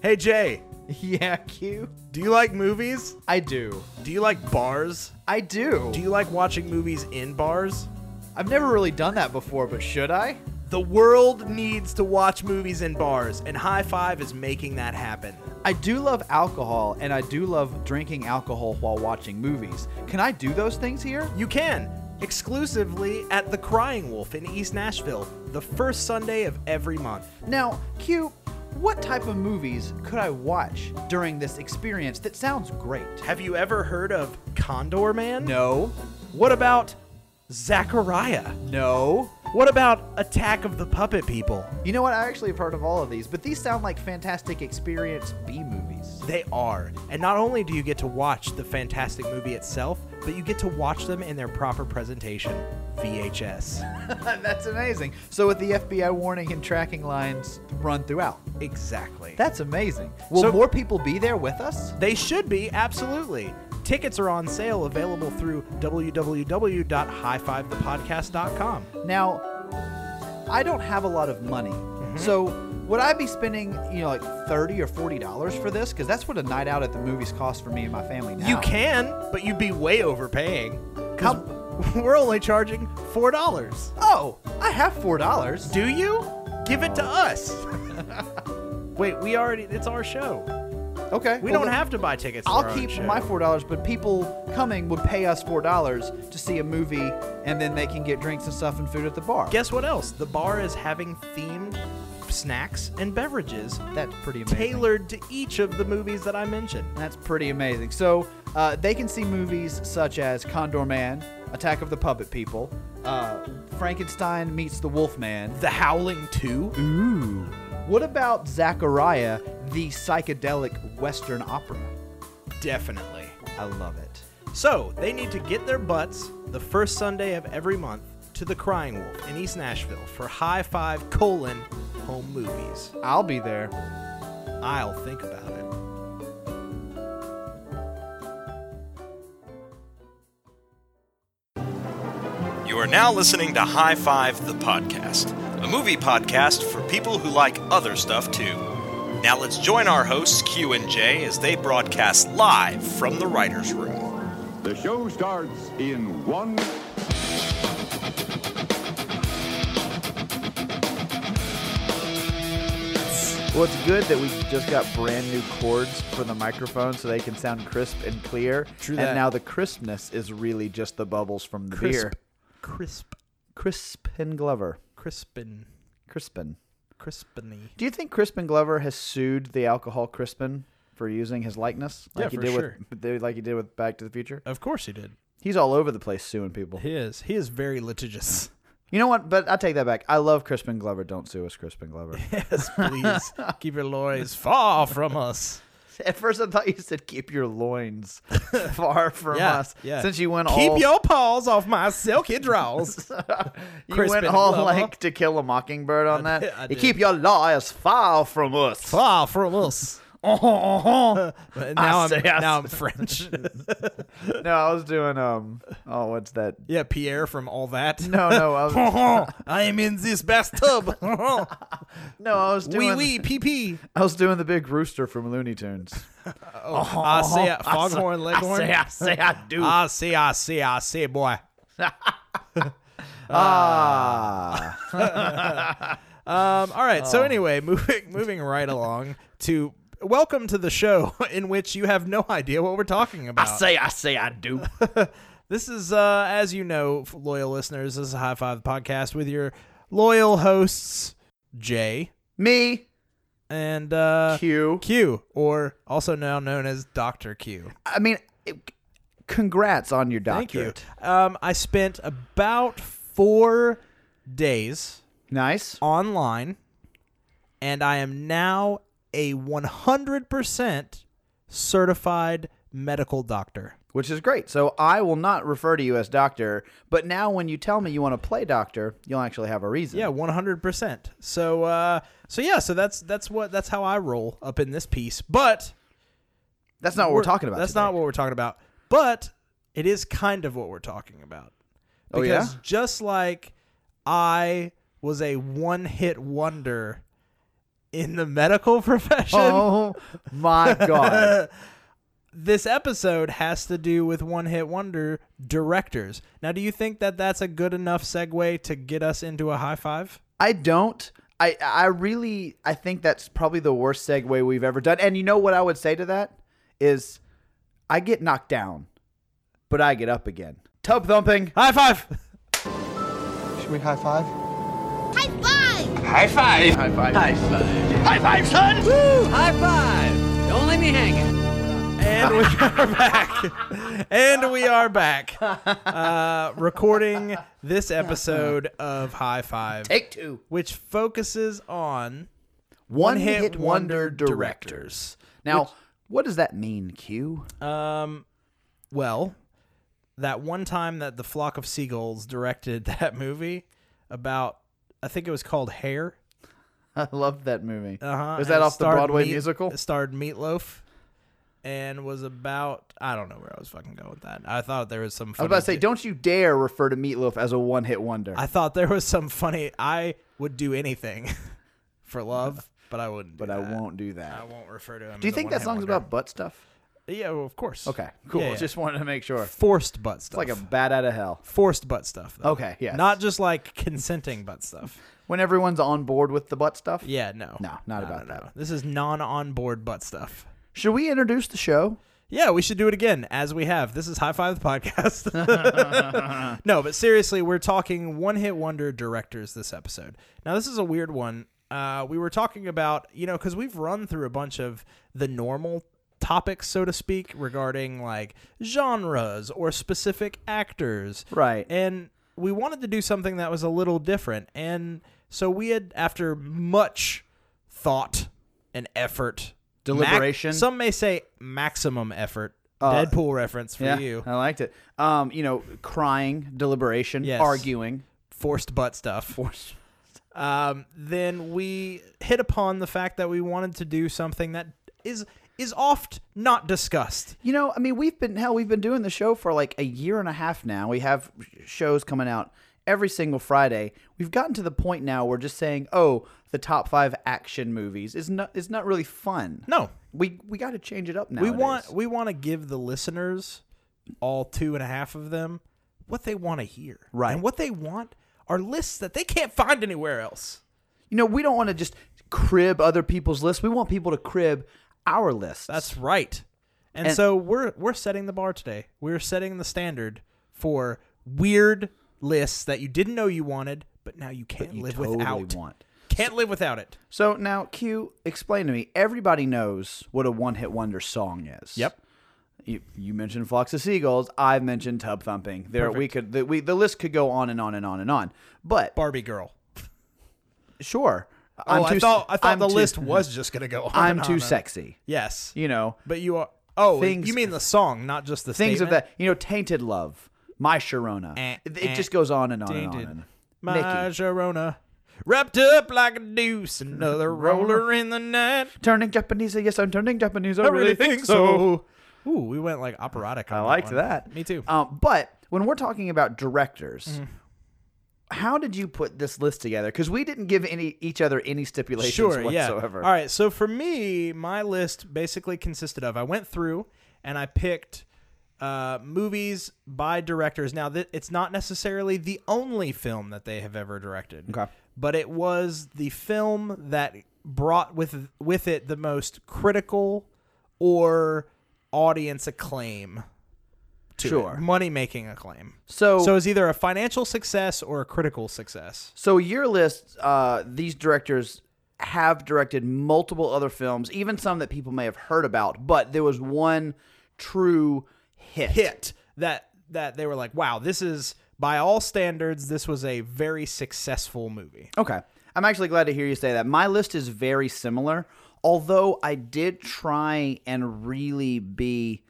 Hey Jay, Yeah, Q. do you like movies? I do. Do you like bars? I do. Do you like watching movies in bars? I've never really done that before, but should I? The world needs to watch movies in bars, and High Five is making that happen. I do love alcohol, and I do love drinking alcohol while watching movies. Can I do those things here? You can, exclusively at The Crying Wolf in East Nashville, the first Sunday of every month. Now, Q, what type of movies could I watch during this experience that sounds great? Have you ever heard of Condor Man? No, What about Zachariah? no. What about Attack of the Puppet People? You know what? I actually have heard of all of these, but these sound like fantastic experience B movies. They are. And not only do you get to watch the fantastic movie itself, but you get to watch them in their proper presentation VHS. That's amazing. So, with the FBI warning and tracking lines run throughout. Exactly. That's amazing. Will So- more people be there with us? They should be, absolutely. Tickets are on sale available through www.highfivethepodcast.com. Now, I don't have a lot of money, Mm-hmm. so would I be spending, you know, like thirty or forty dollars for this? Because that's what a night out at the movies costs for me and my family now. You can, but you'd be way overpaying. 'cause We're only charging $4. Oh, I have four dollars. Do you? Give Oh. it to us. Wait, we already, it's our show. Okay. We well, don't then have to buy tickets. to our I'll own keep show. my four dollars, but people coming would pay us four dollars to see a movie, and then they can get drinks and stuff and food at the bar. Guess what else? The bar is having themed snacks and beverages that's pretty amazing. tailored to each of the movies that I mentioned. That's pretty amazing. So uh, they can see movies such as Condor Man, Attack of the Puppet People, uh, Frankenstein meets the Wolfman. The Howling 2? Ooh. What about Zachariah, the psychedelic Western opera? Definitely. I love it. So, they need to get their butts the first Sunday of every month to the Crying Wolf in East Nashville for High Five colon home movies. I'll be there. I'll think about it. You are now listening to High Five the Podcast, a movie podcast for people who like other stuff too. Now let's join our hosts, Q and J, as they broadcast live from the writer's room. The show starts in one. Well, it's good that we just got brand new cords for the microphone so they can sound crisp and clear. True and that. now the crispness is really just the bubbles from the Crisp. beer. Crisp. Crispin Glover. Crispin. Crispin. Crispiny. Do you think Crispin Glover has sued the alcohol Crispin for using his likeness, Yeah, like he for did sure. with dude, like he did with Back to the Future? Of course he did. He's all over the place suing people. He is. He is very litigious. You know what? But I take that back. I love Crispin Glover. Don't sue us, Crispin Glover. Yes, please. Keep your lawyers far from us. At first, I thought you said keep your loins far from Yeah, us. yeah. Since you went Keep all, your paws off my silky draws. you Crispin went all Glover. like to kill a mockingbird on I that. did- I you did. keep your lawyers far from us. Far from us. Uh-huh, uh-huh. But now I I'm say I now I'm s- French. no, I was doing um. Oh, what's that? yeah, Pierre from all that. No, no, I was I am in this bathtub. no, I was Wee doing. wee pee pee. I was doing the big rooster from Looney Tunes. I say it, foghorn leghorn. I say, I do. I see, I see, I see, boy. Ah. Um, all right. Oh. So anyway, moving moving right along to welcome to the show in which you have no idea what we're talking about. I say, I do. This is, uh, as you know, f- loyal listeners, this is a High Five podcast with your loyal hosts, Jay Me, and uh, Q. Q, or also now known as Dr. Q. I mean, it- congrats on your Thank you. doctorate. Um, I spent about four days Nice. online, and I am now a 100% certified medical doctor. Which is great. So I will not refer to you as doctor, but now when you tell me you want to play doctor, you'll actually have a reason. Yeah, one hundred percent. So, uh, so yeah, so that's that's what that's how I roll up in this piece. But That's not what we're, talking about. That's today. not what we're talking about. But it is kind of what we're talking about. Oh, Because yeah? just like I was a one-hit wonder in the medical profession. Oh my god. This episode has to do with one hit wonder directors. Now, do you think that that's a good enough segue to get us into a high five? I don't. I I really I think that's probably the worst segue we've ever done. And you know what I would say to that is, I get knocked down, but I get up again. Tub thumping. High five! Should we high five? High five! And we are back. And we are back. Uh, recording this episode of High Five, Take two. which focuses on One, One-hit hit, wonder, wonder directors. Now, what does that mean, Q? Um, well, that one time that the flock of seagulls directed that movie about, I think it was called Hair. I love that movie. Uh-huh, Was and that it off the starred Broadway Meat- musical? It starred Meatloaf, and was about I don't know where I was fucking going with that. I thought there was some. I was Funny about to say, don't you dare refer to Meatloaf as a one-hit wonder. I thought there was some funny. I would do anything for love, but I wouldn't. Do but I that. won't do I that. won't refer to him. Do you think that song's about butt stuff? Yeah, well, of course. Okay, cool. Yeah, yeah. Just wanted to make sure. It's forced butt stuff? like a bat out of hell. forced butt stuff. Though. Okay, yes. Not just like consenting butt stuff. When everyone's on board with the butt stuff. Yeah, no. No, not about that. This is non on board butt stuff. Should we introduce the show? Yeah, we should do it again as we have. This is High Five the podcast. no, but seriously, we're talking one hit wonder directors this episode. Now, this is a weird one. Uh, we were talking about, you know, because we've run through a bunch of the normal topics, so to speak, regarding like genres or specific actors. Right. And we wanted to do something that was a little different. And so we had, after much thought and effort, Deliberation. mac- some may say maximum effort. Deadpool reference for you. I liked it. Um, you know, crying, deliberation, Yes. arguing. Forced butt stuff. Um, then we hit upon the fact that we wanted to do something that is is oft not discussed. You know, I mean, we've been hell, we've been doing the show for like a year and a half now. We have shows coming out every single Friday. We've gotten to the point now where just saying, "Oh, the top five action movies" is not is not really fun. No. we we got to change it up now. We want we want to give the listeners, all two and a half of them, what they want to hear. Right. And what they want are lists that they can't find anywhere else. you know, we don't want to just crib other people's lists. We want people to crib our lists. That's right. And, And- so we're we're setting the bar today. We're setting the standard for weird lists that you didn't know you wanted, but now you can't you live totally without. want. Can't live without it. So now, Q, explain to me. Everybody knows what a one-hit wonder song is. You, you mentioned flocks of seagulls. I've mentioned tub thumping. There, we could the, we the list could go on and on and on and on. But Barbie girl. sure, oh, I thought I thought I'm the too- list was just gonna go on. I'm and too on. sexy. Yes. You know But you are Oh, Things- you mean the song, not just the things of statement? that. You know, tainted love. My Sharona. Eh, it eh, it just goes on and on and tainted. on. And on. My Nikki. Sharona. Wrapped up like a deuce, another roller in the night. Turning Japanese. Yes, I'm turning Japanese. I, I really think so. Ooh, we went like operatic. on I liked one. that. Me too. Mm-hmm. Um, but when we're talking about directors, how did you put this list together? Because we didn't give any each other any stipulations whatsoever. All right, so for me, my list basically consisted of I went through and I picked uh, movies by directors. Now, th- it's not necessarily the only film that they have ever directed, Okay. but it was the film that brought with with it the most critical or audience acclaim. To Sure. money making acclaim. So- so it's either a financial success or a critical success. So your list, uh, these directors have directed multiple other films, even some that people may have heard about, but there was one true hit. hit that that they were like, wow, this is by all standards, this was a very successful movie. Okay. I'm actually glad to hear you say that. My list is very similar, although I did try and really be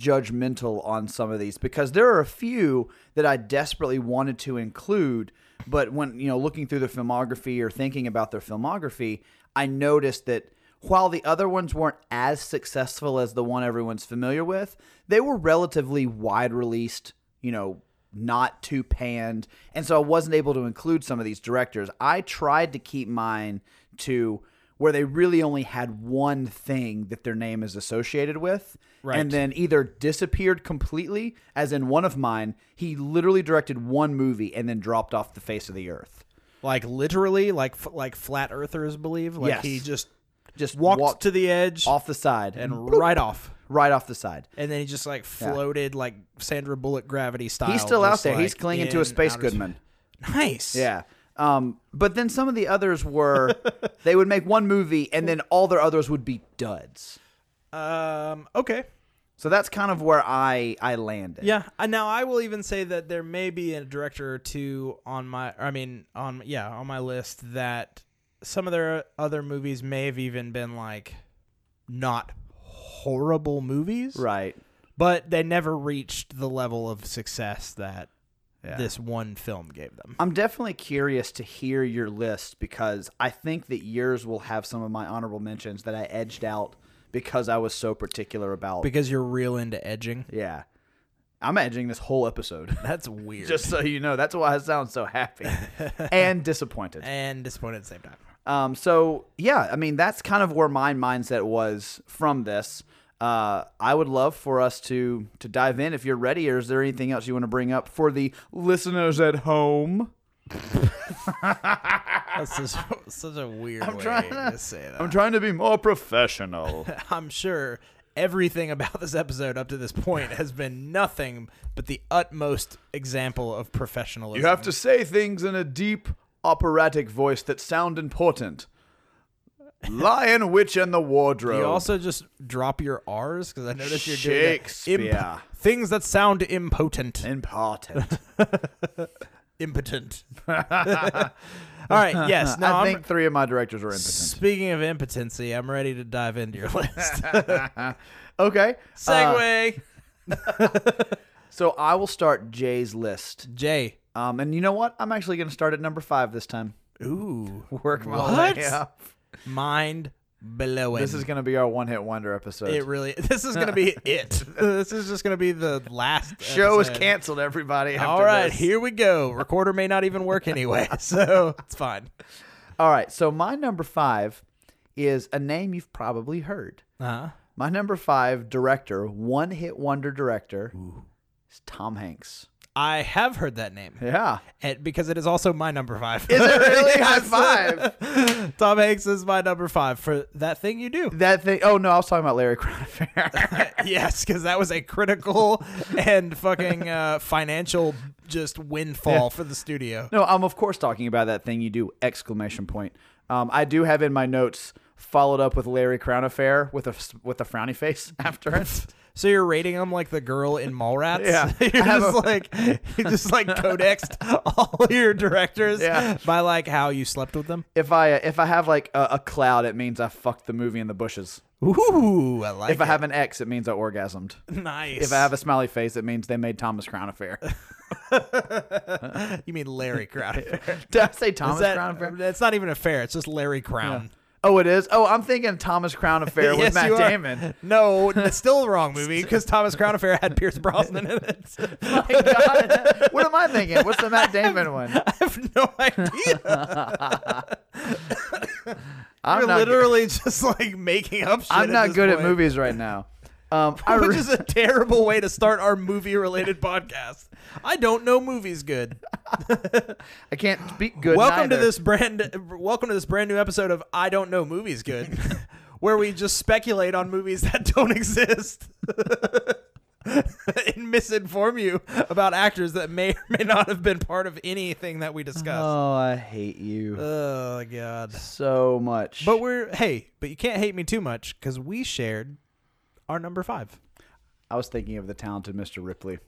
judgmental on some of these because there are a few that I desperately wanted to include, but when, you know, looking through their filmography or thinking about their filmography, I noticed that while the other ones weren't as successful as the one everyone's familiar with, they were relatively wide released, you know, not too panned. And so I wasn't able to include some of these directors. I tried to keep mine to where they really only had one thing that their name is associated with, Right. and then either disappeared completely, as in one of mine, he literally directed one movie and then dropped off the face of the earth. like literally, like f- like flat earthers believe. Like Yes. he just Just walked, to the edge off the side and and right off, right off the side. and then he just like floated like Sandra Bullock gravity style. He's still out just, there. He's like, clinging to a in space outer Goodman. space. Nice. Yeah. Um, but then some of the others were they would make one movie and then all their others would be duds. Um. Okay. So that's kind of where I I landed. Yeah. And now I will even say that there may be a director or two on my, I mean, on yeah, on my list that some of their other movies may have even been like not horrible movies, Right. but they never reached the level of success that this one film gave them. I'm definitely curious to hear your list because I think that yours will have some of my honorable mentions that I edged out because I was so particular about. Because you're real into edging. yeah. I'm edging this whole episode. That's weird. Just so you know, that's why I sound so happy and disappointed. and disappointed at the same time. Um, so yeah, I mean that's kind of where my mindset was from this. Uh, I would love for us to to dive in if you're ready, or is there anything else you want to bring up for the listeners at home? That's just, such a weird way trying to- to say that. I'm trying to be more professional. I'm sure everything about this episode up to this point has been nothing but the utmost example of professionalism. you have to say things in a deep operatic voice that sound important. Lion, witch, and the wardrobe. Do you also just drop your R's because I noticed you're doing that. Shakespeare. things that sound impotent, important. impotent. All right. Yes. No. I I'm- think three of my directors are impotent. Speaking of impotency, I'm ready to dive into your list. Uh, Okay. Uh, Segway. so I will start Jay's list. Jay. Um, and you know what? I'm actually going to start at number five this time. Ooh. Work my What? way up. Mind blowing. This is going to be our one hit wonder episode. It really. This is gonna be it. this is just gonna be the last Show is episode. canceled, everybody. After All right, this. here we go. Recorder may not even work anyway, so it's fine. All right. So my number five is a name you've probably heard. Uh-huh. My number five director, one hit wonder director, is Tom Hanks. I have heard that name Yeah. and because it is also my number five. Is it really high five? Tom Hanks is my number five for that thing you do. That thing. Oh no, I was talking about Larry Crown Affair. yes, because that was a critical and fucking uh, financial just windfall for the studio. No, I'm of course talking about that thing you do! Exclamation point. Um, I do have in my notes followed up with Larry Crown affair with a with a frowny face after it. So you're rating him like the girl in Mallrats. Yeah. you're I have just a- like you just like codexed all your directors Yeah. by like how you slept with them. if I if I have like a, a cloud, it means I fucked the movie in the bushes. Ooh, I like If I have an X, it means I orgasmed. it. Nice. If I have a smiley face, it means they made Thomas Crown affair. you mean Larry Crown affair? Did I say Thomas Is that, Crown affair? It's not even a fair. It's just Larry Crown. Oh, it is. Oh, I'm thinking Thomas Crown affair with Yes, Matt you are. Damon. No, it's still the wrong movie because Thomas Crown Affair had Pierce Brosnan in it. My God. What am I thinking? What's the Matt Damon one? I have no idea. I'm You're not good- literally just like making up shit. I'm not this good at point. movies right now. Um, I Which re- is a terrible way to start our movie related podcast. I don't know movies good. I can't speak good. welcome to neither. this brand welcome to this brand new episode of I don't know movies good where we just speculate on movies that don't exist. and misinform you about actors that may or may not have been part of anything that we discuss. Oh, I hate you oh god. so much. But we're hey, but you can't hate me too much cuz we shared our number 5. I was thinking of the talented Mr. Ripley.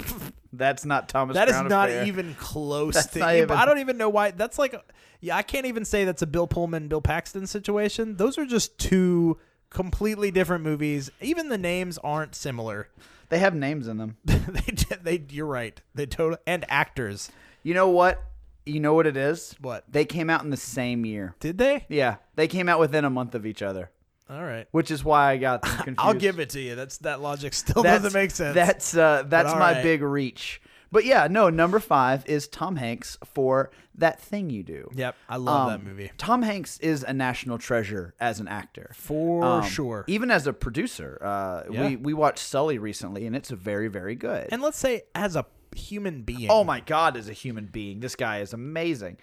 That's not Thomas. That is Crown not Affair. even close That's to. not yeah, even- but I don't even know why. That's like, yeah, I can't even say that's a Bill Pullman, Bill Paxton situation. Those are just two completely different movies. Even the names aren't similar. They have names in them. they, did- they, you're right. They total and actors. You know what? You know what it is. What? They came out in the same year. Did they? Yeah, they came out within a month of each other, All right. which is why I got them confused. I'll give it to you. That's that logic still That doesn't make sense. That's uh, that's all my right. big reach. But yeah, no, number five is Tom Hanks for That Thing You Do. Yep, I love Um, that movie. Tom Hanks is a national treasure as an actor. For Um, sure. Even as a producer. Uh, Yeah. we, we watched Sully recently, and it's very, very good. and let's say as a human being. oh my God, as a human being, this guy is amazing.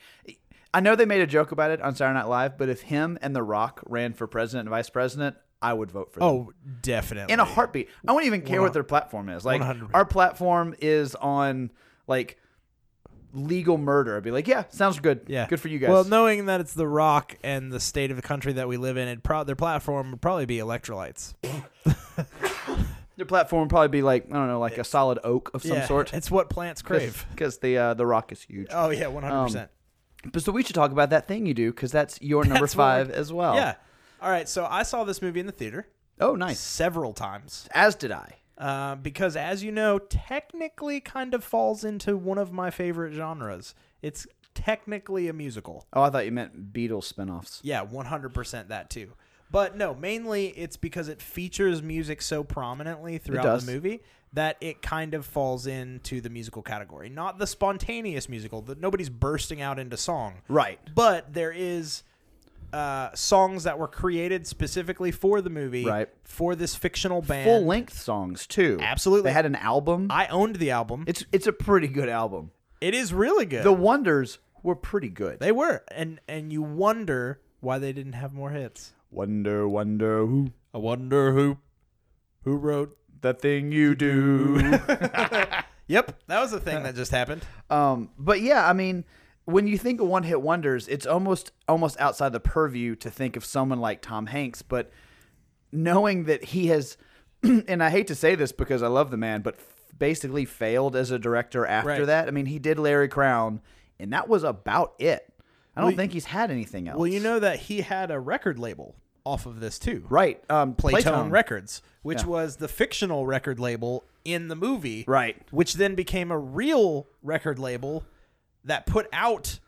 I know they made a joke about it on Saturday Night Live, but if him and The Rock ran for president and vice president, I would vote for them. Oh, definitely. in a heartbeat. I won't even care what their platform is. Like 100%. our platform is on like legal murder. I'd be like, yeah, sounds good. Yeah. good for you guys. Well, knowing that it's The Rock and the state of the country that we live in, it pro- their platform would probably be electrolytes. their platform would probably be like I don't know, like a solid oak of some Yeah, sort. It's what plants crave. Because the uh, the rock is huge. Oh, yeah, Um, 100%. But so we should talk about that thing you do because that's your number That's what five we- as well. Yeah. All right, so I saw this movie in the theater Oh, nice. several times As did I. uh, because, as you know, technically kind of falls into one of my favorite genres. It's technically a musical. Oh, I thought you meant Beatles spinoffs. Yeah, 100% that too. But no, mainly it's because it features music so prominently throughout does. the movie that it kind of falls into the musical category. Not the spontaneous musical, that nobody's bursting out into song. Right. But there is uh, songs that were created specifically for the movie, Right. for this fictional band. Full length songs too. Absolutely. They had an album. I owned the album. it's it's a pretty good album. It is really good. The Wonders were pretty good. they were. And and you wonder why they didn't have more hits. Wonder, wonder who I wonder who who wrote the thing you do. Yep, Uh, that was the thing that just happened. um, but yeah, I mean, when you think of one hit wonders, it's almost almost outside the purview to think of someone like Tom Hanks. But knowing that he has, and I hate to say this because I love the man, but basically failed as a director after Right. that. I mean, he did Larry Crown, and that was about it. I don't Well, think he's had anything else. Well, you know that he had a record label off of this too, right? Um, Playtone, Playtone. Records, which Yeah. was the fictional record label in the movie, Right. Which then became a real record label that put out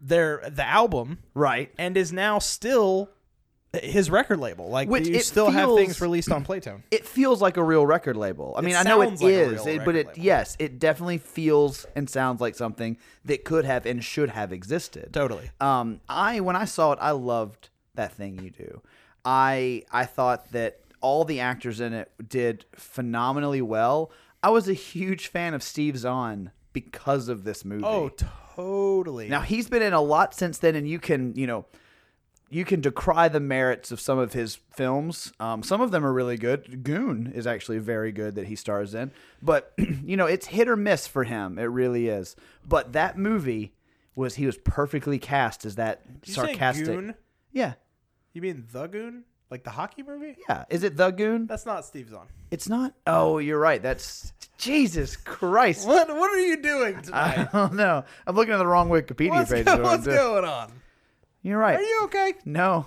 their the album, right? and is now still his record label. Like Which you it still have things feels- released on Playtone. it feels like a real record label. I mean, I know it sounds like a is, real it- record but it label. yes, it definitely feels and sounds like something that could have and should have existed. Totally. Um, I when I saw it, I loved that thing you do. I I thought that all the actors in it did phenomenally well. I was a huge fan of Steve Zahn because of this movie. Oh, totally. Now he's been in a lot since then, and you can you know you can decry the merits of some of his films. Um, some of them are really good. Goon is actually very good that he stars in, but you know it's hit or miss for him. It really is. But that movie was he was perfectly cast as that Did you say sarcastic. Goon? Yeah, You mean the Goon, like the hockey movie? yeah. Is it the Goon? That's not Steve Zahn. It's not. Oh, you're right. That's Jesus Christ. What What are you doing tonight? I don't know. I'm looking at the wrong Wikipedia What's, page. is what I'm what's doing. going on? You're right. Are you okay? No,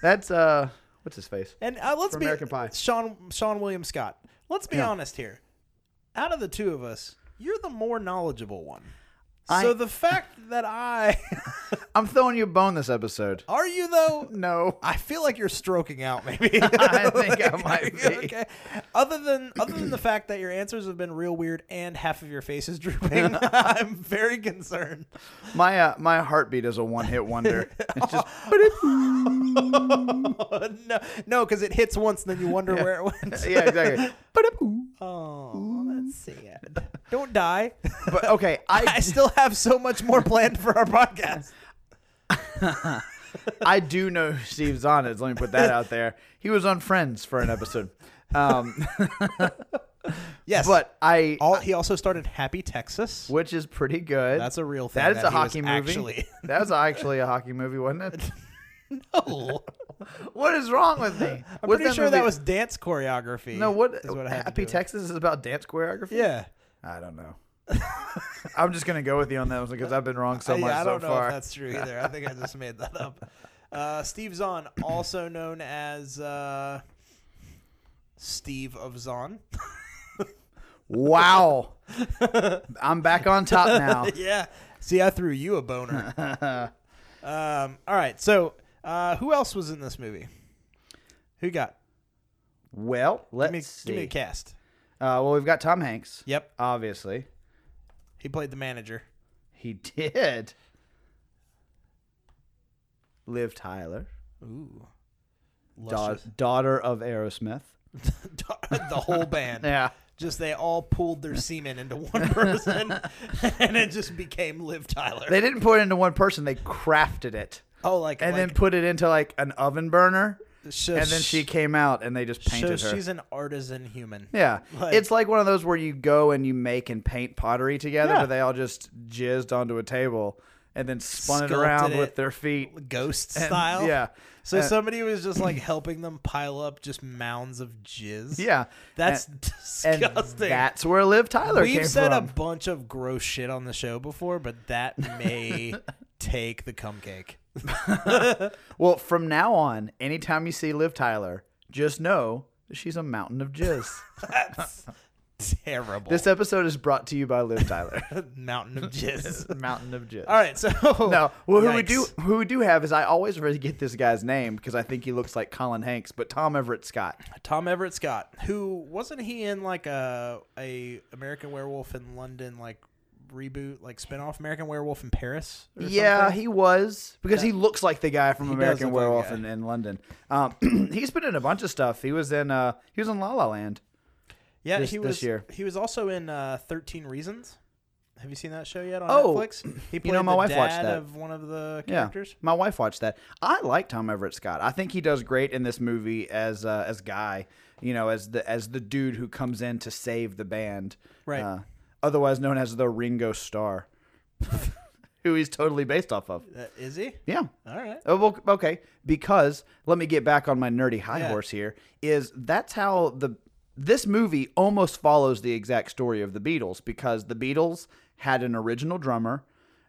that's uh, what's his face? And uh, let's From be American Pie. Sean Sean William Scott. Let's be Yeah. honest here. Out of the two of us, you're the more knowledgeable one. I- so the fact that I I'm throwing you a bone this episode. are you though? No, Oh, I feel like you're stroking out. Maybe I think I Are might you be. okay. Other than other than the fact that your answers have been real weird and half of your face is drooping, I'm very concerned. My uh, my heartbeat is a one hit wonder. It's just no, no, because it hits once, and then you wonder where it went. yeah, exactly. Oh, that's sad. Don't die. But okay, I I still have so much more planned for our podcast. I do know Steve Zahn is. Let me put that out there. He was on Friends for an episode. Um, Yes, but I, all he also started Happy Texas. which is pretty good. That's a real thing That is that a he was hockey movie. actually- That was actually a hockey movie, wasn't it? Oh, What is wrong with me? I'm pretty sure that was dance choorography. no. What, is what I had to Happy do. Texas is about dance choreography. Yeah, I don't know. I'm just gonna go with you on that one because I've been wrong so I, much I don't so know far. if that's true either. I think I just made that up. Uh, Steve Zahn, also known as uh, Steve of Zahn. Wow. I'm back on top now. yeah. See, I threw you a boner. um, all right. So, uh, who else was in this movie? Who got? Well, Give me, let's give me a see. cast. Uh, well, we've got Tom Hanks. Yep. Obviously. He played the manager. He did. Liv Tyler, Ooh. da- daughter of Aerosmith. the whole band. Yeah. Just they all pulled their semen into one person, and it just became Liv Tyler. They didn't put it into one person. They crafted it oh, like and like, then put it into like an oven burner. So and then sh- she came out and they just so painted her. she's an artisan human. Yeah. Like- it's like one of those where you go and you make and paint pottery together, Yeah. but they all just jizzed onto a table and then spun Sculpted it around it. with their feet. ghost And- style. yeah. So Uh, somebody was just like helping them pile up just mounds of jizz. Yeah. That's And- And disgusting. that's where Liv Tyler came We've said from. a bunch of gross shit on the show before, but that may take the cum cake. Well, from now on, anytime you see Liv Tyler, just know that she's a mountain of jizz. That's terrible. this episode is brought to you by Liv Tyler. mountain of jizz. mountain of jizz. All right, so No, well, who we Yikes. do who we do have is I always forget this guy's name because I think he looks like Colin Hanks, but Tom Everett Scott. Tom Everett Scott, who wasn't he in like a a American Werewolf in London like reboot, like spinoff American Werewolf in Paris? or Yeah, something? he was because he looks like the guy from does American look like the Werewolf guy. in, in London. Um, he's been in a bunch of stuff. He was in uh, he was in La La Land. yeah. this- he this was year. He was also in uh, Thirteen Reasons. Have you seen that show yet on Oh, Netflix? He you played know, my the wife dad watched that. of one of the Yeah, characters. my wife watched that. I like Tom Everett Scott. I think he does great in this movie as uh, as guy. You know, as the as the dude who comes in to save the band, Right. Uh, otherwise known as the Ringo Starr, who he's totally based off of. Uh, is he? Yeah. All right. Oh, well, okay. Because let me get back on my nerdy high Yeah. horse here. Is that's how the this movie almost follows the exact story of the Beatles because the Beatles had an original drummer.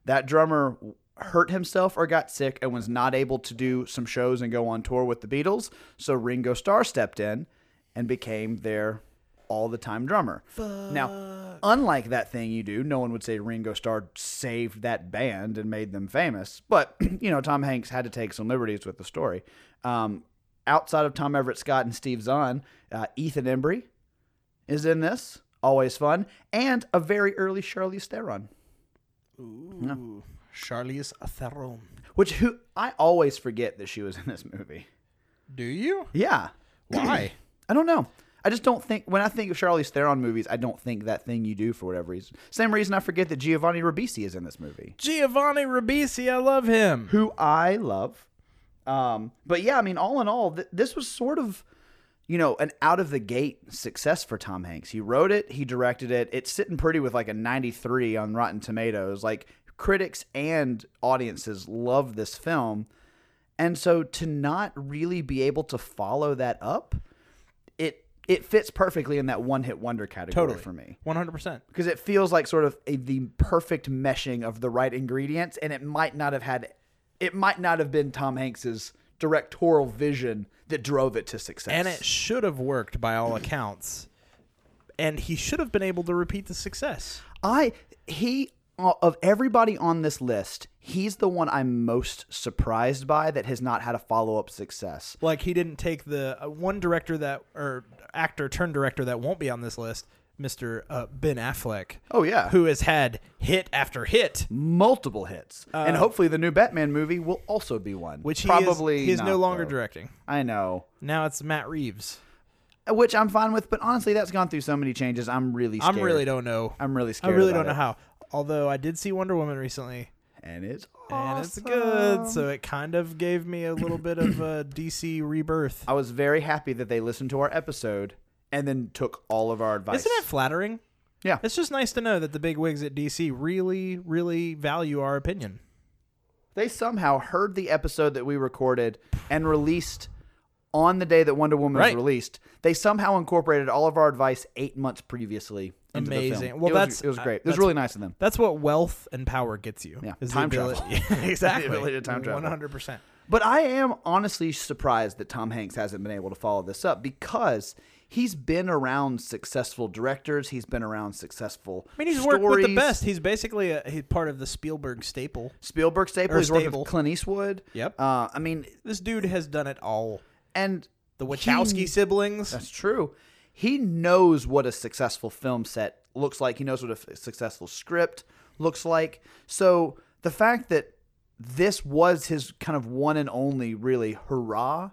That drummer hurt himself or got sick and was not able to do some shows and go on tour with the Beatles. So Ringo Starr stepped in and became their all the time drummer. Now, unlike that thing you do, no one would say Ringo Starr saved that band and made them famous. But, you know, Tom Hanks had to take some liberties with the story. Um, outside of Tom Everett Scott and Steve Zahn, uh, Ethan Embry is in this. Always fun. And a very early Charlize Theron, Ooh, Charlize Theron. which who I always forget that she was in this movie. Do you? Yeah. Why? I don't know. I just don't think when I think of Charlize Theron movies, I don't think that thing you do for whatever reason. Same reason I forget that Giovanni Ribisi is in this movie, Giovanni Ribisi, I love him. who I love. Um, but yeah, I mean, all in all, th- this was sort of, you know, an out of the gate success for Tom Hanks. He wrote it, he directed it. It's sitting pretty with like a 93 on Rotten Tomatoes. Like critics and audiences love this film. And so to not really be able to follow that up, it it fits perfectly in that one hit wonder category Totally for me. One hundred percent. Because it feels like sort of a, the perfect meshing of the right ingredients, and it might not have had, it might not have been Tom Hanks's directorial vision that drove it to success. and it should have worked by all accounts. And he should have been able to repeat the success. I he uh, of everybody on this list, he's the one I'm most surprised by that has not had a follow up success. Like he didn't take the uh, one director that or actor turned director that won't be on this list, Mr. Uh, ben Affleck. Oh, yeah. who has had hit after hit, Multiple hits, and hopefully the new Batman movie will also be one. Uh, which he probably is, he is no not, longer though. directing. I know. Now it's Matt Reeves. which I'm fine with. But honestly, that's gone through so many changes. I'm really scared. I'm really don't know. I'm really I scared. really about don't know it. how. Although I did see Wonder Woman recently, And it's and awesome. it's good, so it kind of gave me a little bit of a DC rebirth. I was very happy that they listened to our episode and then took all of our advice. Isn't it flattering? Yeah. It's just nice to know that the big wigs at DC really, really value our opinion. They somehow heard the episode that we recorded and released on the day that Wonder Woman Right. was released. They somehow incorporated all of our advice eight months previously. Into the film. Amazing. Well, It was- that's- it was uh, great. It was that's- really nice of them. That's what wealth and power gets you. Yeah. is the Time ability- travel. exactly. The ability to time travel. 100%. But I am honestly surprised that Tom Hanks hasn't been able to follow this up because he's been around successful directors. He's been around successful. I mean, he's worked with the stories. best. He's basically a, he's part of the Spielberg staple. Spielberg staple. Or He's worked stable. with Clint Eastwood. Yep. Uh, I mean, This dude has done it all. and The Wachowski he- siblings. That's true. He knows what a successful film set looks like. He knows what a f- successful script looks like. So the fact that this was his kind of one and only really hurrah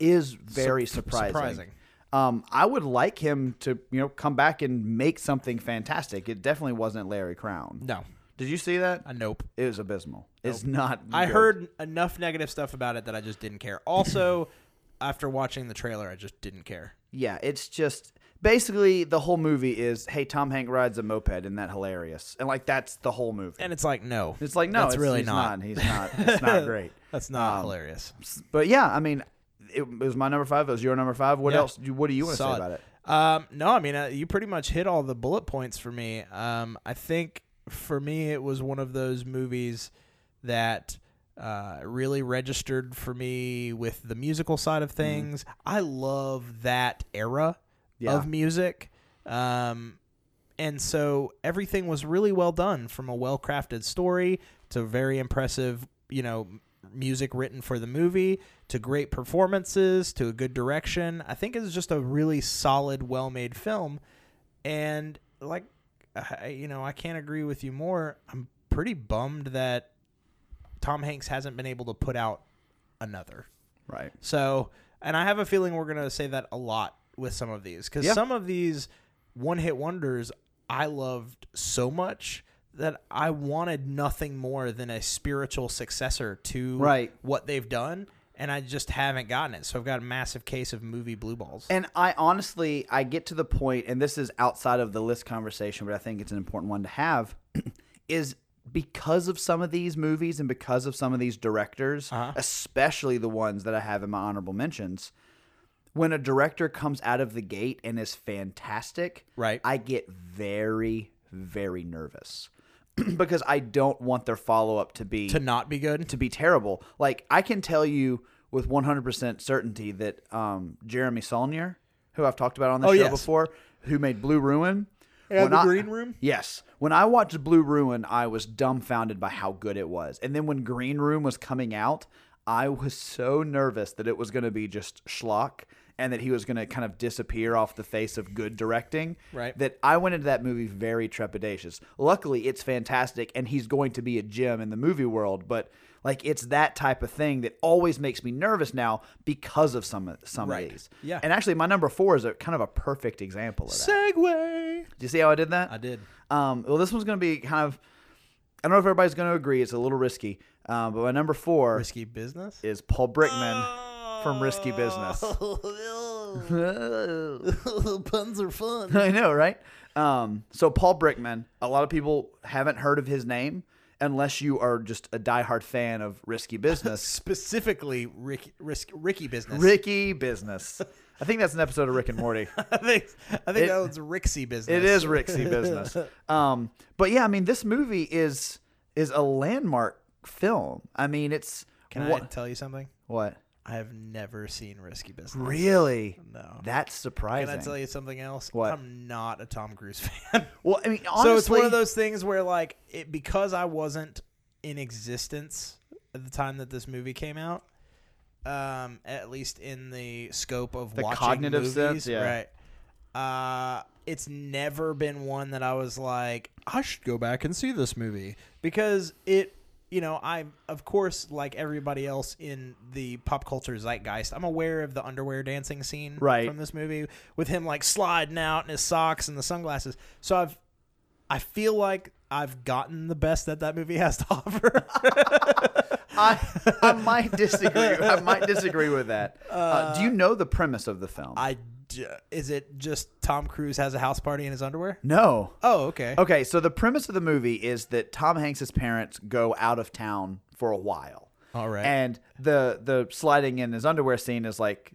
is very surprising. surprising. Um, I would like him to, you know, come back and make something fantastic. It definitely wasn't Larry Crown. No. Did you see that? A nope. It was abysmal. It's not. I good. heard enough negative stuff about it that I just didn't care. Also, after watching the trailer, I just didn't care. Yeah, it's just basically the whole movie is hey, Tom Hank rides a moped, and that hilarious, and like that's the whole movie. And it's like, no. it's like no, that's it's really he's not. He's not. It's not great. That's um, not hilarious. But yeah, I mean, it, it was my number five. It was your number five. What Yeah. else? you- What do you want to say Solid. about it? Um, no, I mean, uh, you pretty much hit all the bullet points for me. Um, I think for me, it was one of those movies that uh, really registered for me with the musical side Mm-hmm. of things. I love that era Yeah. of music. Um, and so everything was really well done from a well crafted story to very impressive, you know, music written for the movie to great performances to a good direction. I think it's just a really solid, well made film. And like, I, you know, I can't agree with you more. I'm pretty bummed that Tom Hanks hasn't been able to put out another. Right. So, and I have a feeling we're going to say that a lot with some of these because Yeah. some of these one hit wonders I loved so much that I wanted nothing more than a spiritual successor to Right. what they've done. And I just haven't gotten it. So I've got a massive case of movie blue balls. And I honestly, I get to the point, and this is outside of the list conversation, but I think it's an important one to have, is because of some of these movies and because of some of these directors, Uh-huh. especially the ones that I have in my honorable mentions, when a director comes out of the gate and is fantastic, Right. I get very, very nervous because I don't want their follow up to be to not be good. to be terrible. Like I can tell you with 100% certainty that um, Jeremy Saulnier, who I've talked about on the Oh, show yes. before, who made Blue Ruin And when The Green Room? Yes. When I watched Blue Ruin, I was dumbfounded by how good it was. And then when Green Room was coming out, I was so nervous that it was going to be just schlock and that he was going to kind of disappear off the face of good directing. Right. That I went into that movie very trepidatious. Luckily, it's fantastic and he's going to be a gem in the movie world, but like it's that type of thing that always makes me nervous now because of some of some Right. of these. Yeah. And actually my number 4 is a kind of a perfect example of that. Segway. Do you see how I did that? I did. Um, well, this one's going to be kind of. I don't know if everybody's going to agree. It's a little risky. Um, but my number four Risky business. is Paul Brickman from Risky Business. Oh. Puns are fun. I know, right? Um, so Paul Brickman, a lot of people haven't heard of his name unless you are just a diehard fan of Risky Business. Specifically, Ricky, risk, Ricky business. Ricky Business. I think that's an episode of Rick and Morty. I think, I think It- that was Rixie business. It is Rixie business. Um, but yeah, I mean, this movie is is a landmark film. I mean, it's Can what I tell you something? what I have never seen Risky Business. really? No. that's surprising. Can I tell you something else? What? I'm not a Tom Cruise fan. Well, I mean, honestly, so it's one of those things where, like, it, because I wasn't in existence at the time that this movie came out, um, at least in the scope of The watching cognitive movies, sense, yeah. right? Uh, it's never been one that I was like, I should go back and see this movie because it, you know, I of course like everybody else in the pop culture zeitgeist, I'm aware of the underwear dancing scene Right. from this movie with him like sliding out in his socks and the sunglasses. So I've I feel like I've gotten the best that that movie has to offer. I, I might disagree. I might disagree with that. Uh, do you know the premise of the film? I d- is it just Tom Cruise has a house party in his underwear? no. Oh, okay. Okay, so the premise of the movie is that Tom Hanks's parents go out of town for a while. All right. And the the sliding in his underwear scene is like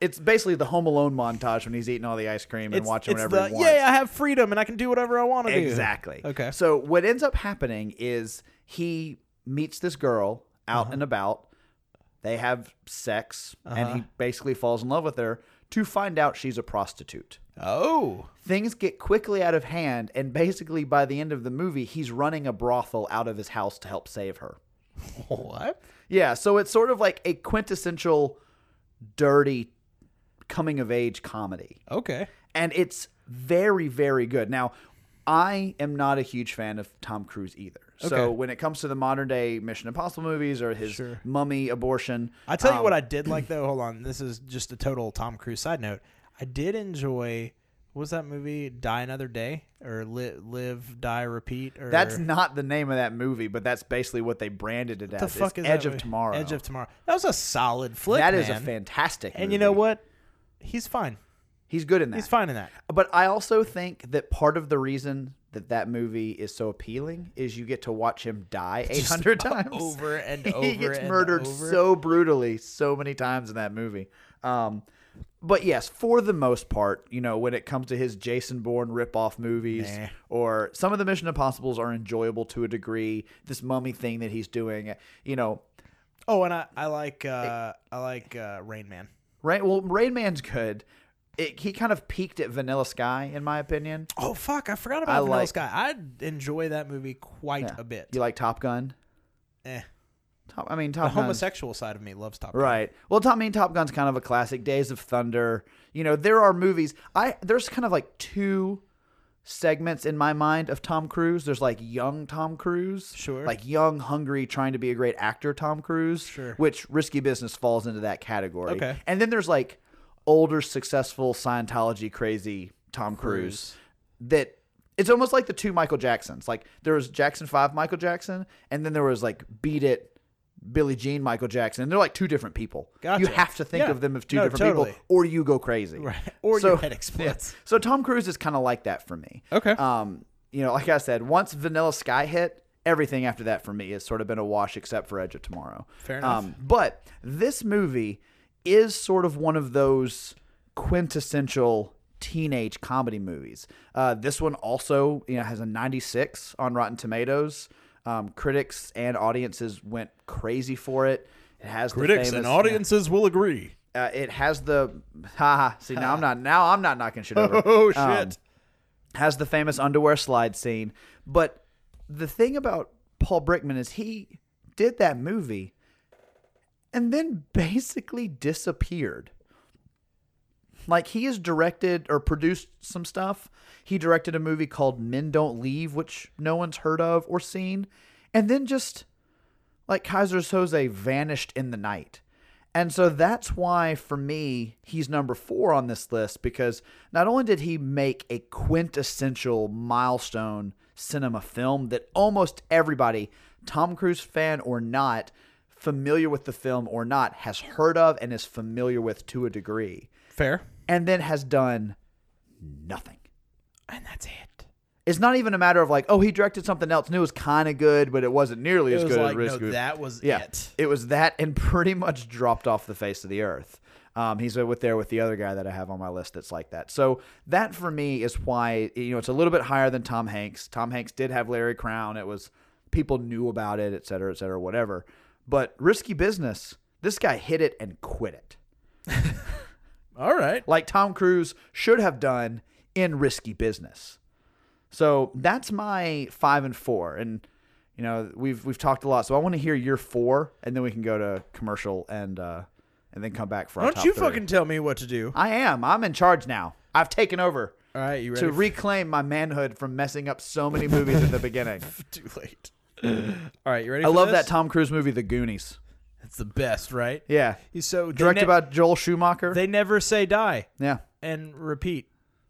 it's basically the Home Alone montage when he's eating all the ice cream and It's- watching it's whatever he the, wants. Yeah, I have freedom and I can do whatever I want to do. Exactly. Okay. So what ends up happening is he meets this girl out and about. They have sex and he basically falls in love with her to find out she's a prostitute Oh, things get quickly out of hand and basically by the end of the movie he's running a brothel out of his house to help save her what? yeah so it's sort of like a quintessential dirty coming of age comedy Okay. and it's very very good now I am not a huge fan of Tom Cruise either. Okay. So when it comes to the modern day Mission Impossible movies or his Sure. mummy abortion, I tell you um, what I did like though. Hold on, this is just a total Tom Cruise side note. I did enjoy. What was that movie? Die Another Day or li- Live Die Repeat? Or That's not the name of that movie, but that's basically what they branded it What as. the fuck it's is Edge that of movie? Tomorrow. Edge of Tomorrow. That was a solid flick. That is man. a fantastic. And you movie. know what? He's fine. He's good in that. He's fine in that. But I also think that part of the reason that that movie is so appealing is you get to watch him die eight Just hundred times over and He over gets and murdered over. so brutally so many times in that movie. Um, but yes, for the most part, you know, when it comes to his Jason Bourne ripoff movies Nah. or some of the Mission Impossibles are enjoyable to a degree. This mummy thing that he's doing, you know, Oh, and I, I like uh, I like uh, Rain Man. right? Well, Rain Man's good. It, he kind of peaked at Vanilla Sky, in my opinion. Oh fuck! I forgot about I Vanilla like- Sky. I enjoy that movie quite Yeah. a bit. You like Top Gun? eh. Top, I mean, The Top Gun's- homosexual side of me loves Top Gun. Right. Well, Tom, I mean, Top Gun's kind of a classic. Days of Thunder. You know, there are movies. I there's kind of like two segments in my mind of Tom Cruise. There's like young Tom Cruise, Sure. like young, hungry, trying to be a great actor Tom Cruise, Sure. which Risky Business falls into that category. Okay. And then there's like older, successful Scientology crazy Tom Cruise, that. It's almost like the two Michael Jacksons. Like there was Jackson 5 Michael Jackson and then there was like Beat It Billie Jean, Michael Jackson. They're like two different people. Gotcha. You have to think Yeah. of them as two No, different totally. people, or you go crazy. Right. Or your head yeah. explodes. So Tom Cruise is kind of like that for me. Okay. Um, you know, like I said, once Vanilla Sky hit, everything after that for me has sort of been a wash, except for Edge of Tomorrow. Fair enough. Um, but this movie is sort of one of those quintessential teenage comedy movies. Uh, this one also, you know, has a 96 on Rotten Tomatoes. Um, critics and audiences went crazy for it. It has the famous, will agree. Uh, it has the ha. See now I'm not now I'm not knocking shit over. Oh shit! Um, has the famous underwear slide scene. But the thing about Paul Brickman is he did that movie and then basically disappeared. Like he has directed or produced some stuff. He directed a movie called Men Don't Leave, which no one's heard of or seen, and then just like Kaiser's Jose vanished in the night. And so that's why, for me, he's number four on this list because not only did he make a quintessential milestone cinema film that almost everybody, Tom Cruise fan or not, familiar with the film or not, has heard of and is familiar with to a degree, Fair. and then has done nothing. And that's it. It's not even a matter of like, oh, he directed something else and it was kind of good, but it wasn't nearly as It was good like as Risk. no, of- that was yeah, it. was that, and pretty much dropped off the face of the earth. Um, he's with there with the other guy that I have on my list that's like that. So that for me is why you know it's a little bit higher than Tom Hanks. Tom Hanks did have Larry Crown. It was people knew about it, et cetera, et cetera, whatever. But risky business. This guy hit it and quit it, All right. like Tom Cruise should have done in risky business. So that's my five and four, and you know we've we've talked a lot. So I want to hear your four, and then we can go to commercial and uh, and then come back for our Don't top you three. fucking tell me what to do. I am. I'm in charge now. I've taken over All right, you ready? to for- reclaim my manhood from messing up so many movies at the beginning. Too late. All right, you ready? I for love this? that Tom Cruise movie, The Goonies. It's the best, right? Yeah, He's so directed they ne- by Joel Schumacher. They never say die yeah, and repeat.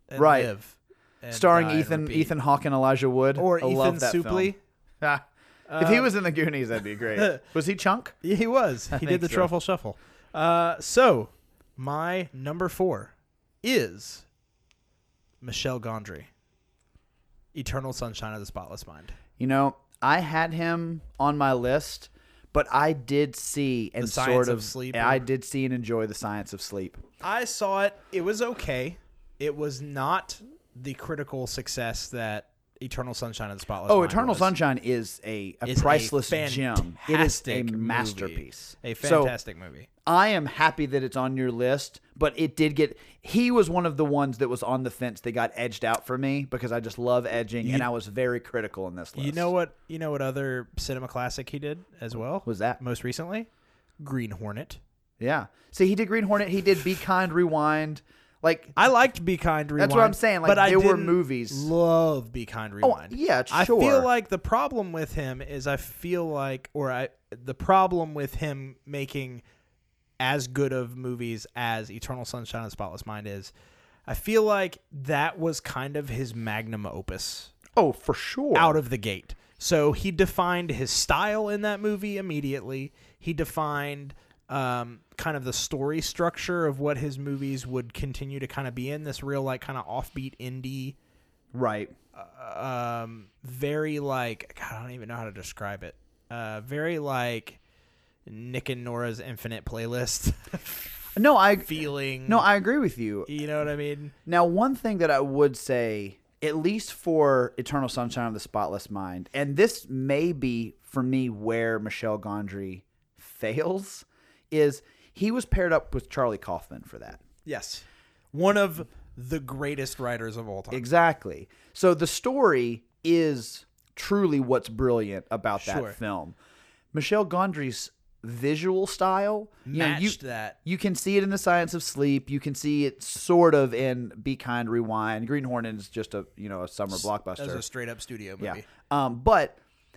And Right. Live and starring die and Ethan repeat. Ethan Hawke and Elijah Wood. or I Ethan Uh, love that film. Supley. Ah, if he was in The Goonies, that'd be great. was he Chunk? Yeah, he was. He did think the so. truffle shuffle. Uh, so my number four is Michelle Gondry. Eternal Sunshine of the Spotless Mind. You know, I had him on my list, but I did see and Science sort of of, Sleep I or- did see and enjoy the science of sleep. I saw it. It was okay. It was not the critical success that Eternal Sunshine of the Spotless Oh, Mind Eternal was. Sunshine is a, a It's a priceless gem. It is a fantastic movie. masterpiece. A So, fantastic movie. I am happy that it's on your list, but it did get. He was one of the ones that was on the fence that got edged out for me because I just love edging, and I was very critical in this list. You know what? You know what other cinema classic he did as well? Was that? most recently? Green Hornet. Yeah. See, he did Green Hornet. He did Be Kind, Rewind. Like I liked Be Kind Rewind. what I'm saying, like, but I there were didn't movies. Oh, Love Be Kind Rewind. yeah, I feel sure. like the problem with him is I feel like, or I the problem with him making as good of movies as Eternal Sunshine of the Spotless Mind is, I feel like that was kind of his magnum opus oh, for sure. out of the gate. So he defined his style in that movie immediately. He defined um, kind of the story structure of what his movies would continue to kind of be in this real, like, kind of offbeat indie, right. um, very like, God, I don't even know how to describe it. Uh, very like Nick and Nora's Infinite Playlist No, I feeling. no, I agree with you. You know what I mean? Now, one thing that I would say, at least for Eternal Sunshine of the Spotless Mind, and this may be for me where Michelle Gondry fails, is he was paired up with Charlie Kaufman for that. Yes. One of the greatest writers of all time. Exactly. So the story is truly what's brilliant about Sure. that film. Michelle Gondry's visual style you know, you- Matched that. You can see it in The Science of Sleep. You can see it sort of in Be Kind, Rewind. Green Hornet is just a you know a summer That was blockbuster. a straight up studio movie. yeah, um, but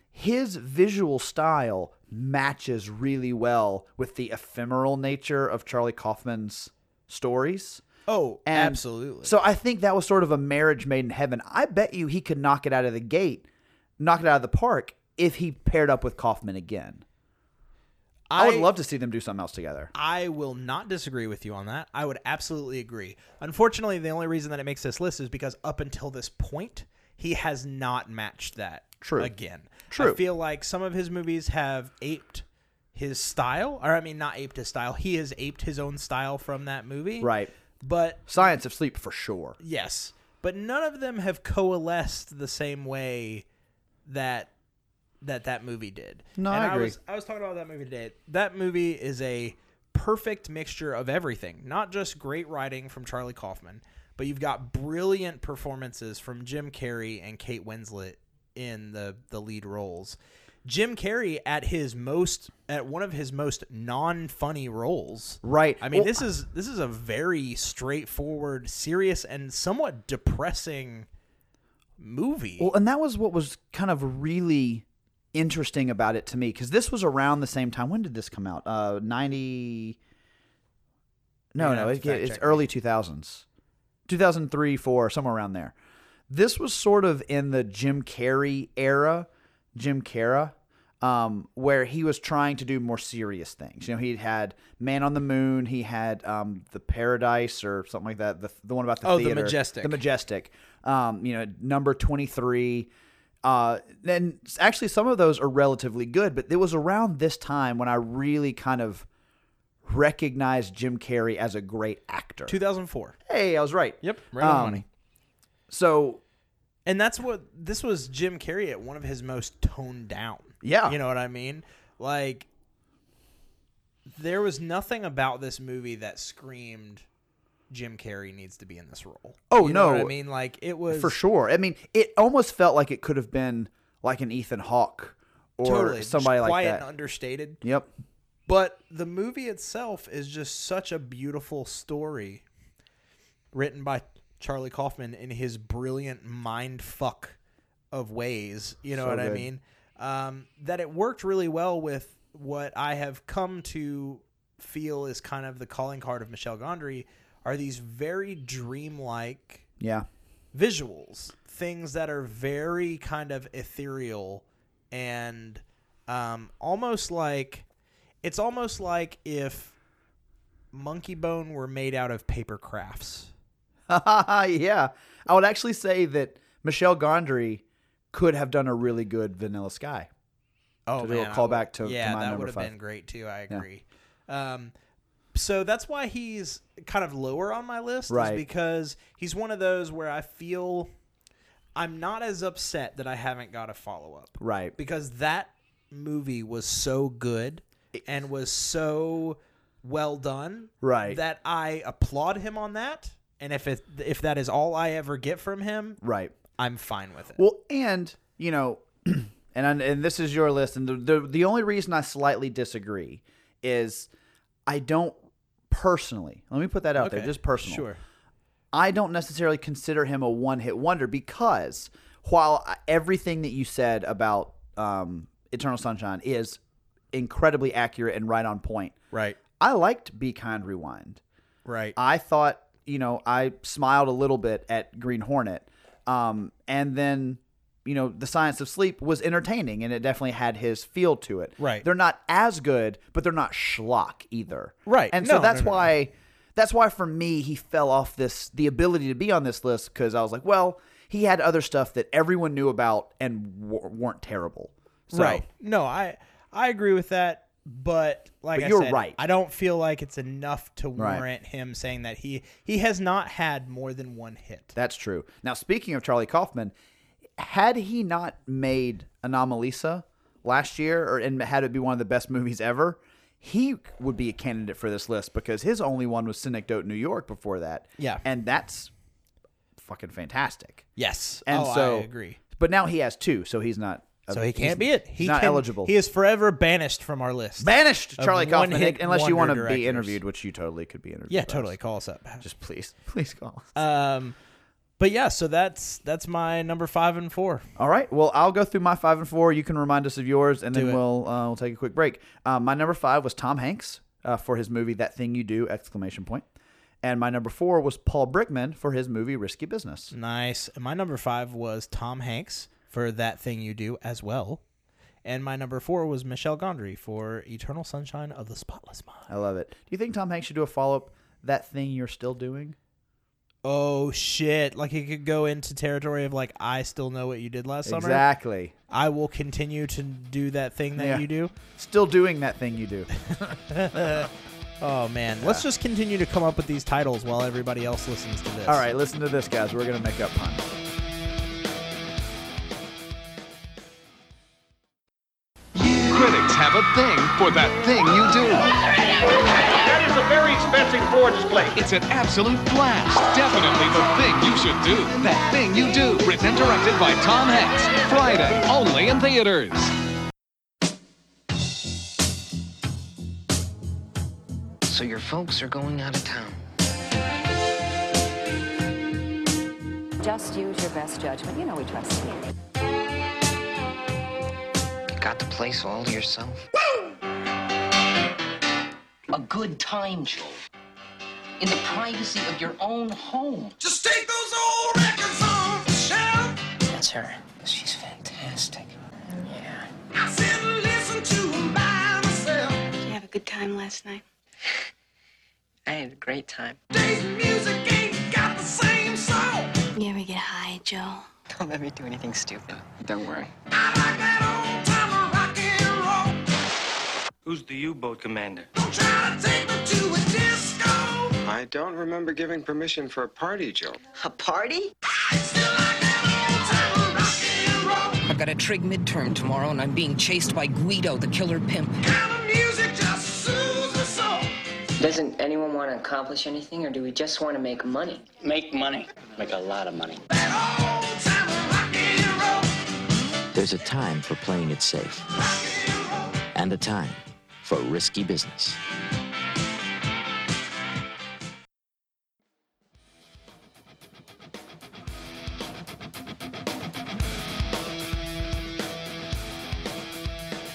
his visual style matches really well with the ephemeral nature of Charlie Kaufman's stories. Oh, And absolutely. So I think that was sort of a marriage made in heaven. I bet you he could knock it out of the gate, knock it out of the park if he paired up with Kaufman again. I, would love to see them do something else together. I will not disagree with you on that. I would absolutely agree. Unfortunately, the only reason that it makes this list is because up until this point, he has not matched that True. again. I True. feel like some of his movies have aped his style, or I mean, not aped his style. He has aped his own style from that movie. Right. But Science of Sleep for sure. Yes, but none of them have coalesced the same way that that that movie did. No, And I agree. was I was talking about that movie today. That movie is a perfect mixture of everything, not just great writing from Charlie Kaufman, but you've got brilliant performances from Jim Carrey and Kate Winslet in the the lead roles. Jim Carrey at his most at one of his most non-funny roles. Right. I mean, Well, this is this is a very straightforward, serious, and somewhat depressing movie. Well, and that was what was kind of really interesting about it to me because this was around the same time. When did this come out? Uh, ninety. No, You're gonna no, have it, to fact it's check me. early two thousands, two thousand three, four, somewhere around there. This was sort of in the Jim Carrey era, Jim Cara, um, where he was trying to do more serious things. You know, he had Man on the Moon, he had um, the Paradise or something like that, the, the one about the Oh, The theater, Majestic. the majestic. Um, you know, number twenty three. Uh, and s- actually, some of those are relatively good, but it was around this time when I really kind of recognized Jim Carrey as a great actor. 2004. Hey, I was right. right on the Um, money. So And that's what this was Jim Carrey at one of his most toned down. Yeah. You know what I mean? Like there was nothing about this movie that screamed Jim Carrey needs to be in this role. Oh, You know no. what I mean like it was for sure, I mean, it almost felt like it could have been like an Ethan Hawke or totally just somebody like quiet that. and understated. yep. But the movie itself is just such a beautiful story written by Charlie Kaufman in his brilliant mind fuck of ways. You know So what I good. mean? Um, that it worked really well with what I have come to feel is kind of the calling card of Michelle Gondry are these very dreamlike Yeah. visuals, things that are very kind of ethereal and um, almost like it's almost like if monkey bone were made out of paper crafts. yeah. I would actually say that Michelle Gondry could have done a really good Vanilla Sky. Oh, To do a I callback would- to- to yeah, my that number would have five. been great too. I agree. Um, so that's why he's kind of lower on my list, Right. Is because he's one of those where I feel I'm not as upset that I haven't got a follow up. Right. because that movie was so good and was so well done Right. that i applaud him on that and if it if that is all i ever get from him Right. i'm fine with it Well, and you know, and and this is your list, and the, the the only reason I slightly disagree is I don't personally. Let me put that out there, just personal. sure I don't necessarily consider him a one hit wonder because while I- everything that you said about um, Eternal Sunshine is incredibly accurate and right on point, Right. I liked Be Kind Rewind. Right. I thought, you know, I smiled a little bit at Green Hornet. Um, and then, you know, The Science of Sleep was entertaining and it definitely had his feel to it. Right. They're not as good, but they're not schlock either. Right. And No, so that's no, no, no. why that's why for me he fell off this the ability to be on this list cuz I was like, well, he had other stuff that everyone knew about and w- weren't terrible. So, Right. No, I I agree with that, but like But I you're said, right. I don't feel like it's enough to Right. warrant him saying that he he has not had more than one hit. That's true. Now, speaking of Charlie Kaufman, had he not made Anomalisa last year, or and had it be one of the best movies ever, he would be a candidate for this list because his only one was Synecdoche, New York. Before that, Yeah. and that's fucking fantastic. Yes. And oh, so I agree. But now he has two, so he's not. So he he's- can't be it. he's He not can- eligible. He is forever banished from our list. banished. Of Charlie Kaufman, one-hit unless you want to wonder be directors. interviewed, which you totally could be interviewed. yeah, by us. totally. Call us up. Just please, please call. us. Um, but yeah, so that's that's my number five and four. All right. Well, I'll go through my five and four. You can remind us of yours, and Do then it. we'll uh, we'll take a quick break. Uh, my number five was Tom Hanks uh, for his movie That Thing You Do! Exclamation point. And my number four was Paul Brickman for his movie Risky Business. Nice. And my number five was Tom Hanks for that thing you do as well. And my number four was Michelle Gondry for Eternal Sunshine of the Spotless Mind. I love it. Do you think Tom Hanks should do a follow up? That thing you're still doing. Oh shit! Like it could go into territory of like I still know what you did last summer. Exactly. I will continue to do that thing that Yeah. you do. Still doing that thing you do. Oh man, let's just continue to come up with these titles while everybody else listens to this. All right, listen to this, guys. We're gonna make up puns. Critics have a thing for that thing you do. That is a very expensive floor display. It's an absolute blast. Definitely the thing you should do. That thing you do. Written and directed by Tom Hanks. Friday, only in theaters. So your folks are going out of town. Just use your best judgment. You know we trust you. You got the place all to yourself. A good time, Joe. In the privacy of your own home. Just take those old records off the shelf. That's her. She's fantastic. Yeah. Did you have a good time last night? I had a great time. You ever get high, Joe? Don't let me do anything stupid. Don't worry. Who's the U-boat commander? I don't remember giving permission for a party, Joe. A party? I've got a trig midterm tomorrow, and I'm being chased by Guido, the killer pimp. Doesn't anyone want to accomplish anything, or do we just want to make money? Make money. Make a lot of money. There's a time for playing it safe, and a time for risky business.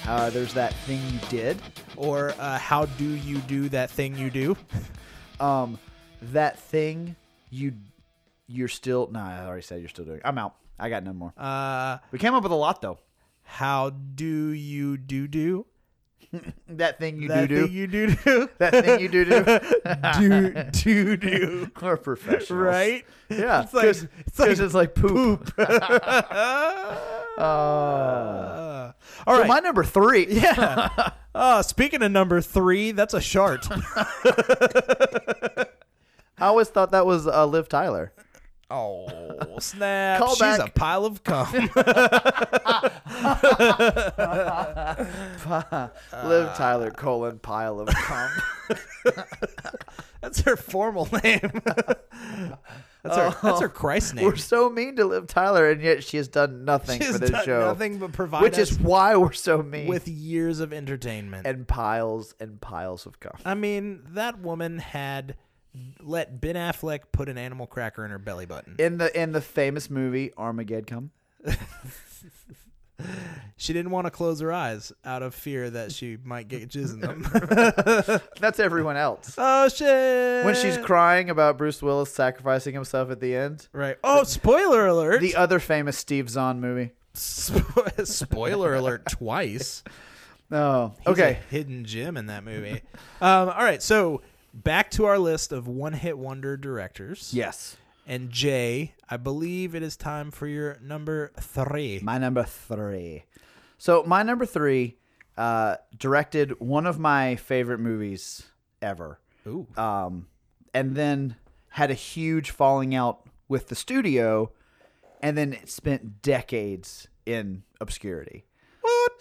Uh, there's that thing you did. Or uh, how do you do that thing you do? Um, that thing you you're still. No, I already said you're still doing. I'm out. I got no more. Uh, we came up with a lot though. how do you do do That thing you that do thing do. you do do That thing you do do. do do do We're professionals, right? Yeah, It's like- because it's like it's like poop. Uh, Uh, Ah. all so right. my number three. yeah. Uh, speaking of number three, that's a shart. I always thought that was uh, Liv Tyler. oh snap! Call She's back. a pile of cum. Uh, Liv Tyler colon pile of cum. that's her formal name. that's her. That's her Christ name. Oh. we're so mean to Liv Tyler, and yet she has done nothing She's for this done show. nothing but provide which us is why we're so mean With years of entertainment. Uh, and piles and piles of cum. I mean, that woman had let Ben Affleck put an animal cracker in her belly button. in the in the famous movie Armageddon. She didn't want to close her eyes out of fear that she might get jizz in them. That's everyone else. Oh shit! When she's crying about Bruce Willis sacrificing himself at the end. Right. Oh, spoiler alert! The uh, other famous Steve Zahn movie. Spo- spoiler alert twice. No. Oh, He's a okay. hidden gem in that movie. um, all right, so back to our list of one-hit wonder directors. Yes. And Jay, I believe it is time for your number three. My number three. So my number three uh, directed one of my favorite movies ever. Ooh. Um, and then had a huge falling out with the studio, and then it spent decades in obscurity.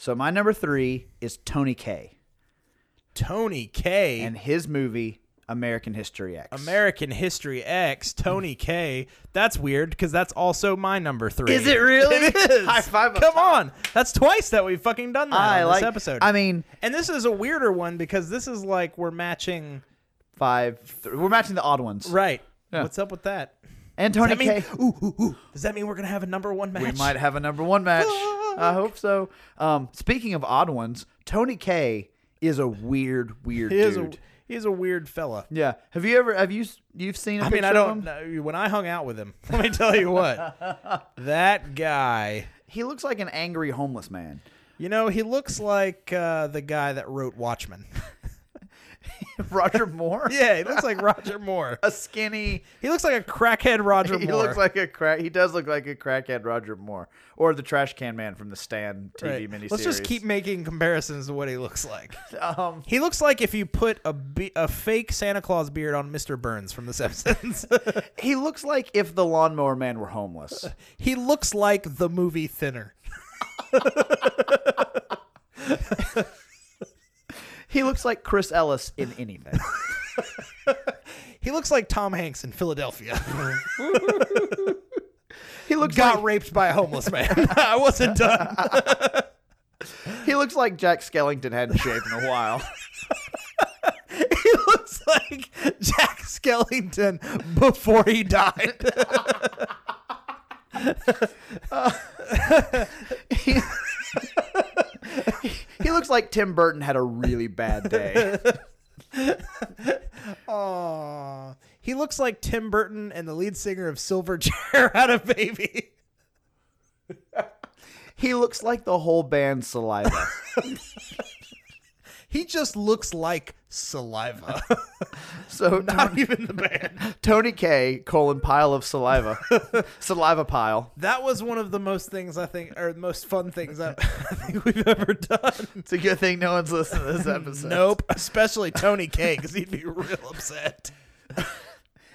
So my number three is Tony K Tony K. and his movie American History X. American History X, Tony K. That's weird because that's also my number three. Is it really? It is. High five up Come on, that's twice that we've fucking done that I on this like- episode. I mean- and this is a weirder one because this is like we're matching. Five. th- we're matching the odd ones. Right. Yeah. What's up with that? And Does Tony that mean? K. Ooh, ooh, ooh. Does that mean we're gonna have a number one match? We might have a number one match. I hope so. Um, speaking of odd ones, Tony K is a weird, weird He is a dude. he is a weird fella. yeah. Have you ever? Have you? s- You've seen? I I mean, I don't know. When I hung out with him, let me tell you what, that guy. He looks like an angry homeless man. You know, he looks like uh, the guy that wrote Watchmen. Roger Moore. yeah, he looks like Roger Moore. A skinny. He looks like a crackhead Roger He Moore. looks like a crack. He does look like a crackhead Roger Moore, or the trash can man from the Stand TV Right. miniseries. Let's just keep making comparisons to what he looks like. Um, He looks like if you put a be- a fake Santa Claus beard on Mr. Burns from The Simpsons. he looks like if the Lawnmower Man were homeless. he looks like the movie Thinner. he looks like Chris Ellis in anything. He looks like Tom Hanks in Philadelphia. He looks Got like raped by a homeless man. I wasn't done. he looks like Jack Skellington hadn't shaved in a while. he looks like Jack Skellington before he died. he he looks like Tim Burton had a really bad day. Aw. He looks like Tim Burton and the lead singer of Silverchair had a baby. He looks like the whole band saliva. He just looks like saliva. So Not even the band. Tony K colon pile of saliva, saliva pile. That was one of the most things I think, or most fun things I, I think we've ever done. It's a good thing no one's listening to this episode. Nope, especially Tony K, because he'd be real upset.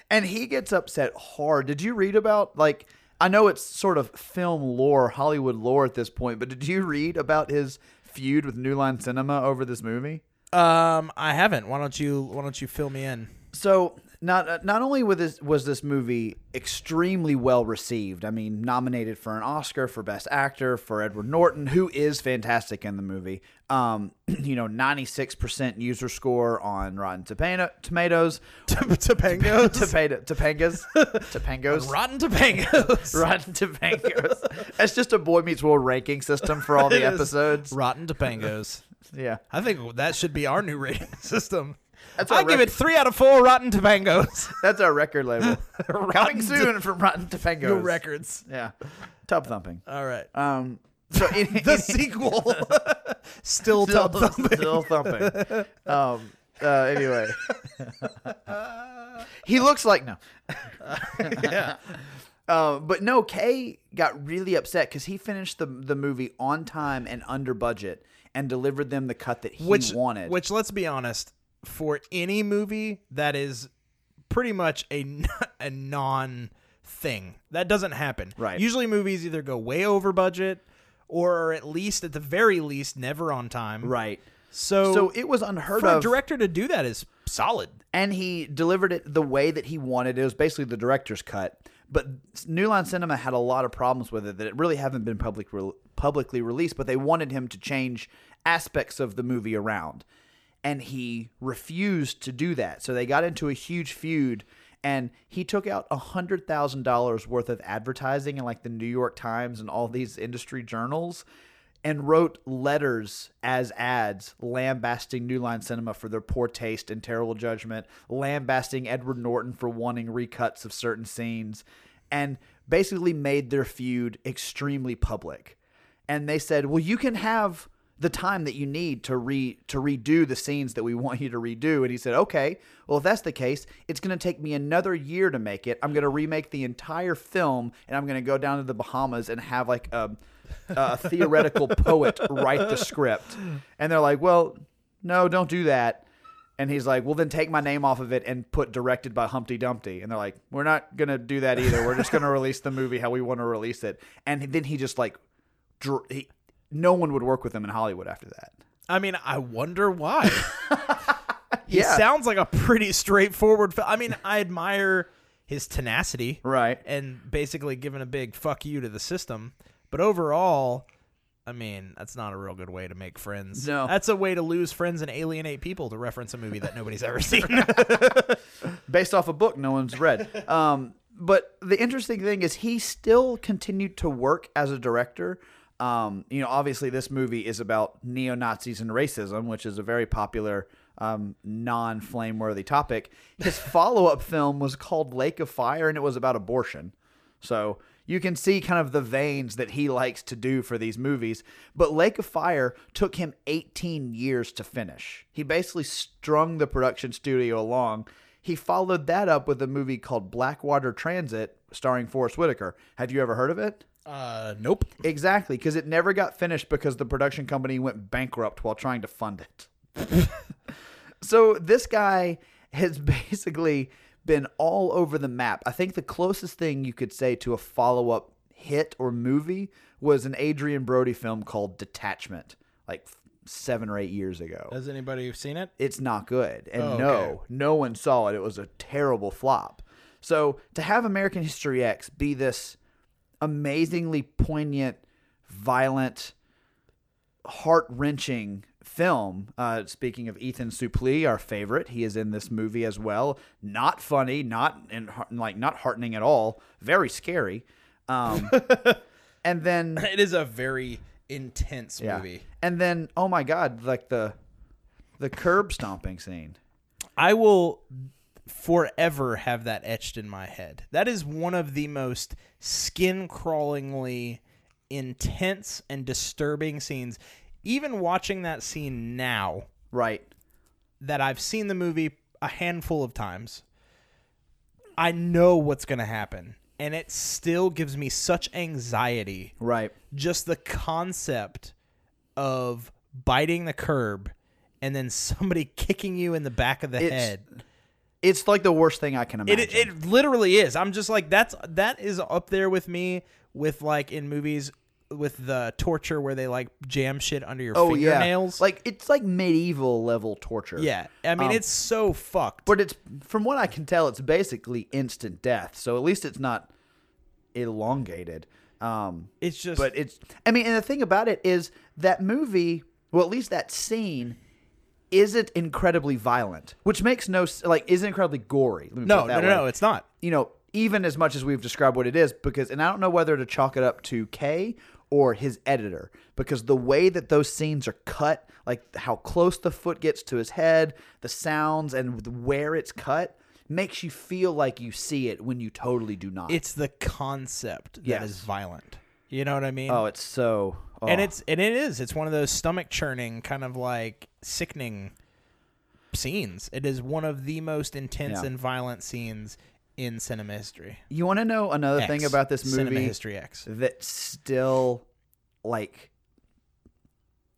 And he gets upset hard. Did you read about like? I know it's sort of film lore, Hollywood lore at this point, but did you read about his feud with New Line Cinema over this movie? Um, I haven't. Why don't you? Why don't you fill me in? So not uh, not only was this, was this movie extremely well received. I mean, nominated for an Oscar for Best Actor for Edward Norton, who is fantastic in the movie. Um, you know, ninety six percent user score on Rotten Topano- Tomatoes. Topangos, Topata- Topangas, Topangos, rotten Topangos, Rotten Topangos. It's just a Boy Meets World ranking system for all the It is. episodes. rotten Topangos. Yeah, I think that should be our new rating system. That's I our give rec- it three out of four Rotten Topangos. that's our record label coming Rotten soon from Rotten Topangos. Your records. Yeah, tub thumping. All right. Um, so in, the sequel. Still, still, top thumping. still thumping. Um, uh, anyway, he looks like no. Uh, but no, Kay got really upset because he finished the the movie on time and under budget, and delivered them the cut that he which wanted. Which, let's be honest, for any movie that is pretty much a n- a non thing that doesn't happen. Right. Usually, movies either go way over budget or are at least, at the very least, never on time. right? So, So it was unheard for of. a director to do that is solid. and he delivered it the way that he wanted. It was basically the director's cut. But New Line Cinema had a lot of problems with it that it really haven't been public publicly released. But they wanted him to change aspects of the movie around, and he refused to do that. So they got into a huge feud and he took out $100,000 worth of advertising in like the New York Times and all these industry journals and wrote letters as ads lambasting New Line Cinema for their poor taste and terrible judgment, lambasting Edward Norton for wanting recuts of certain scenes, and basically made their feud extremely public. And they said, "Well, you can have the time that you need to re to redo the scenes that we want you to redo." And he said, "Okay, well if that's the case, it's going to take me another year to make it. I'm going to remake the entire film, and I'm going to go down to the Bahamas and have like um, a." a theoretical poet write the script. And they're like, well, no, don't do that. And he's like, well, then take my name off of it and put directed by Humpty Dumpty. And they're like, we're not going to do that either. We're just going to release the movie how we want to release it. And then he just like, dr- he, no one would work with him in Hollywood after that. I mean, I wonder why. he Yeah. sounds like a pretty straightforward. Fe- I mean, I admire his tenacity, right? And basically giving a big fuck you to the system. But overall, I mean, that's not a real good way to make friends. No. that's a way to lose friends and alienate people. To reference a movie that nobody's ever seen. based off a book no one's read. Um, but the interesting thing is he still continued to work as a director. Um, you know, obviously this movie is about neo Nazis and racism, which is a very popular um, non flame worthy topic. His follow up film was called Lake of Fire, and it was about abortion. So you can see kind of the veins that he likes to do for these movies. But Lake of Fire took him 18 years to finish. He basically strung the production studio along. He followed that up with a movie called Blackwater Transit, starring Forrest Whitaker. Have you ever heard of it? Uh, nope. Exactly, because it never got finished because the production company went bankrupt while trying to fund it. So this guy has basically been all over the map. I think the closest thing you could say to a follow up hit or movie was an Adrian Brody film called Detachment, like f- seven or eight years ago. Has anybody seen it? It's not good. And Oh, okay. no, no one saw it. It was a terrible flop. So to have American History X be this amazingly poignant, violent, heart wrenching film. Uh, speaking of Ethan Suplee, our favorite, he is in this movie as well. Not funny, not in, like not heartening at all. Very scary. Um, and then It is a very intense movie. and then oh my god, like the the curb stomping scene. I will forever have that etched in my head. That is one of the most skin crawlingly intense and disturbing scenes. Even watching that scene now, right? That I've seen the movie a handful of times. I know what's going to happen, and it still gives me such anxiety. Right. Just the concept of biting the curb and then somebody kicking you in the back of the It's- head. It's like the worst thing I can imagine. It, it literally is. I'm just like that's that is up there with me with like in movies with the torture where they like jam shit under your oh fingernail. yeah, like it's like medieval level torture. Yeah. I mean Um, it's so fucked. But it's from what I can tell, it's basically instant death. So at least it's not elongated. Um, it's just. But it's. I mean, and the thing about it is that movie, well, at least that scene, isn't incredibly violent, which makes no s- like isn't incredibly gory. Let me No, put it that no, no, way. it's not. You know, even as much as we've described what it is, because and I don't know whether to chalk it up to K or his editor, because the way that those scenes are cut, like how close the foot gets to his head, the sounds and where it's cut, makes you feel like you see it when you totally do not. It's the concept that is Yes. violent. You know what I mean? oh, it's so. Oh. And it's and it is. It's one of those stomach churning kind of like sickening scenes. It is one of the most intense Yeah. and violent scenes in cinema history. You want to know another X, thing about this Cinema movie? History X. That still, like,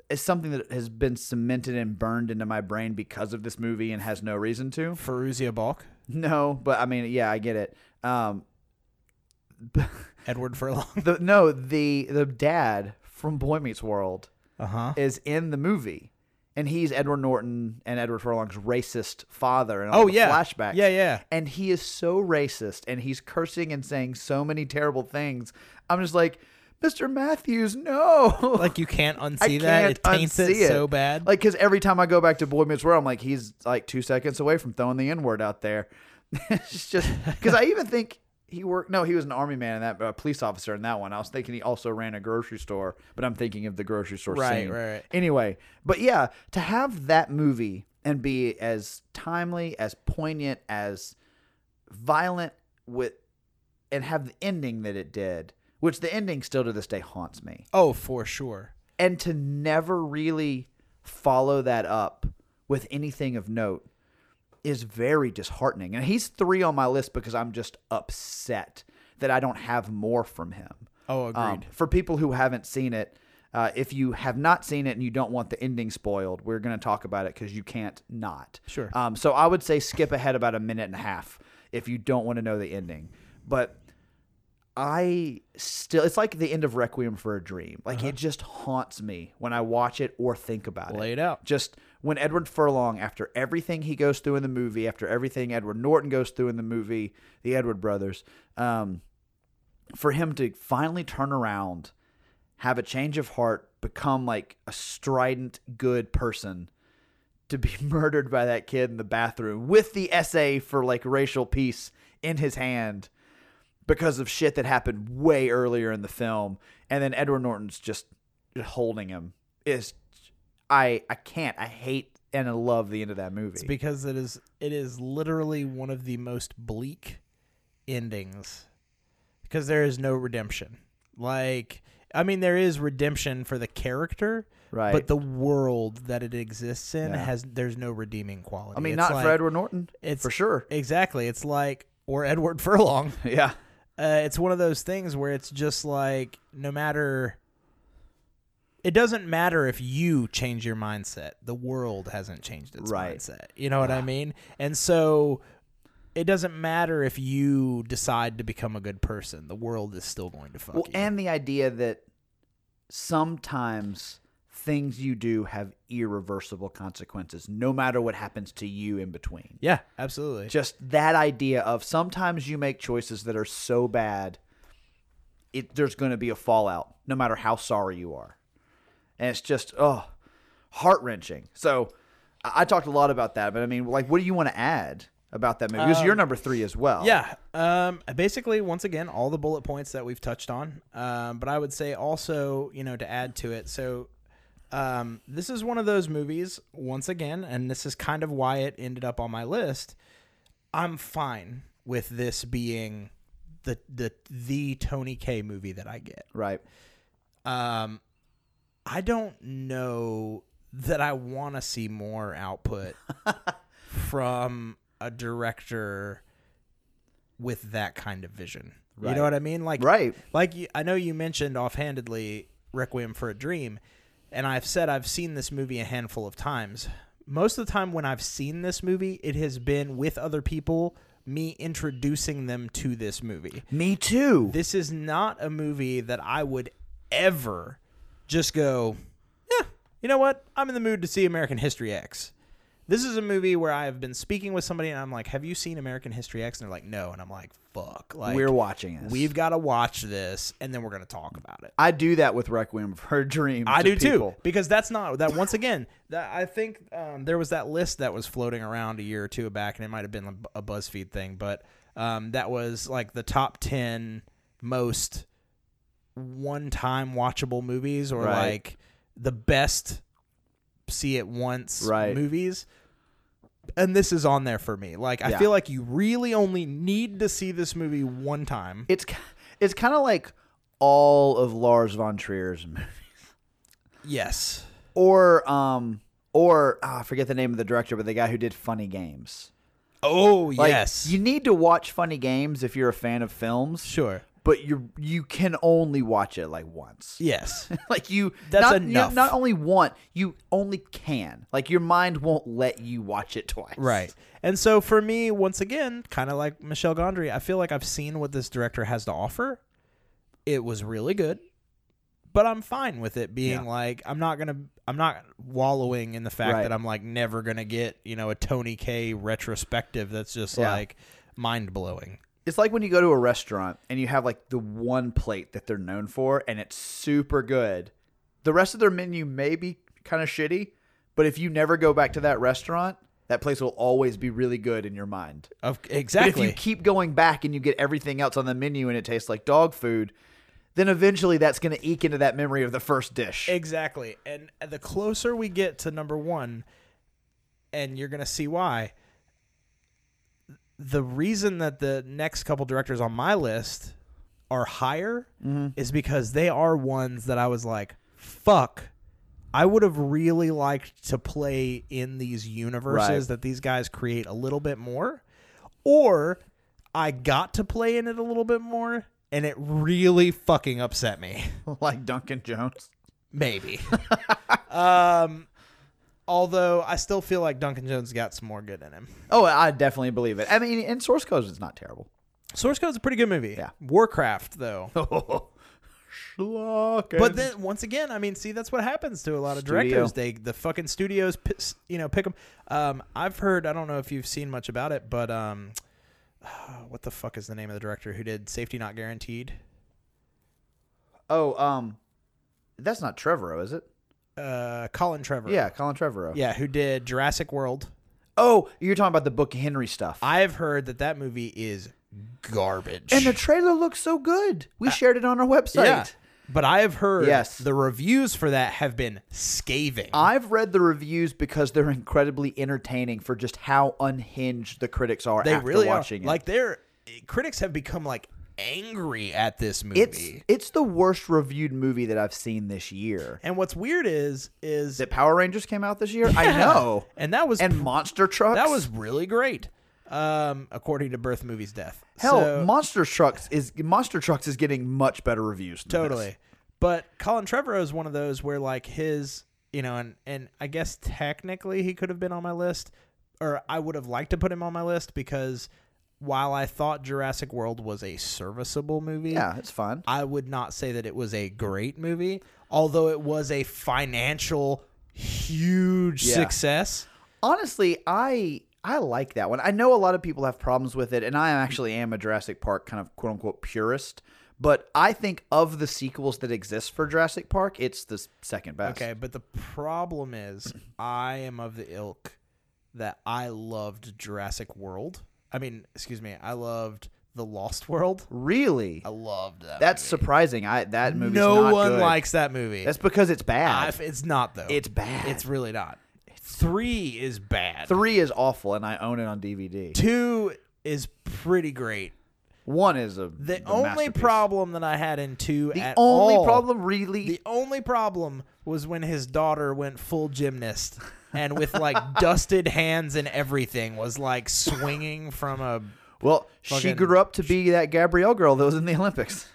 is something that has been cemented and burned into my brain because of this movie and has no reason to. Feruzia Balk, No, but I mean, yeah, I get it. Um, Edward Furlong. the no, the the dad from Boy Meets World Uh-huh. is in the movie, and he's Edward Norton and Edward Furlong's racist father. And all Oh, the yeah. flashbacks. Yeah, yeah. And he is so racist, and he's cursing and saying so many terrible things. I'm just like, Mr. Matthews, no. Like you can't unsee I that. can't It taints it, unsee it. so bad. Like, because every time I go back to Boy Meets World, I'm like, he's like two seconds away from throwing the N word out there. it's just because I even think he worked. No, he was an army man in that, a police officer in that one. I was thinking he also ran a grocery store, but I'm thinking of the grocery store Right, scene. right, right. Anyway, but yeah, to have that movie and be as timely, as poignant, as violent with, and have the ending that it did, which the ending still to this day haunts me Oh, for sure. and to never really follow that up with anything of note is very disheartening. And he's three on my list because I'm just upset that I don't have more from him. Oh, agreed. Um, for people who haven't seen it, uh, if you have not seen it and you don't want the ending spoiled, we're going to talk about it because you can't not. Sure. Um, so I would say skip ahead about a minute and a half if you don't want to know the ending. But I still, it's like the end of Requiem for a Dream. Like Uh-huh. it just haunts me when I watch it or think about it. Lay it out. Just when Edward Furlong, after everything he goes through in the movie, after everything Edward Norton goes through in the movie, the Edward brothers, um, for him to finally turn around, have a change of heart, become like a strident, good person, to be murdered by that kid in the bathroom with the essay for like racial peace in his hand because of shit that happened way earlier in the film and then Edward Norton's just holding him is I I can't I hate and I love the end of that movie. It's because it is it is literally one of the most bleak endings because there is no redemption. Like I mean there is redemption for the character, Right. but the world that it exists in Yeah. has there's no redeeming quality. I mean It's not like- for Edward Norton. It's for sure. Exactly. It's like or Edward Furlong. Yeah. uh, it's one of those things where it's just like no matter it doesn't matter if you change your mindset the world hasn't changed its Right. Ah. mindset you know what i mean and so it doesn't matter if you decide to become a good person the world is still going to fuck Well, you and the idea that sometimes things you do have irreversible consequences no matter what happens to you in between. yeah absolutely just that idea of sometimes you make choices that are so bad it there's going to be a fallout no matter how sorry you are and it's just oh heart-wrenching so i, I talked a lot about that but i mean like what do you want to add about that movie because you're number three as well Um, Yeah. Um, basically, once again, all the bullet points that we've touched on. Um, but I would say also, you know, to add to it. So um, this is one of those movies, once again, and this is kind of why it ended up on my list. I'm fine with this being the the the Tony K movie that I get. right Um, I don't know that I want to see more output from a director with that kind of vision. You Right. know what I mean? Like, Right. Like you, I know you mentioned offhandedly "Requiem for a Dream," and I've said I've seen this movie a handful of times. Most of the time, when I've seen this movie, it has been with other people, me introducing them to this movie me too this is not a movie that I would ever just go, yeah, you know what? I'm in the mood to see American History X. This is a movie where I have been speaking with somebody and I'm like, have you seen American History X? And they're like, no. And I'm like, fuck. Like, we're watching this We've got to watch this and then we're going to talk about it. i do that with requiem for a dream I do to too people. because that's not that. Once again, that I think um, there was that list that was floating around a year or two back, and it might have been a BuzzFeed thing, but um, that was like the top ten most one-time watchable movies, or Right. like the best see it once Right. movies. And this is on there for me. Like I Yeah. feel like you really only need to see this movie one time. it's ki- it's kind of like all of lars von trier's movies Yes. or um or ah, I forget the name of the director, but the guy who did Funny Games. Oh Like, yes. you need to watch Funny Games if you're a fan of films, sure. but you you can only watch it like once. Yes. Like you, That's not, enough. You not only want, you only can. Like your mind won't let you watch it twice. Right. And so for me, once again, kind of like Michelle Gondry, I feel like I've seen what this director has to offer. It was really good, but I'm fine with it being Yeah. like I'm not gonna I'm not wallowing in the fact Right. that I'm like never gonna get you know a Tony K retrospective that's just Yeah. like mind blowing. It's like when you go to a restaurant and you have like the one plate that they're known for and it's super good. The rest of their menu may be kind of shitty, but if you never go back to that restaurant, that place will always be really good in your mind. Of But if exactly. you keep going back and you get everything else on the menu and it tastes like dog food, then eventually that's going to eke into that memory of the first dish. Exactly. And the closer we get to number one, and you're going to see why, the reason that the next couple directors on my list are higher is because they are ones that I was like, fuck. I would have really liked to play in these universes Right. that these guys create a little bit more. Or I got to play in it a little bit more and it really fucking upset me. like Duncan Jones. Maybe. um, although I still feel like Duncan Jones got some more good in him. Oh, I definitely believe it. I mean, and Source Code is not terrible. Source Code's a pretty good movie. Yeah. Warcraft, though. But then once again, I mean, see, that's what happens to a lot of directors. They the fucking studios, p- s- you know, pick them. Um, I've heard. I don't know if you've seen much about it, but um, what the fuck is the name of the director who did Safety Not Guaranteed? Oh, um, that's not Trevorrow, is it? Uh, Colin Trevorrow. Yeah, Colin Trevorrow. Yeah, who did Jurassic World? Oh, you're talking about the Book Henry stuff. I've heard that that movie is garbage. And the trailer looks so good. We shared it on our website. Yeah. But I have heard Yes. the reviews for that have been scathing. I've read the reviews because they're incredibly entertaining for just how unhinged the critics are They after really watching are. it. Like they're critics have become like angry at this movie. it's it's the worst reviewed movie that I've seen this year. and what's weird is is That Power Rangers came out this year? I Yeah. know. And that was And Monster Trucks? that was really great. Um according to Birth Movies Death. Hell, So- Monster Trucks is Monster Trucks is getting much better reviews. than Totally. this. But Colin Trevorrow is one of those where like his, you know, and and I guess technically he could have been on my list, or I would have liked to put him on my list because while I thought Jurassic World was a serviceable movie, Yeah, it's fun. I would not say that it was a great movie, although it was a financial huge Yeah. success. Honestly, I I like that one. I know a lot of people have problems with it, and I actually am a Jurassic Park kind of quote unquote purist. But I think of the sequels that exist for Jurassic Park, it's the s- second best. Okay, but the problem is I am of the ilk that I loved Jurassic World. I mean, excuse me, I loved The Lost World. Really? I loved that. That's surprising. I that movie's no not one good. likes that movie. That's because it's I- bad. it's not though. It's bad. It's really not. Three is bad. Three is awful, and I own it on DVD. Two is pretty great. One is a The, a only masterpiece. problem that I had in two, The at only all- problem, really, the only problem was when his daughter went full gymnast and with like dusted hands and everything was like swinging from a. Well, she fucking- grew up to be that Gabrielle girl that was in the Olympics.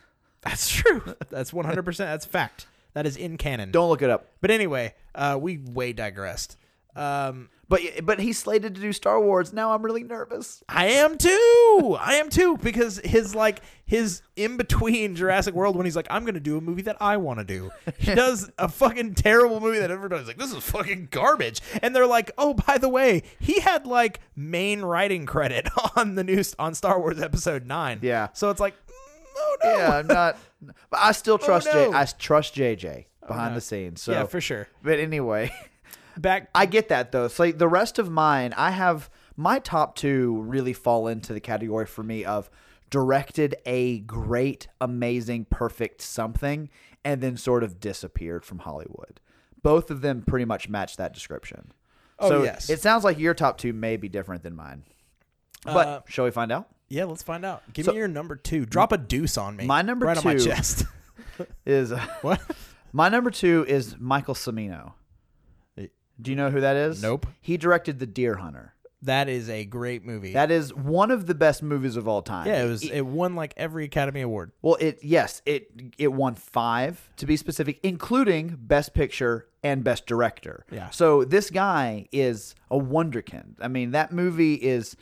That's true. That's one hundred percent. That's fact. That is in canon. Don't look it up. But anyway, uh, we way digressed. Um, But but he's slated to do Star Wars. Now I'm really nervous. I am too. I am too because his like his in between Jurassic World when he's like I'm gonna do a movie that I want to do. He does a fucking terrible movie that everybody's like this is fucking garbage, and they're like oh by the way he had like main writing credit on the new on Star Wars Episode Nine. Yeah. So it's like mm, oh no. Yeah, I'm not. But I still trust no. J. I trust JJ behind the scenes. So Yeah, for sure. But anyway, Back I get that though. So like, the rest of mine, I have my top two really fall into the category for me of directed a great, amazing, perfect something, and then sort of disappeared from Hollywood. Both of them pretty much match that description. Oh, so yes. It sounds like your top two may be different than mine. But Uh, shall we find out? yeah, let's find out. Give So- me your number two. Drop a deuce on me. My number right on my two- chest. Is what? my number two is Michael Cimino. Do you know who that is? Nope. He directed The Deer Hunter. That is a great movie. That is one of the best movies of all time. yeah, it was. It won like every Academy Award. Well, it yes, it it won five to be specific, including Best Picture and Best Director. Yeah. So this guy is a wonderkind. I mean, that movie is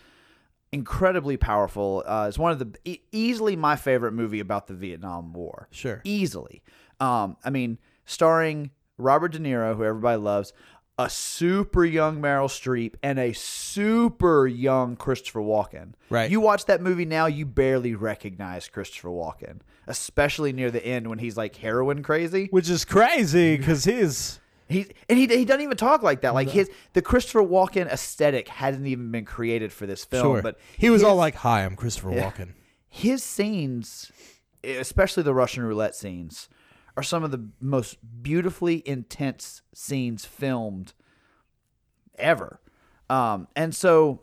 incredibly powerful. Uh, it's one of the e- easily my favorite movie about the Vietnam War. Sure. easily. Um, I mean, starring Robert De Niro, who everybody loves. a super young Meryl Streep and a super young Christopher Walken. Right. You watch that movie now, you barely recognize Christopher Walken, especially near the end when he's like heroin crazy. Which is crazy because he's he and he, he doesn't even talk like that. Like his the Christopher Walken aesthetic hadn't even been created for this film, sure, but he was his- all like, "Hi, I'm Christopher Yeah. Walken." his scenes, especially the Russian roulette scenes, are some of the most beautifully intense scenes filmed ever. Um, and so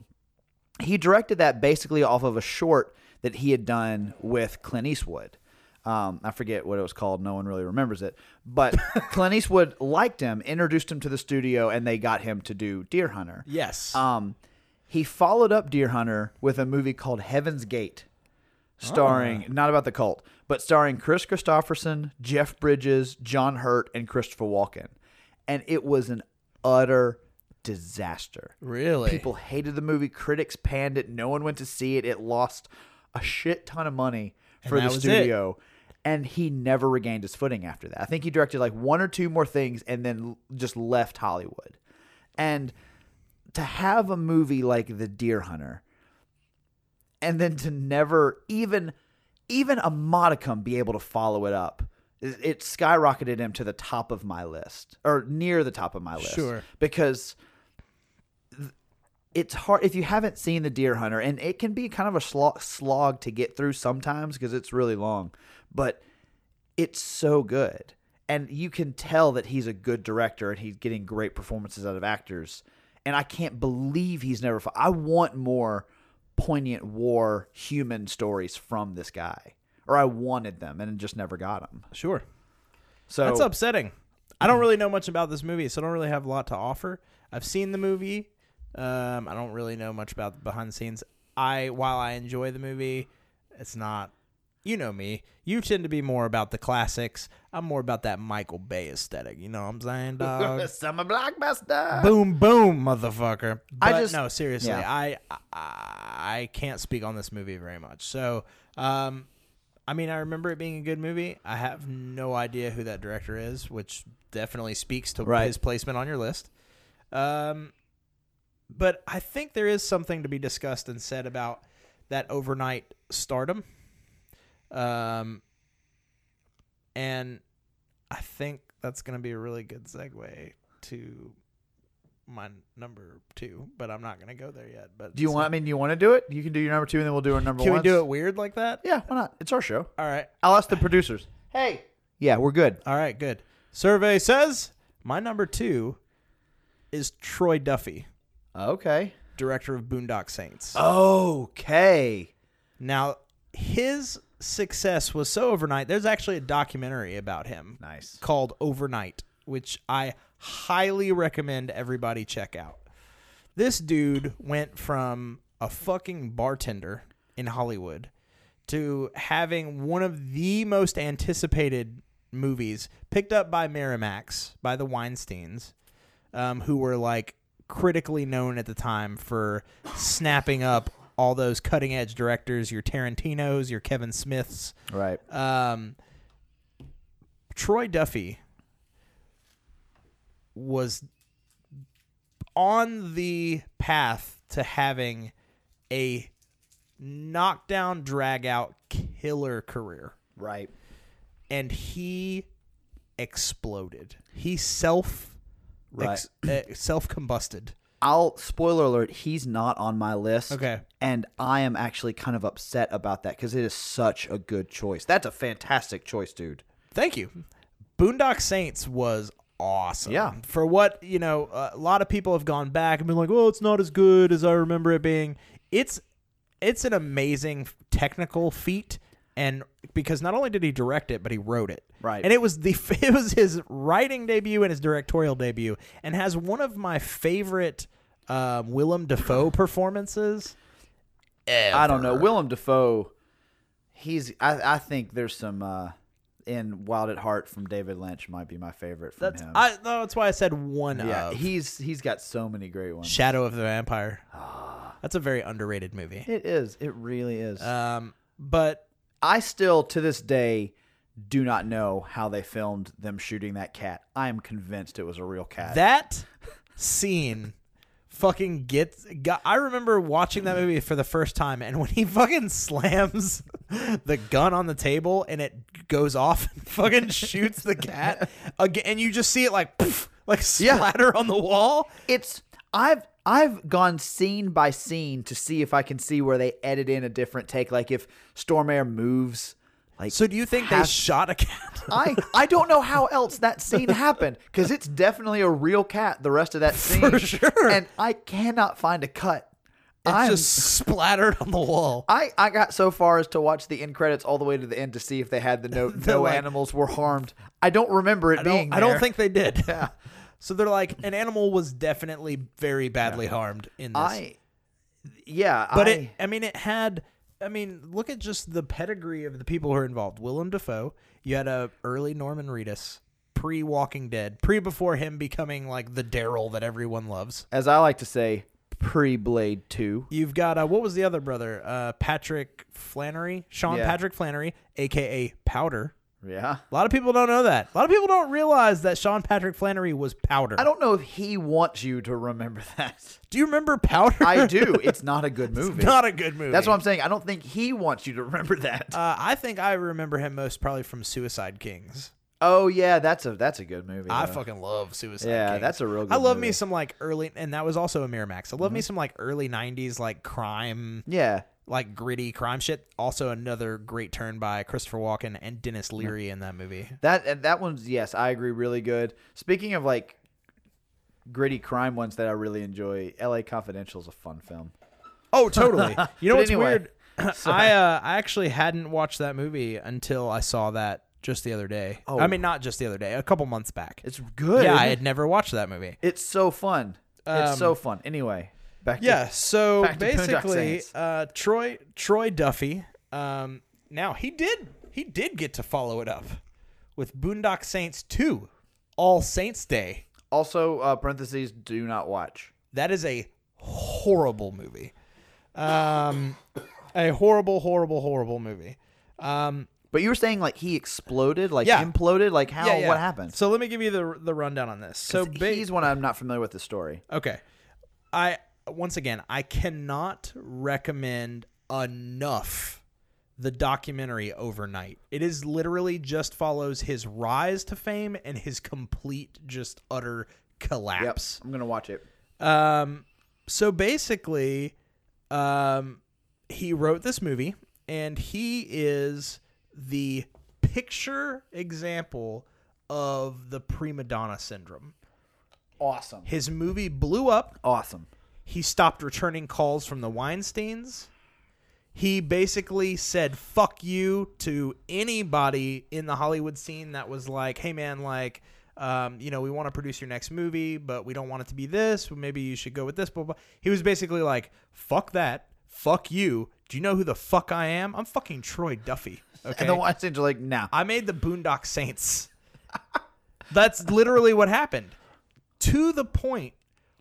he directed that basically off of a short that he had done with Clint Eastwood. Um, I forget what it was called. No one really remembers it. But Clint Eastwood liked him, introduced him to the studio, and they got him to do Deer Hunter. Yes. Um, he followed up Deer Hunter with a movie called Heaven's Gate, Oh. starring not about the cult, but starring Chris Christopherson, Jeff Bridges, John Hurt, and Christopher Walken, and it was an utter disaster. Really? people hated the movie. Critics panned it. No one went to see it. It lost a shit ton of money And for that the was it. studio. And he never regained his footing after that. I think he directed like one or two more things and then l- just left Hollywood. And to have a movie like The Deer Hunter and then to never even even a modicum be able to follow it up it it skyrocketed him to the top of my list or near the top of my list Sure. because th- it's hard if you haven't seen the deer hunter and it can be kind of a slog, slog to get through sometimes because it's really long but it's so good and you can tell that he's a good director and he's getting great performances out of actors and i can't believe he's never fo- i want more poignant war human stories from this guy or i wanted them and just never got them Sure. so That's upsetting. I don't really know much about this movie, so I don't really have a lot to offer. I've seen the movie. Um, I don't really know much about the behind the scenes. I while I enjoy the movie, it's not you know me. You tend to be more about the classics. I'm more about that Michael Bay aesthetic. You know what I'm saying, dog? summer blockbuster boom, boom, motherfucker. I But just- no, seriously, yeah. I, I I can't speak on this movie very much. So, um, I mean, I remember it being a good movie. I have no idea who that director is, which definitely speaks to Right. his placement on your list. Um, but I think there is something to be discussed and said about that overnight stardom. Um, and I think that's going to be a really good segue to my number two, but I'm not going to go there yet. But do you so- want i mean do you want to do it you can do your number two and then we'll do our number Can one we do it weird like that? yeah why not it's our show All right. i'll ask the producers hey yeah we're good All right. Good. Survey says my number two is Troy Duffy, okay director of Boondock Saints. okay Now, his success was so overnight. There's actually a documentary about him nice called Overnight, which I highly recommend everybody check out. This dude went from a fucking bartender in Hollywood to having one of the most anticipated movies picked up by Miramax, by the Weinsteins, um, who were like critically known at the time for snapping up all those cutting edge directors, your Tarantinos, your Kevin Smiths. right Um, Troy Duffy was on the path to having a knockdown, drag out killer career. right And he exploded. He eh, self Right. self combusted. I'll spoiler alert. He's not on my list. Okay. and I am actually kind of upset about that because it is such a good choice. That's a fantastic choice, dude. Thank you. Boondock Saints was awesome. Yeah. For what, you know, a lot of people have gone back and been like, "Well, it's not as good as I remember it being." It's it's an amazing technical feat and because not only did he direct it, but he wrote it. Right. And it was the it was his writing debut and his directorial debut and has one of my favorite um, Willem Dafoe performances. I don't know. Willem Dafoe. He's. I, I think there's some uh, in Wild at Heart from David Lynch might be my favorite from That's him. I no, that's why I said one yeah, of. he's he's got so many great ones. Shadow of the Vampire. That's a very underrated movie. it is. It really is. Um, but I still to this day do not know how they filmed them shooting that cat. I am convinced it was a real cat. that scene fucking gets got, I remember watching that movie for the first time and when he fucking slams the gun on the table and it goes off and fucking shoots the cat again and you just see it like poof, like splatter on the wall it's I've I've gone scene by scene to see if I can see where they edit in a different take, like if Stormare moves. Like, so do you think they shot a cat? I I don't know how else that scene happened because it's definitely a real cat. The rest of that scene, For sure. and I cannot find a cut. It's just splattered on the wall. I, I got so far as to watch the end credits all the way to the end to see if they had the note They're no like- animals were harmed. I don't remember it I being. don't, I don't there. think they did. So they're like an animal was definitely very badly harmed in this. I yeah, but I, it I mean it had I mean look at just the pedigree of the people who are involved. Willem Dafoe, you had a early Norman Reedus, pre Walking Dead, pre before him becoming like the Daryl that everyone loves. as I like to say, pre Blade Two. You've got uh, what was the other brother? Uh, Patrick Flannery, Sean Yeah. Patrick Flannery, aka Powder. Yeah. A lot of people don't know that. A lot of people don't realize that Sean Patrick Flannery was Powder. I don't know if he wants you to remember that. Do you remember Powder? I do. It's not a good movie. Not a good movie. That's what I'm saying. I don't think he wants you to remember that. Uh, I think I remember him most probably from Suicide Kings. oh yeah, that's a that's a good movie. I though. fucking love Suicide Yeah, Kings. that's a real I good love me movie. Mm-hmm. some like early, and that was also a Miramax. I love me some like early '90s like crime, yeah. like gritty crime shit. Also, another great turn by Christopher Walken and Dennis Mm-hmm. Leary in that movie. That and that one's yes, I agree, really good. Speaking of like gritty crime ones that I really enjoy, L.A. Confidential is a fun film. Oh, totally. You know But what's anyway, weird? sorry. I uh, I actually hadn't watched that movie until I saw that just the other day. Oh. I mean, not just the other day, a couple months back. It's good. yeah, isn't I it? had never watched that movie. it's so fun. Um, it's so fun. Anyway, back to Yeah. So back to Boondock basically, Saints. uh, Troy Troy Duffy. Um, now he did he did get to follow it up with Boondock Saints Two, All Saints Day. also uh, parentheses do not watch. That is a horrible movie. Um, a horrible, horrible, horrible movie. Um, But you were saying like he exploded, like Yeah. imploded, like how yeah, yeah. what happened? So let me give you the the rundown on this. So ba- he's one I'm not familiar with the story. Okay. I once again, I cannot recommend enough the documentary overnight. It is literally just follows his rise to fame and his complete just utter Yep, collapse. I'm gonna watch it. Um, so basically, um, he wrote this movie, and he is the picture example of the prima donna syndrome. Awesome, His movie blew up. awesome. He stopped returning calls from the Weinsteins. He basically said "fuck you" to anybody in the Hollywood scene that was like, "Hey, man, like, um, you know, we want to produce your next movie, but we don't want it to be this. Maybe you should go with this." Blah blah. He was basically like, "Fuck that. Fuck you. Do you know who the fuck I am? I'm fucking Troy Duffy." Okay. And the Weinsteins are like, nah. I made the Boondock Saints. That's literally what happened. To the point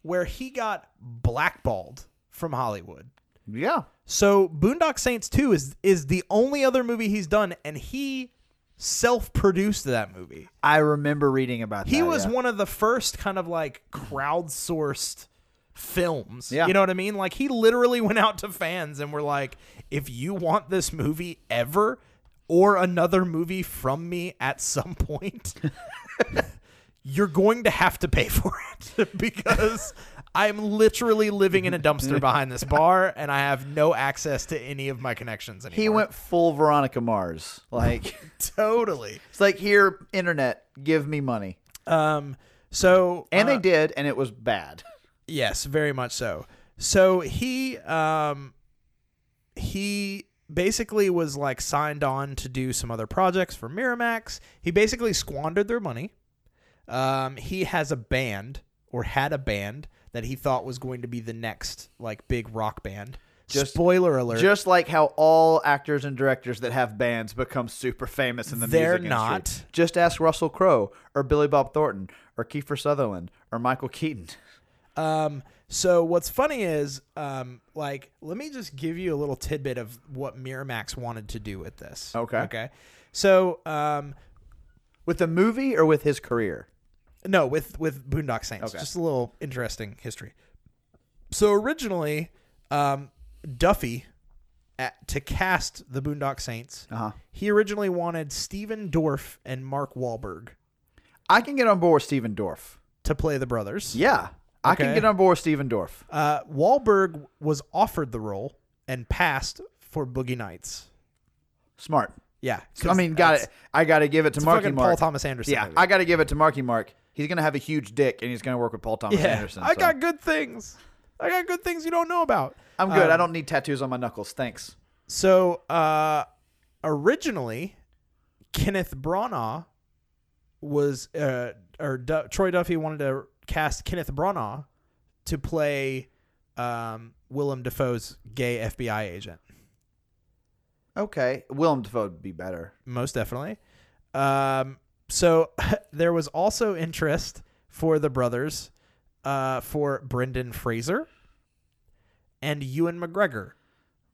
where he got blackballed from Hollywood. yeah, So Boondock Saints 2 is is the only other movie he's done and he self-produced that movie. I remember reading about that. He was yeah. one of the first kind of like crowdsourced films. Yeah. You know what I mean? Like he literally went out to fans and were like, if you want this movie ever or another movie from me at some point, you're going to have to pay for it because I'm literally living in a Mm-hmm. dumpster behind this bar and I have no access to any of my connections anymore. He went full Veronica Mars. Like totally. it's like here, internet, give me money, Um so and uh, they did, and it was bad. Yes, very much so. So he um he basically was like signed on to do some other projects for Miramax. He basically squandered their money. Um he has a band or had a band that he thought was going to be the next like big rock band. Just- Spoiler alert. Just like how all actors and directors that have bands become super famous in the They're music industry. not. Just ask Russell Crowe or Billy Bob Thornton or Kiefer Sutherland or Michael Keaton. Um, so what's funny is, um, like, let me just give you a little tidbit of what Miramax wanted to do with this. Okay. Okay. So, um, With the movie or with his career? No, with with Boondock Saints. Okay. Just a little interesting history. So originally, um, Duffy at, to cast the Boondock Saints, Uh-huh. he originally wanted Steven Dorff and Mark Wahlberg I can get on board with Steven Dorff. to play the brothers. Yeah. I can Okay. get on board with Steven Dorff. Uh, Wahlberg was offered the role and passed for Boogie Nights. Smart. Yeah, I mean, got that's- it. I got to give it to it's a Marky fucking Mark. Paul Thomas Anderson Yeah, movie. I got to give it to Marky Mark. He's gonna have a huge dick, and he's gonna work with Paul Thomas yeah, Anderson. I so. got good things. I got good things you don't know about. I'm good. I Um, don't need tattoos on my knuckles. Thanks. So uh, originally, Kenneth Branagh was, uh, or Du- Troy Duffy wanted to cast Kenneth Branagh to play um, Willem Dafoe's gay FBI agent. Okay, Willem Dafoe would be better. Most definitely. Um, so there was also interest for the brothers uh, for Brendan Fraser and Ewan McGregor.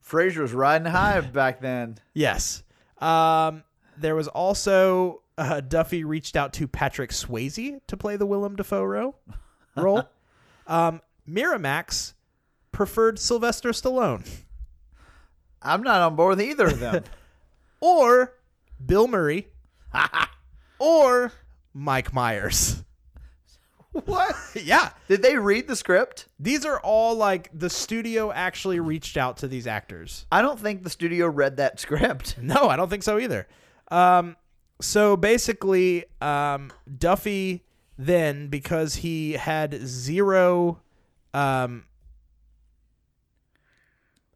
Frazier was riding high back then. Yes. Um, there was also uh, Duffy reached out to Patrick Swayze to play the Willem Dafoe ro- role. um, Miramax preferred Sylvester Stallone I'm not on board with either of them. or Bill Murray or Mike Myers. what? yeah. Did they read the script? These are all like the studio actually reached out to these actors. I don't think the studio read that script. No, I don't think so either. Um, so basically, um, Duffy then, because he had zero, um,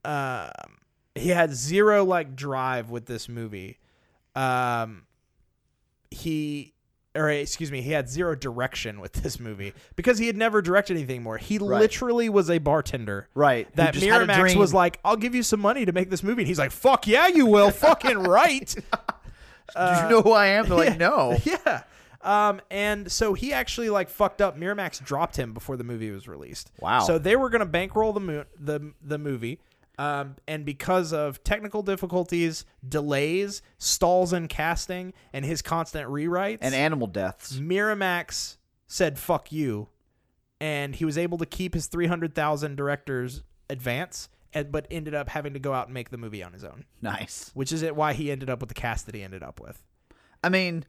um, he had zero like drive with this movie. Um, he, or excuse me, he had zero direction with this movie because he had never directed anything more. He Right. literally was a bartender Right. who that just had a Miramax dream. was like, "I'll give you some money to make this movie," and he's like, "Fuck yeah, you will, fucking right." Do you know who I am? They're Uh, yeah. like, no. yeah. Um, and so he actually like fucked up. Miramax dropped him before the movie was released. Wow. So they were gonna bankroll the mo- the the movie. Um, and because of technical difficulties, delays, stalls in casting, and his constant rewrites, And animal deaths. Mm. Miramax said "fuck you," and he was able to keep his three hundred thousand directors advance, and, but ended up having to go out and make the movie on his own, Nice. which is it why he ended up with the cast that he ended up with. I mean,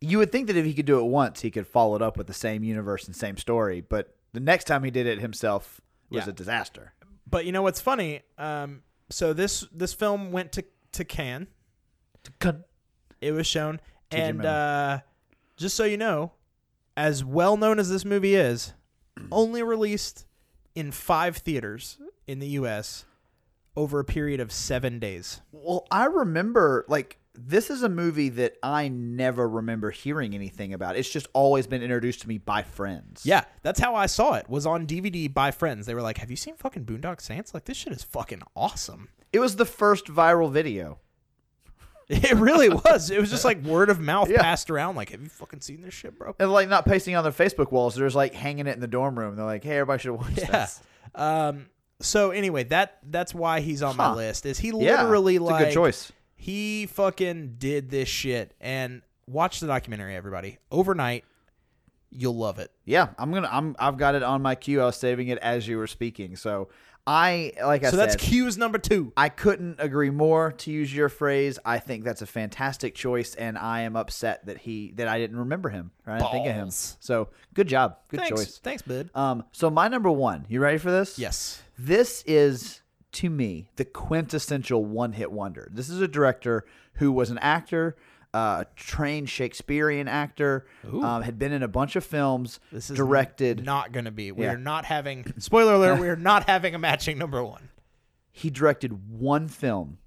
you would think that if he could do it once, he could follow it up with the same universe and same story. But the next time he did it himself was Yeah. a disaster. But you know what's funny? Um, so this this film went to to Cannes. It was shown, and uh, Miller. just so you know, as well known as this movie is, only released in five theaters in the U.S. over a period of seven days. Well, I remember like this is a movie that I never remember hearing anything about. It's just always been introduced to me by friends. Yeah, that's how I saw it. Was on DVD by friends. They were like, "Have you seen fucking Boondock Saints? Like this shit is fucking awesome." It was the first viral video. It really was. It was just like word of mouth Yeah. passed around. Like, "Have you fucking seen this shit, bro?" And like not pasting it on their Facebook walls, they're just like hanging it in the dorm room. They're like, "Hey, everybody should watch Yeah. this." Um. So anyway, that that's why he's on my Huh. list. Is he Yeah, literally it's a good like choice. He fucking did this shit and watch the documentary, everybody. Overnight, you'll love it. Yeah, I'm gonna. I'm. I've got it on my queue. I was saving it as you were speaking. So I like. I so said, that's Q's number two. I couldn't agree more to use your phrase. I think that's a fantastic choice, and I am upset that he that I didn't remember him or I didn't think of him. Balls. So good job, good Thanks, choice. thanks, bud. Um, so my number one. You ready for this? Yes. This is to me the quintessential one hit wonder. This is a director who was an actor, uh, trained Shakespearean actor, um, had been in a bunch of films. This is directed. Not gonna be. We Yeah. are not having. Spoiler alert. we are not having a matching number one. he directed one film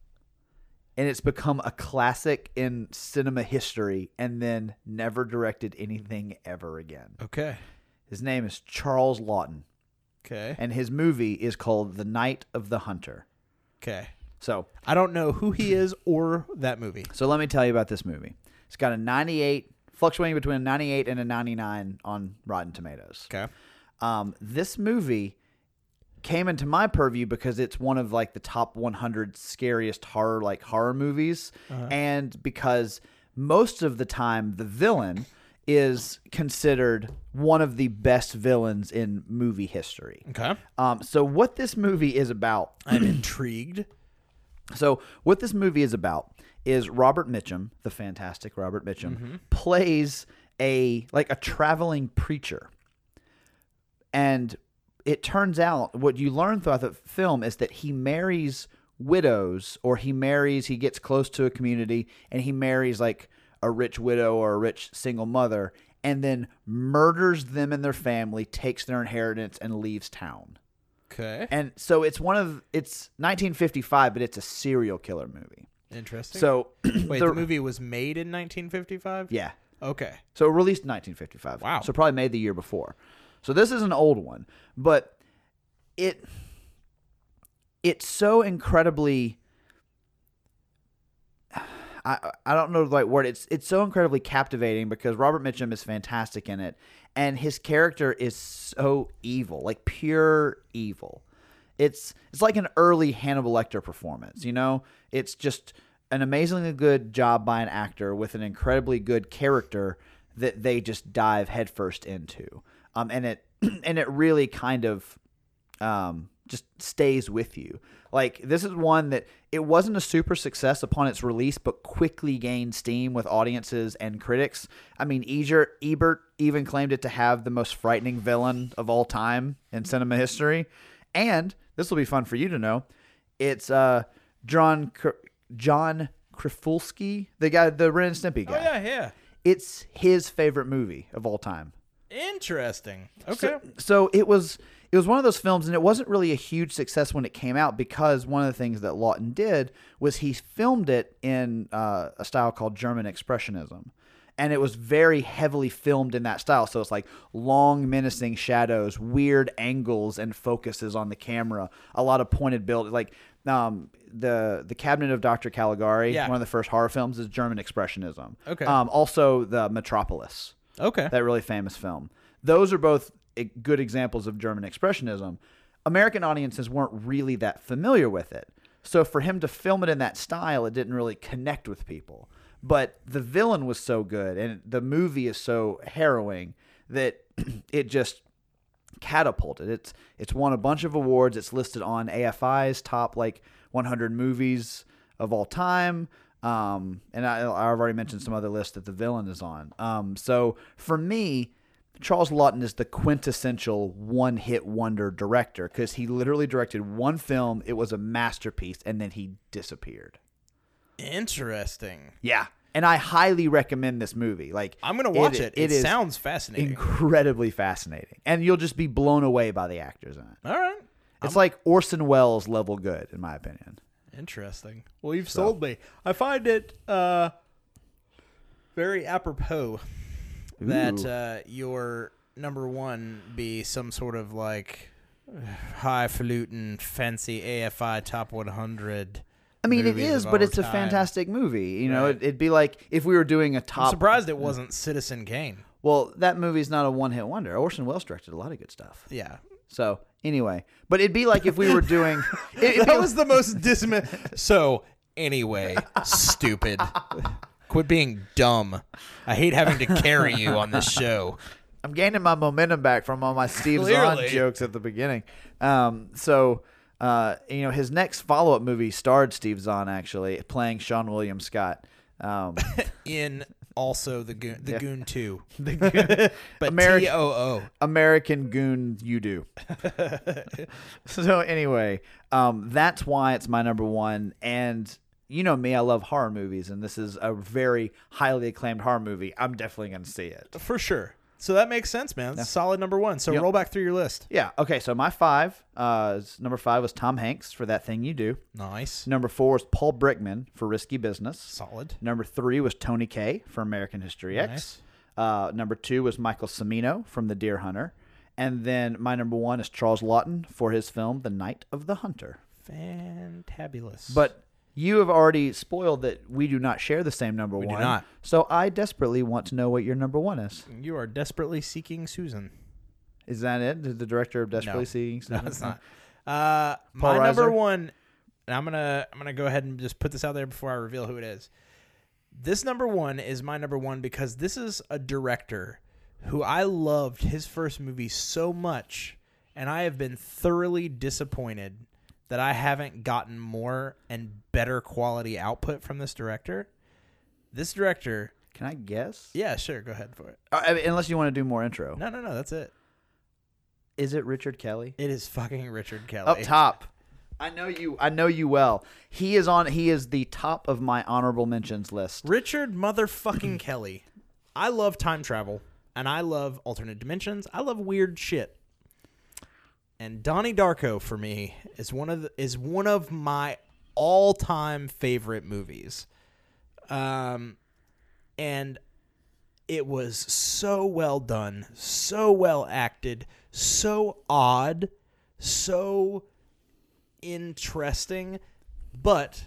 and it's become a classic in cinema history and then never directed anything ever again. Okay. His name is Charles Lawton Okay. and his movie is called The Night of the Hunter. Okay. So, I don't know who he is or that movie. so let me tell you about this movie. It's got a 98 fluctuating between a 98 and a 99 on Rotten Tomatoes. Okay. Um, this movie came into my purview because it's one of like the top 100 scariest horror like horror movies, and because most of the time the villain is considered one of the best villains in movie history. Okay. Um, so what this movie is about, I'm intrigued. So what this movie is about is Robert Mitchum, the fantastic Robert Mitchum, Mhm. plays a like a traveling preacher, and it turns out what you learn throughout the film is that he marries widows or he marries he gets close to a community and he marries like a rich widow or a rich single mother and then murders them and their family takes their inheritance and leaves town Okay. and so it's one of it's 1955 but it's a serial killer movie Interesting. so wait, the- the, movie was made in 1955. yeah Okay. So it released in 1955. Wow. So probably made the year before. So this is an old one, but it it's so incredibly I I don't know the right word. It's it's so incredibly captivating because Robert Mitchum is fantastic in it and his character is so evil, like pure evil. It's it's like an early Hannibal Lecter performance, you know? It's just an amazingly good job by an actor with an incredibly good character that they just dive headfirst into. Um and it and it really kind of um, just stays with you. Like this is one that it wasn't a super success upon its release, but quickly gained steam with audiences and critics. I mean, Eger, Ebert even claimed it to have the most frightening villain of all time in cinema history. And this will be fun for you to know. It's uh, John Kr- John Krifulski, the guy, the Ren and Stimpy guy. Oh yeah, yeah. It's his favorite movie of all time. Interesting. Okay. So, so it was it was one of those films, and it wasn't really a huge success when it came out because one of the things that Lawton did was he filmed it in uh, a style called German Expressionism. And it was very heavily filmed in that style. So it's like long, menacing shadows, weird angles and focuses on the camera, a lot of pointed build. Like um, the the Cabinet of Dr. Caligari, Yeah. one of the first horror films, is German Expressionism. Okay. Um, also, the Metropolis. Okay. That really famous film. Those are both eh, good examples of German Expressionism. American audiences weren't really that familiar with it. So for him to film it in that style, it didn't really connect with people. But the villain was so good and the movie is so harrowing that it just catapulted. It's it's won a bunch of awards. It's listed on AFI's top like 100 movies of all time. Um, and I, I've already mentioned some other lists that the villain is on. Um, so for me, Charles Lawton is the quintessential one-hit wonder director because he literally directed one film. It was a masterpiece, and then he disappeared. Interesting. Yeah. And I highly recommend this movie. Like I'm gonna watch it. It is sounds fascinating. Incredibly fascinating. And you'll just be blown away by the actors in it. All right. It's like Orson Welles level good, in my opinion. Interesting. Well, you've sold me. I find it uh, very apropos that Ooh. uh, your number one be some sort of like highfalutin, fancy AFI top 100. I mean, it movies is, of but all it's a time. fantastic movie. You know, it, it'd be like if we were doing a top. I'm surprised it wasn't Citizen Kane. Well, that movie's not a one-hit wonder. Orson Welles directed a lot of good stuff. Yeah. So anyway, but it'd be like if we were doing. it, that was the most dismal. So anyway, stupid. Quit being dumb. I hate having to carry you on this show. I'm gaining my momentum back from all my Steve Zahn Clearly. jokes at the beginning. Um, so, uh, you know, his next follow up movie starred Steve Zahn actually playing Sean William Scott. Um, In also the goon, the Yeah. goon two, the goon- but Ameri- T O O. American Goon, you do. so anyway, um, that's why it's my number one. And you know me, I love horror movies, and this is a very highly acclaimed horror movie. I'm definitely going to see it. For sure. So that makes sense, man. That's Solid number one. So Yep. roll back through your list. Yeah. Okay. So my five, uh, is- number five was Tom Hanks for that thing you do. Nice. Number four was Paul Brickman for Risky Business. Solid. Number three was Tony Kaye for American History X. Nice. Uh, number two was Michael Cimino from The Deer Hunter. And then my number one is Charles Lawton for his film The Night of the Hunter. Fantabulous. But you have already spoiled that we do not share the same number We do one. not. So I desperately want to know what your number one is. you are desperately seeking Susan. Is that it? The director of Desperately No. Seeking No, Susan? it's not. Uh, Paul my number Reiser? one, and I'm gonna I'm gonna go ahead and just put this out there before I reveal who it is. This number one is my number one because this is a director who I loved his first movie so much, and I have been thoroughly disappointed that I haven't gotten more and better quality output from this director. This director. Can I guess? Yeah, sure. Go ahead for it. Uh, I mean, unless you want to do more intro. No, no, no. That's it. Is it Richard Kelly? It is fucking Richard Kelly. Up top. I know you. I know you well. He is on. He is the top of my honorable mentions list. Richard motherfucking Kelly. I love time travel and I love alternate dimensions. I love weird shit. And Donnie Darko for me is one of the, is one of my all-time favorite movies. Um and it was so well done, so well acted, so odd, so interesting, but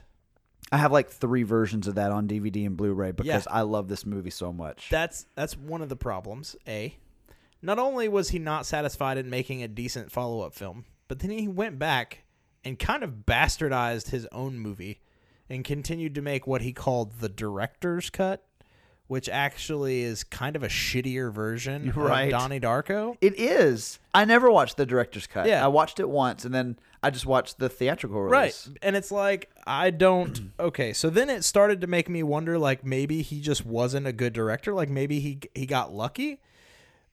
I have like three versions of that on DVD and Blu-ray because I love this movie so much. That's that's one of the problems. A, not only was he not satisfied in making a decent follow-up film, but then he went back and kind of bastardized his own movie and continued to make what he called the director's cut, which actually is kind of a shittier version Right. of Donnie Darko. It is. I never watched the director's cut. Yeah. I watched it once and then I just watched the theatrical release. Right. And it's like I don't okay, so then it started to make me wonder like maybe he just wasn't a good director, like maybe he he got lucky.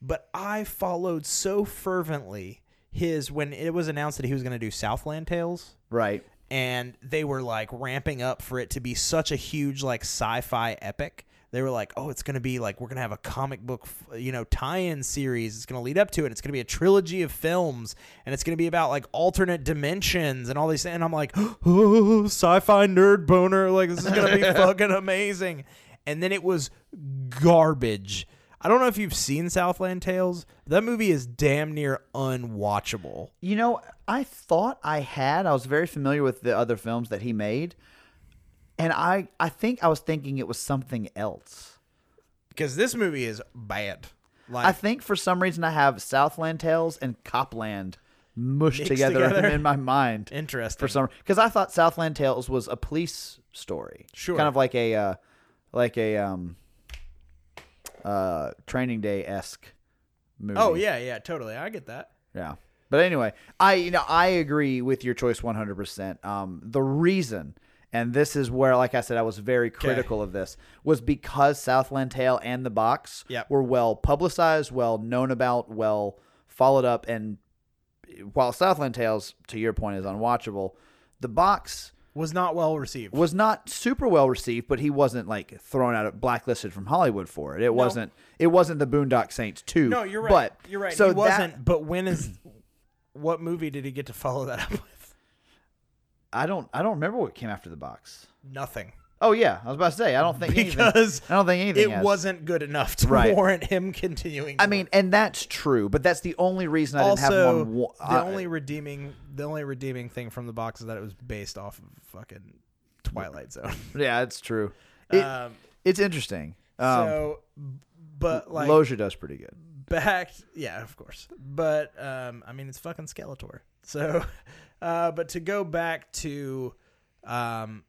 But I followed so fervently his when it was announced that he was going to do Southland Tales Right. and they were like ramping up for it to be such a huge like sci-fi epic. They were like, "Oh, it's going to be like we're going to have a comic book, f- you know, tie-in series. It's going to lead up to it. It's going to be a trilogy of films, and it's going to be about like alternate dimensions and all these." things. And I'm like, "Oh, sci-fi nerd boner! Like this is going to be fucking amazing." And then it was garbage. I don't know if you've seen Southland Tales. That movie is damn near unwatchable. You know, I thought I had. I was very familiar with the other films that he made. And I, I think I was thinking it was something else. because this movie is bad. Like I think for some reason I have Southland Tales and Copland mushed Mixed together, together? in my mind. Interesting. For some because I thought Southland Tales was a police story. Sure. Kind of like a uh, like a um uh training day esque movie. oh yeah, yeah, totally. I get that. Yeah. But anyway, I you know I agree with your choice 100%. Um the reason and this is where like I said I was very critical of this was because Southland Tale and The Box Yep. were well publicized, well known about, well followed up and while Southland Tales to your point is unwatchable, The Box Was not well received. was not super well received, but he wasn't like thrown out of blacklisted from Hollywood for it. It wasn't it wasn't the Boondock Saints 2. No, you're right. But you're right. So he that- wasn't. but when is what movie did he get to follow that up with? I don't I don't remember what came after the box. Nothing. Oh yeah, I was about to say I don't think Because anything, I don't think anything it has. wasn't good enough to Right. warrant him continuing. I mean, and that's true, but that's the only reason I didn't have also one. wa- the I- only redeeming the only redeeming thing from the box is that it was based off of fucking Twilight Zone. yeah, it's true. It, Um, it's interesting. Um, so, but like Loja does pretty good. back yeah of course but um i mean it's fucking skeletor so uh but to go back to um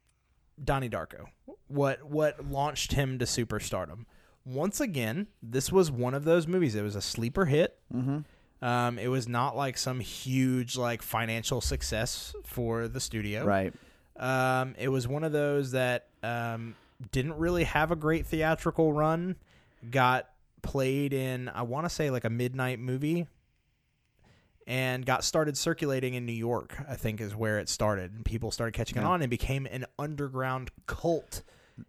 donnie darko what what launched him to superstardom once again this was one of those movies it was a sleeper hit mm-hmm. um it was not like some huge like financial success for the studio Right. um, it was one of those that um, didn't really have a great theatrical run. Got played in, I want to say, like a midnight movie, and got started circulating in New York. I think is where it started, and people started catching it on, and became an underground cult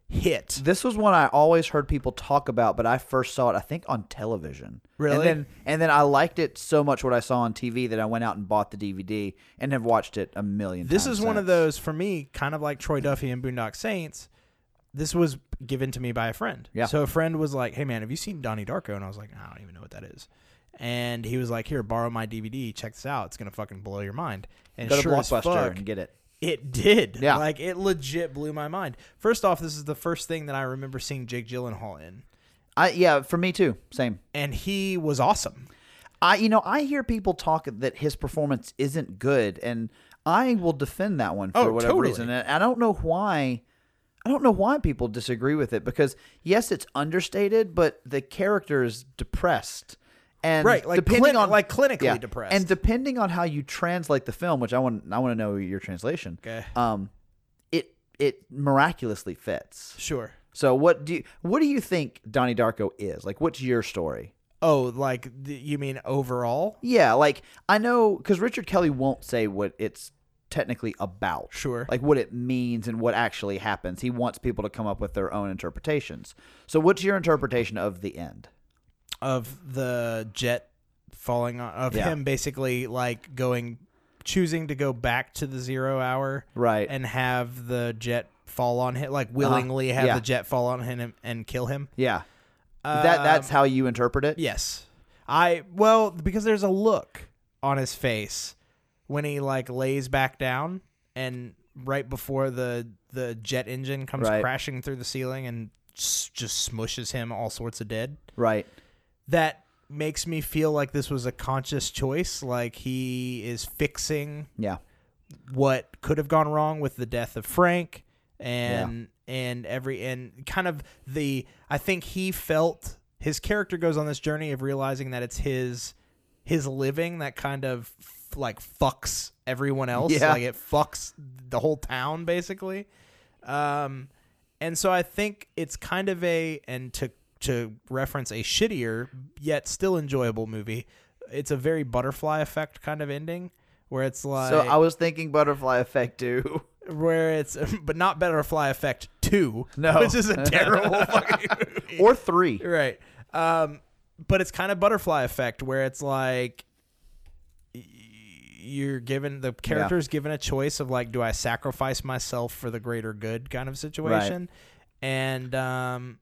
hit. This was one I always heard people talk about, but I first saw it I think on television. Really? And then and then I liked it so much what I saw on TV that I went out and bought the DVD and have watched it a million This times is one of since. those for me, kind of like Troy Duffy and Boondock Saints. This was given to me by a friend. Yeah. So a friend was like, "Hey man, have you seen Donnie Darko?" And I was like, "I don't even know what that is." And he was like, "Here, borrow my DVD. Check this out. It's gonna fucking blow your mind." And Go to sure as Blockbuster fuck, and get it. it did. Yeah. Like it legit blew my mind. First off, this is the first thing that I remember seeing Jake Gyllenhaal in, I yeah, for me too. Same. and he was awesome. I you know I hear people talk that his performance isn't good, and I will defend that one for Oh, whatever totally. reason. And I don't know why. I don't know why people disagree with it because yes, it's understated, but the character is depressed. And Right, like depending clini- on like clinically depressed. and depending on how you translate the film, which I want, I want to know your translation. Okay. um, it it miraculously fits. Sure. So what do you, what do you think Donnie Darko is? Like, what's your story? Oh, like th- you mean overall? Yeah, like I know because Richard Kelly won't say what it's technically about. Sure. Like what it means and what actually happens. He wants people to come up with their own interpretations. So, what's your interpretation of the end? of the jet falling on of Yeah. him basically like going choosing to go back to the zero hour Right. Uh-huh. and have the jet fall on him like willingly have Yeah. the jet fall on him and, and kill him Yeah. that that's Um, how you interpret it? yes i well because there's a look on his face when he like lays back down and right before the the jet engine comes Right. crashing through the ceiling and s- just smushes him all sorts of dead Right. that makes me feel like this was a conscious choice like he is fixing Yeah. what could have gone wrong with the death of Frank and and every and kind of the I think he felt his character goes on this journey of realizing that it's his his living that kind of f- like fucks everyone else Yeah. like it fucks the whole town basically um and so I think it's kind of a and to to reference a shittier yet still enjoyable movie it's a very butterfly effect kind of ending where it's like So I was thinking butterfly effect too. where it's but not butterfly effect 2 No. which is a terrible fucking movie. or three. right um but it's kind of butterfly effect where it's like y- you're given the character's given a choice of like do i sacrifice myself for the greater good kind of situation and um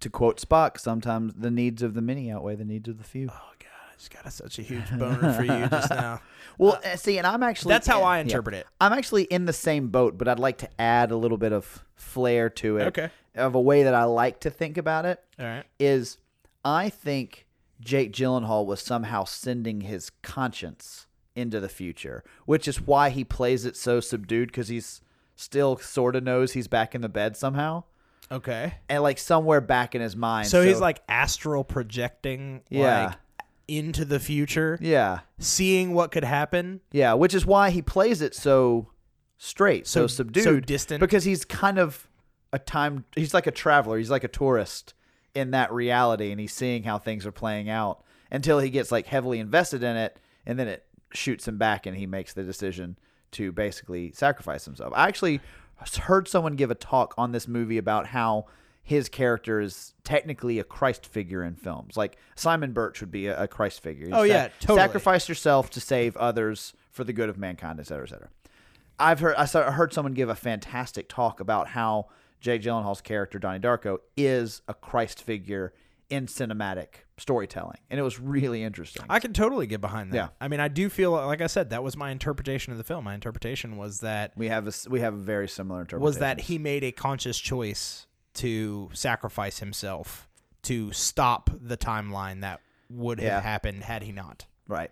To quote Spock, sometimes the needs of the many outweigh the needs of the few. oh god i just got a, such a huge boner for you just now Well, uh, see, and I'm actually that's how yeah, I yeah. interpret it. I'm actually in the same boat, but I'd like to add a little bit of flair to it. Okay. Of a way that I like to think about it all right is I think Jake Gyllenhaal was somehow sending his conscience into the future, which is why he plays it so subdued because he's still sort of knows he's back in the bed somehow okay and like somewhere back in his mind. so, he's like astral projecting Yeah. like into the future yeah, seeing what could happen yeah, which is why he plays it so straight, so, So- so subdued, distant. because he's kind of a time. He's like a traveler. He's like a tourist in that reality, and he's seeing how things are playing out until he gets like heavily invested in it, and then it shoots him back, and he makes the decision to basically sacrifice himself. I actually heard someone give a talk on this movie about how his character is technically a Christ figure in films. Like Simon Birch would be a, a Christ figure. Oh, yeah, totally. Sacrifice yourself to save others for the good of mankind, et cetera, et cetera. I've heard I saw, I heard someone give a fantastic talk about how Jay Gyllenhaal's character Donnie Darko is a Christ figure in cinematic storytelling, and it was really interesting. I can totally get behind that. Yeah. I mean, I do feel like I said that was my interpretation of the film. My interpretation was that we have a s- we have a very similar interpretation. was that he made a conscious choice to sacrifice himself to stop the timeline that would have Yeah. happened had he not. right?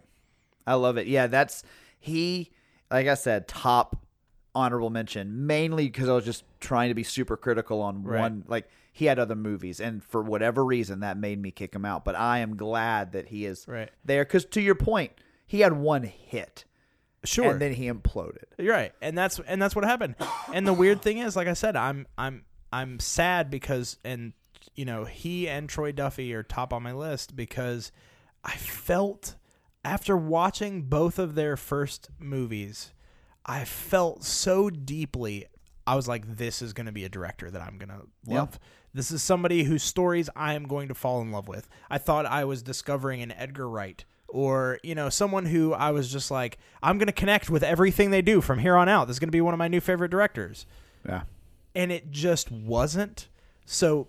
I love it. Yeah, that's he. Like I said, top honorable mention mainly because I was just trying to be super critical on Right. one. Like he had other movies, and for whatever reason, that made me kick him out. But I am glad that he is Right. there because to your point, he had one hit. Sure. and then he imploded. You're right, and that's and that's what happened. And the weird thing is, like I said, I'm I'm I'm sad because and you know he and Troy Duffy are top on my list because I felt after watching both of their first movies, I felt so deeply. I was like, this is going to be a director that I'm going to love. This is somebody whose stories I am going to fall in love with. I thought I was discovering an Edgar Wright or, you know, someone who I was just like, I'm going to connect with everything they do from here on out. This is going to be one of my new favorite directors. Yeah. And it just wasn't. So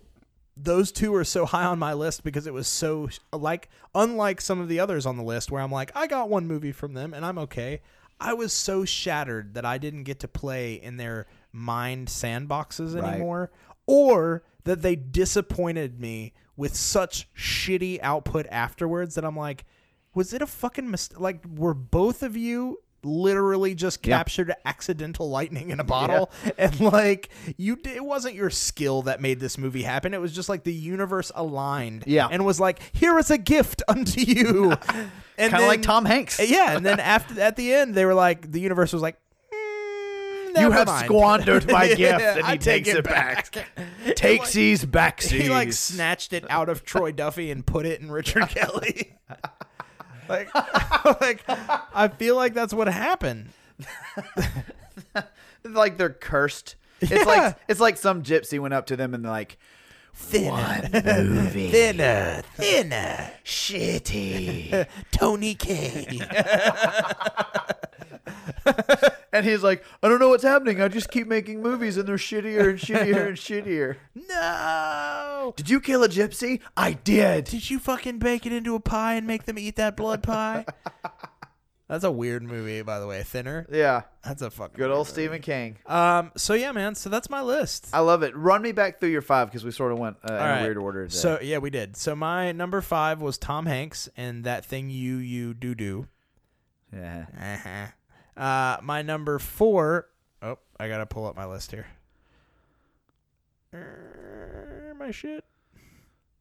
those two are so high on my list because it was so like unlike some of the others on the list where I'm like I got one movie from them and I'm okay. I was so shattered that I didn't get to play in their mind sandboxes Right. anymore or that they disappointed me with such shitty output afterwards that I'm like was it a fucking mistake like were both of you literally just captured accidental lightning in a bottle, and like you, d- it wasn't your skill that made this movie happen. It was just like the universe aligned, Yeah. and was like, here is a gift unto you, and Kinda like then- Tom Hanks. yeah. And then after at the end, they were like, the universe was like. "Mm, You never have mind." squandered my Yeah, gift, and he I take takes it back. Like- Takesies, backsies. He like snatched it out of Troy Duffy and put it in Richard Kelly. like, like I feel like that's what happened. like they're cursed. Yeah. It's like it's like some gypsy went up to them and like Thinner, one movie, thinner, thinner. shitty, Tony K. and he's like, I don't know what's happening. I just keep making movies and they're shittier and shittier and shittier. no. Did you kill a gypsy? I did. Did you fucking bake it into a pie and make them eat that blood pie? that's a weird movie, by the way. Thinner. Yeah, That's a fucking good old weird Stephen King. movie. Um. So yeah, man. So that's my list. I love it. Run me back through your five because we sort of went uh, in All right. a weird order. today. So yeah, we did. So my number five was Tom Hanks and that thing you you do do. yeah. Uh-huh. Uh, my number four oh I gotta pull up my list here. Er, my shit.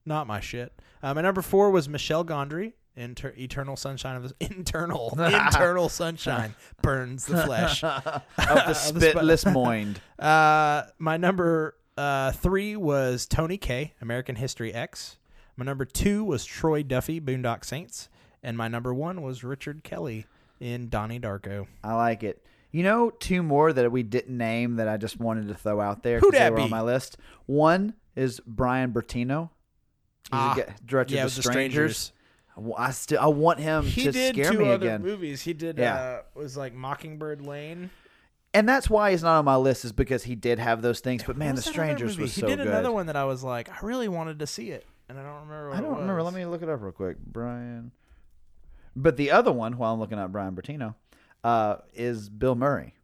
Not my shit. Uh, my number four was Michelle Gondry. Inter- Eternal Sunshine of the Internal Internal Sunshine burns the flesh. of the Of the sp- spitless moined. Uh, my number uh, three was Tony K, American History X. My number two was Troy Duffy, Boondock Saints, and my number one was Richard Kelly in Donnie Darko. I like it. You know, two more that we didn't name that I just wanted to throw out there. 'cause Who'd that they were be? on my list. One is Brian Bertino. He's Ah, a g- director yeah, it of was the The Strangers. Strangers. Well, I still I want him He to did scare two me other again. movies. He did Yeah. uh, was like Mockingbird Lane. And that's why he's not on my list is because he did have those things. But What man, The was that other Strangers movie? was he so did good. another one that I was like, I really wanted to see it, and I don't remember. What I it don't remember. was. Let me look it up real quick. Brian. But the other one, while I'm looking up Brian Bertino, uh, is Bill Murray.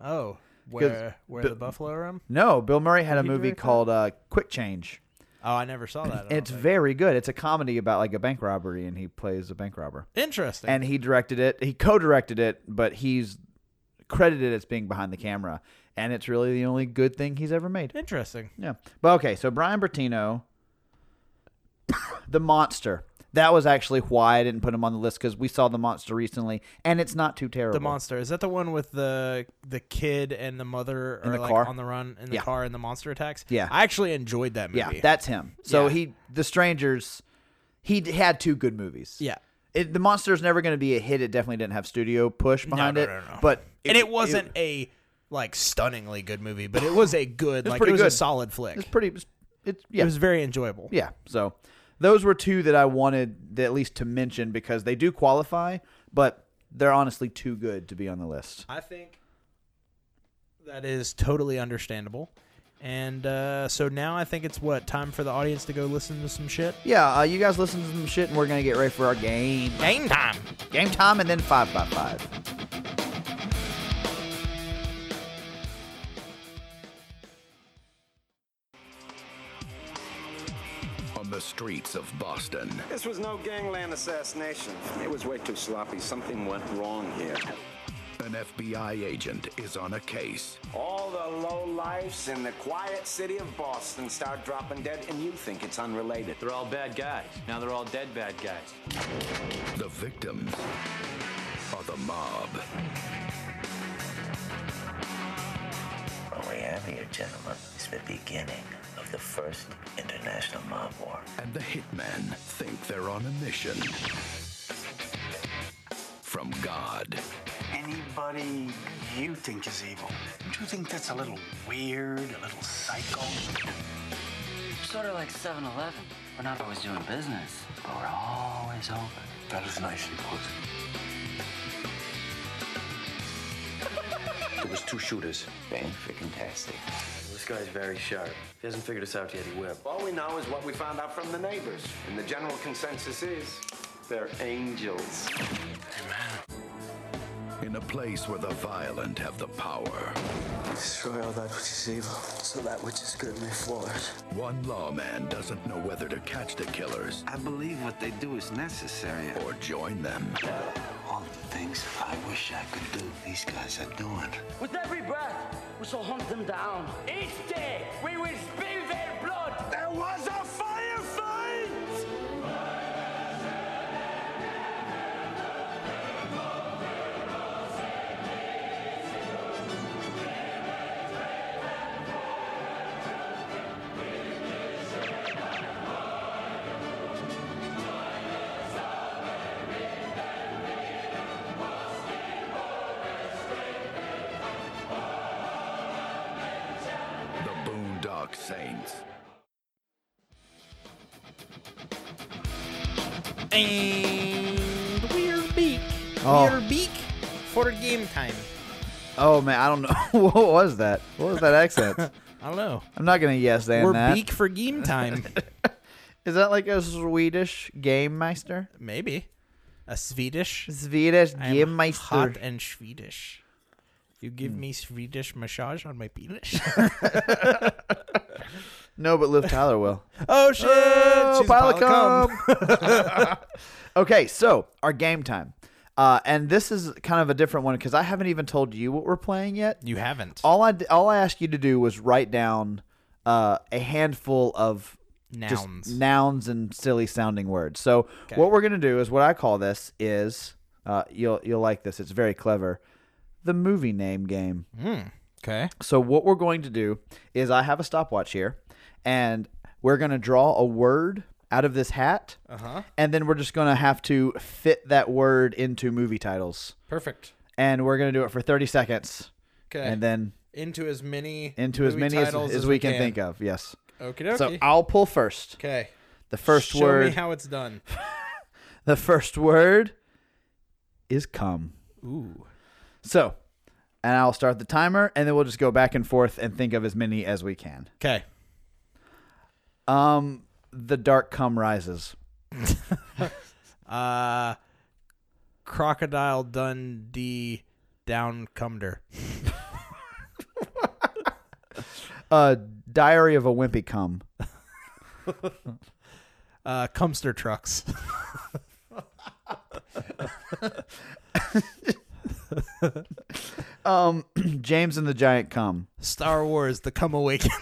Oh, where where Bu- the Buffalo Room? No, Bill Murray had a He movie directed called uh, Quick Change. Oh, I never saw that. I And don't it's think. very good. It's a comedy about like a bank robbery, and he plays a bank robber. interesting. And he directed it. He co-directed it, but he's credited as being behind the camera. And it's really the only good thing he's ever made. interesting. Yeah. But okay, so Brian Bertino, the monster. That was actually why I didn't put him on the list because we saw the monster recently, and it's not too terrible. The monster is that the one with the the kid and the mother In are the like car? on the run in the Yeah. car and the monster attacks. Yeah. I actually enjoyed that movie. Yeah, that's him. So Yeah. he, The Strangers, he d- had two good movies. yeah. It, the monster's never going to be a hit. It definitely didn't have studio push behind no, it. no, no. But and it wasn't a like stunningly good movie, but it was a good was like pretty it was a good. solid flick. it's pretty. It's, it's yeah, It was very enjoyable. yeah. So those were two that I wanted th- at least to mention because they do qualify, but they're honestly too good to be on the list. I think that is totally understandable. And uh, so now I think it's what time for the audience to go listen to some shit. Yeah, uh, you guys listen to some shit, and we're gonna get ready for our game. Game time. Game time, and then five by five. on the streets of Boston. This was no gangland assassination. It was way too sloppy. Something went wrong here. An FBI agent is on a case All the low lifes in the quiet city of Boston start dropping dead, and you think it's unrelated. They're all bad guys. Now they're all dead bad guys. The victims are the mob. What we have here, gentlemen, is the beginning of the first international mob war. And the hitmen think they're on a mission from God. Anybody you think is evil, don't you think that's a little weird, a little psycho? Sort of like 7 Eleven. We're not always doing business, but we're always open. That is nicely put. There was two shooters. Bang, freaking tastic. This guy's very sharp. He hasn't figured us out yet. He will. All we know is what we found out from the neighbors, and the general consensus is they're angels. In a place where the violent have the power, Destroy all that which is evil, so that which is good may flourish. one lawman doesn't know whether to catch the killers I believe what they do is necessary. or join them. All things I wish I could do. These guys are doing. With every breath, we shall hunt them down. Each day, we will spill their blood. There was a firefight! The Boondock Saints. And we're beak. Oh. We're beak for game time. Oh man, I don't know what was that. What was that accent? I don't know. I'm not gonna yes and we're that. beak for game time. Is that like a Swedish game meister? Maybe. A Swedish. Swedish I am game meister. Hmm. Hot and Swedish. You give me Swedish massage on my penis. No, but Liv Tyler will. Oh, shit! Oh, She's a pile of cum. cum. okay, so our game time, uh, and this is kind of a different one because I haven't even told you what we're playing yet. you haven't. All I d- all I asked you to do was write down uh, a handful of just Nouns. nouns and silly sounding words. So what we're gonna do is what I call this is uh, you'll you'll like this. It's very clever. The movie name game. Okay. So what we're going to do is I have a stopwatch here, and we're going to draw a word out of this hat, Uh-huh. and then we're just going to have to fit that word into movie titles, Perfect. and we're going to do it for thirty seconds, 'Kay. and then Into as many into as Eh. movie many as, titles as we can, think of. Yes. Okie So dokie. I'll pull first. Okay. The first Show word. me how it's done. the first word is come. Ooh. So, and I'll start the timer, and then we'll just go back and forth and think of as many as we can. Okay. Um, the dark cum rises. Uh, Crocodile Dundee down cumder. Uh, Diary of a Wimpy cum. Uh, cumster trucks. Um, James and the Giant cum. Star Wars: The Come Awakens.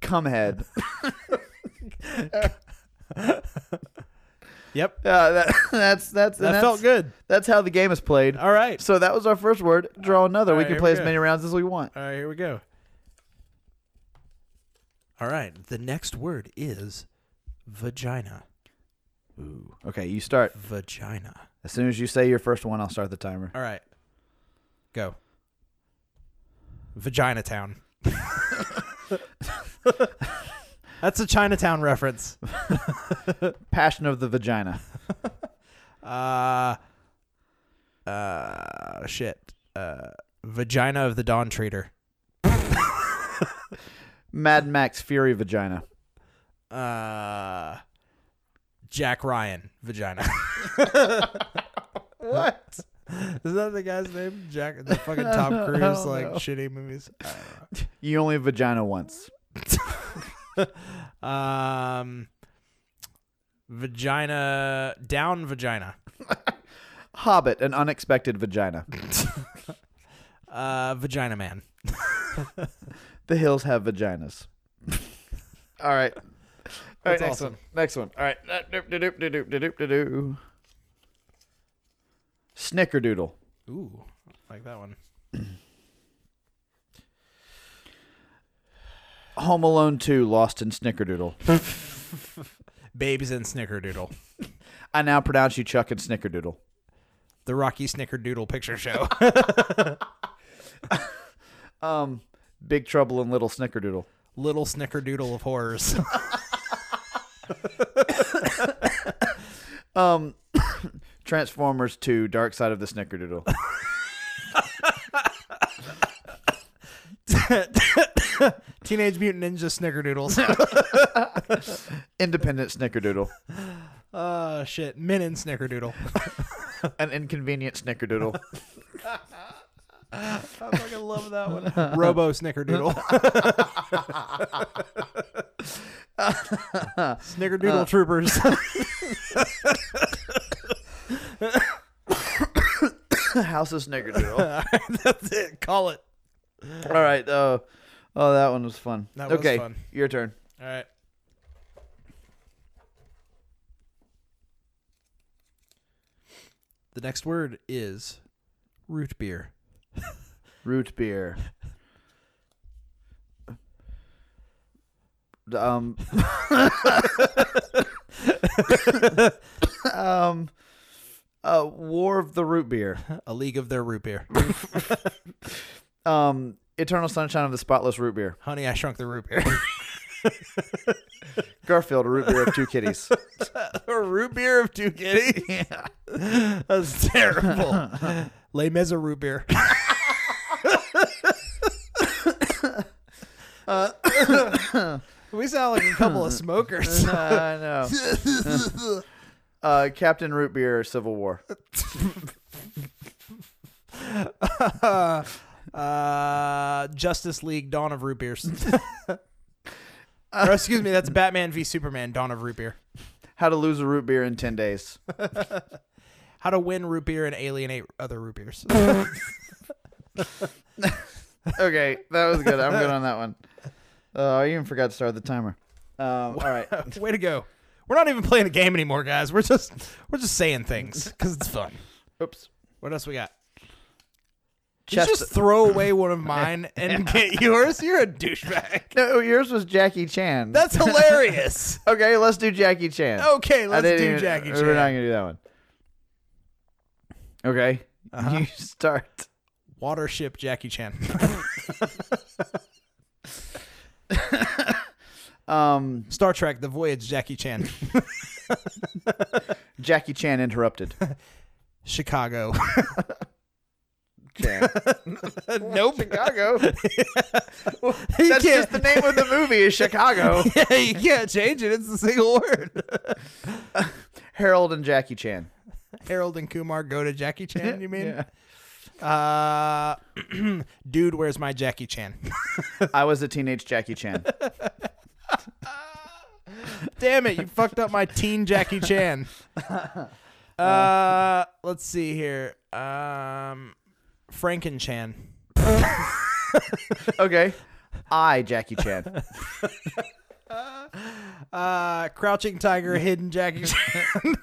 Cumhead. yep. Uh, that, that's that's and That felt that's- good. That's how the game is played. All right. So that was our first word. Draw another. All we right, can here play we as go. many rounds as we want. All right, here we go. All right, the next word is vagina. Ooh. Okay, you start. Vagina. As soon as you say your first one, I'll start the timer. All right. Go. Vagina Town. That's a Chinatown reference. Passion of the Vagina. Uh uh shit. Uh Vagina of the Dawn Treater. Mad Max Fury Vagina. Uh Jack Ryan vagina. What? Is that the guy's name? Jack the fucking Tom Cruise like shitty movies. I don't know. You only vagina once. Um, vagina down vagina. Hobbit, an unexpected vagina. Uh, vagina man. the hills have vaginas. All right. All right, That's next awesome. one. Next one. All right. Uh, doop, doop, doop, doop, doop, doop, doop. Snickerdoodle. Ooh, like that one. Home Alone 2, Lost in Snickerdoodle. Babies and snickerdoodle. I now pronounce you Chuck and Snickerdoodle. The Rocky Snickerdoodle Picture Show. Um, Big Trouble in Little Snickerdoodle. Little Snickerdoodle of horrors. Um, Transformers 2, Dark Side of the Snickerdoodle. Teenage Mutant Ninja Snickerdoodles. Independent Snickerdoodle. Oh shit, men in Snickerdoodle. An inconvenient Snickerdoodle. I fucking love that one. Robo Snickerdoodle. Uh, Snickerdoodle troopers. House of Snickerdoodle. That's it. Call it. All right. Uh, oh, that one was fun. That was okay, fun. your turn. All right. The next word is root beer. Root beer. Um. um. Uh, War of the Root Beer. A League of Their Root Beer. um. Eternal Sunshine of the Spotless Root Beer. Honey, I shrunk the root beer. Garfield, a root beer of two kitties. a root beer of two kitties? Yeah. That's terrible. Les Mis a root beer. Uh, we sound like a couple of smokers. I know. uh, Captain Root Beer, Civil War. uh, uh, Justice League, Dawn of Root Beers. or, excuse me, that's Batman v Superman, Dawn of Root Beer. How to lose a root beer in 10 days. How to win root beer and alienate other root beers. okay, that was good. I'm good on that one. Oh, I even forgot to start the timer. Um, all right. Way to go. We're not even playing a game anymore, guys. We're just we're just saying things because it's fun. Oops. What else we got? Did Chest- you just throw away one of mine and get yours. You're a douchebag. No, yours was Jackie Chan. That's hilarious. okay, let's do Jackie Chan. Okay, I let's didn't do Jackie We're Chan. not gonna do that one. Okay, Uh-huh. you start. Watership Jackie Chan. Um, Star Trek: The Voyage Jackie Chan. Jackie Chan interrupted. Chicago. Chan. nope. Chicago. You That's can't- just the name of the movie is Chicago. yeah, you can't change it. It's a single word. Harold and Jackie Chan. Harold and Kumar go to Jackie Chan. You mean? Uh, dude, where's my Jackie Chan? I was a teenage Jackie Chan. Damn it, you fucked up my teen Jackie Chan. Uh, let's see here. Um, Franken Chan. Okay, I Jackie Chan. Uh, Crouching Tiger, Hidden Jackie Chan.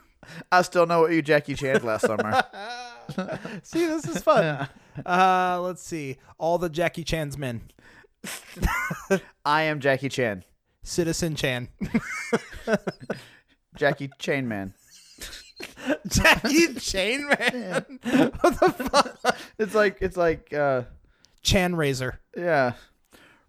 I still know what you Jackie Chan last summer. see, this is fun. Uh, let's see. All the Jackie Chan's men. I am Jackie Chan. Citizen Chan. Jackie Chan Man. Jackie Chan, man. It's like it's like uh Chan Razor. yeah.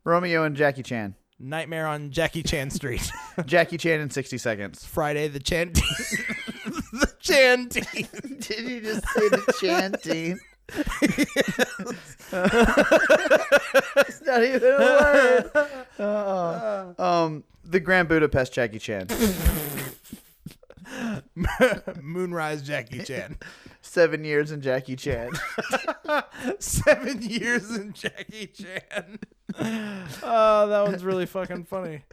Romeo and Jackie Chan. Nightmare on Jackie Chan Street. Jackie Chan in 60 seconds. Friday the Chan the Chan team. Did you just say the chanting? it's not even a word. Uh, um, the Grand Budapest Jackie Chan. Moonrise Jackie Chan. Seven years in Jackie Chan. Seven years in Jackie Chan. Oh, that one's really fucking funny.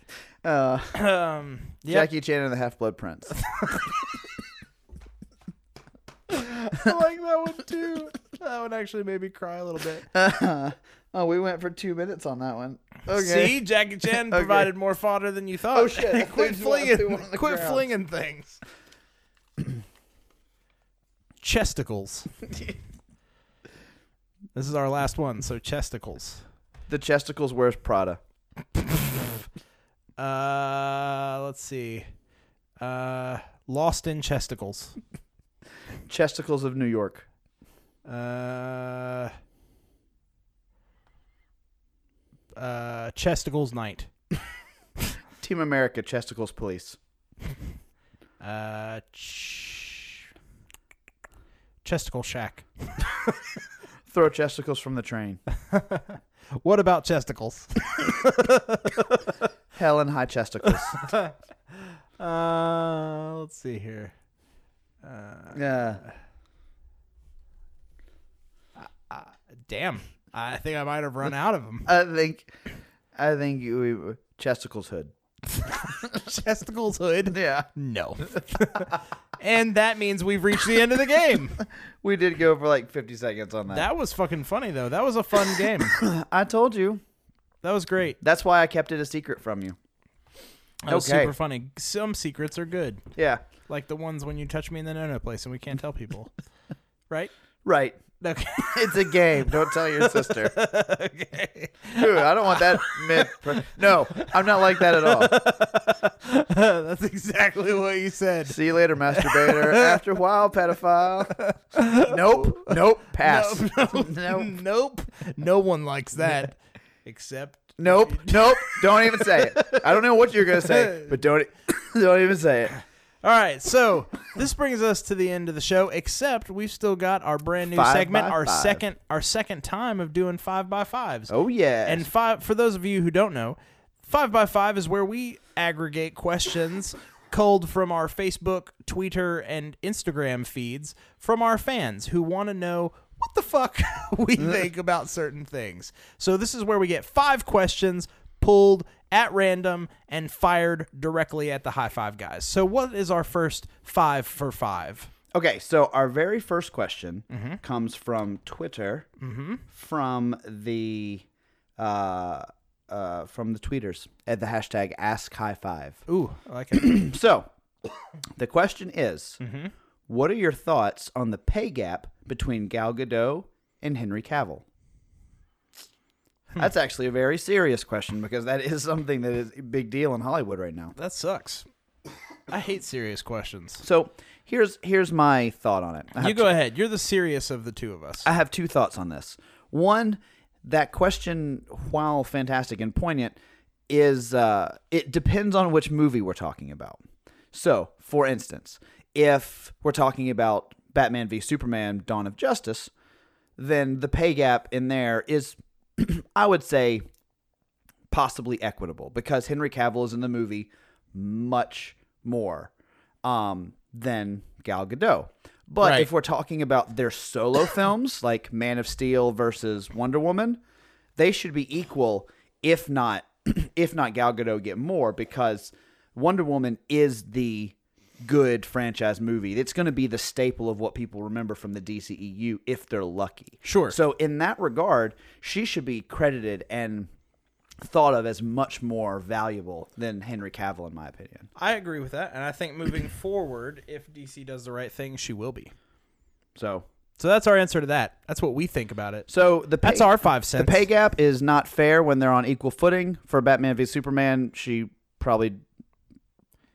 Uh, Um, yep. Jackie Chan and the Half Blood Prince. I like that one too. That one actually made me cry a little bit. oh, we went for two minutes on that one. See, Jackie Chan Okay. provided more fodder than you thought. Oh, shit. I quit threw one- I threw flinging, one on the quit ground. flinging things. Chesticles. this is our last one. So chesticles. The Chesticles wears Prada. Uh, let's see. Uh, lost in chesticles. Chesticles of New York. Uh, uh, chesticles night. Team America, Chesticles Police. Uh, ch- chesticle shack. Throw Chesticles from the train. What about chesticles? Hell and High Chesticles. uh, let's see here. Yeah. Damn, I think I might have run out of them. I think, I think we Chesticles Hood. chesticles hood. Yeah. No. and that means we've reached the end of the game. we did go for like 50 seconds on that. That was fucking funny though. That was a fun game. I told you. That was great. That's why I kept it a secret from you. That was super funny. Some secrets are good. Yeah. Like the ones when you touch me in the no no place and we can't tell people. right? Right. Okay. It's a game. Don't tell your sister. okay. Dude, I don't want that myth. per- No, I'm not like that at all. That's exactly what you said. See you later, masturbator. After a while, pedophile. Nope. Nope. Pass. Nope. Nope. nope. No one likes that except Nope. Nope. Don't even say it. I don't know what you're gonna say, but don't e-, don't even say it. All right, so this brings us to the end of the show. Except we've still got our brand new Five segment, by our five. second, our second time of doing five by fives. Oh, yes. And five for those of you who don't know, five by five is where we aggregate questions culled from our Facebook, Twitter, and Instagram feeds from our fans who want to know what the fuck we think about certain things. So this is where we get five questions pulled at random and fired directly at the high five guys. So what is our first five for five? Okay, so our very first question comes from Twitter, from the uh, uh, from the tweeters at the hashtag Ask High Five. Ooh, I like it. so the question is, what are your thoughts on the pay gap between Gal Gadot and Henry Cavill? That's actually a very serious question because that is something that is a big deal in Hollywood right now. That sucks. I hate serious questions. So here's here's my thought on it. I You have go ahead. You're the serious of the two of us. I have two thoughts on this. One, that question, while fantastic and poignant, is uh, it depends on which movie we're talking about. So, for instance, if we're talking about Batman v Superman: Dawn of Justice, then the pay gap in there is, I would say, possibly equitable because Henry Cavill is in the movie much more um, than Gal Gadot. But Right. if we're talking about their solo films, like Man of Steel versus Wonder Woman, they should be equal, if not, if not Gal Gadot get more because Wonder Woman is the good franchise movie. It's going to be the staple of what people remember from the DCEU if they're lucky. Sure. So in that regard, she should be credited and thought of as much more valuable than Henry Cavill, in my opinion. I agree with that, and I think moving forward, if DC does the right thing, she will be. So, So that's our answer to that. That's what we think about it. so the pay, That's our five cents. The pay gap is not fair when they're on equal footing. For Batman v Superman, she probably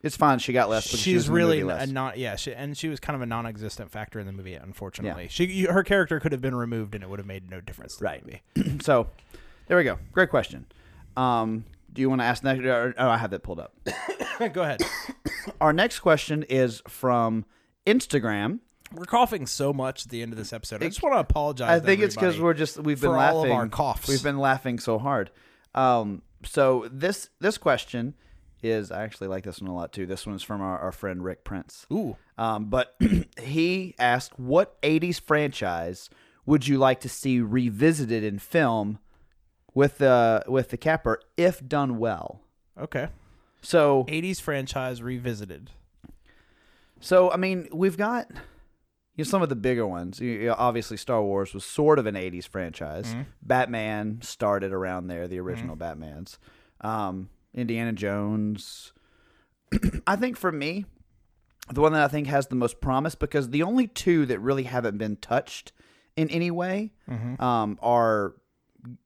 it's fine. She got less. Because she was She's in the really movie n- less. a not yeah, she, and she was kind of a non-existent factor in the movie. Unfortunately, she you, her character could have been removed, and it would have made no difference. To right. The movie. so there we go. Great question. Um, do you want to ask next? or- Oh, I have that pulled up. Go ahead. Our next question is from Instagram. We're coughing so much at the end of this episode. I just want to apologize. I to think it's because everybody we're just we've been for laughing. all of our coughs. We've been laughing so hard. Um, so this this question is I actually like this one a lot too. This one is from our, our friend Rick Prince. Ooh. Um, but he asked, "What '80s franchise would you like to see revisited in film with the with the capper if done well?" okay. So '80s franchise revisited. So I mean, we've got you know, some of the bigger ones. You- you know, obviously, Star Wars was sort of an '80s franchise. Batman started around there, the original Batman's. Um, Indiana Jones. I think for me, the one that I think has the most promise because the only two that really haven't been touched in any way um, are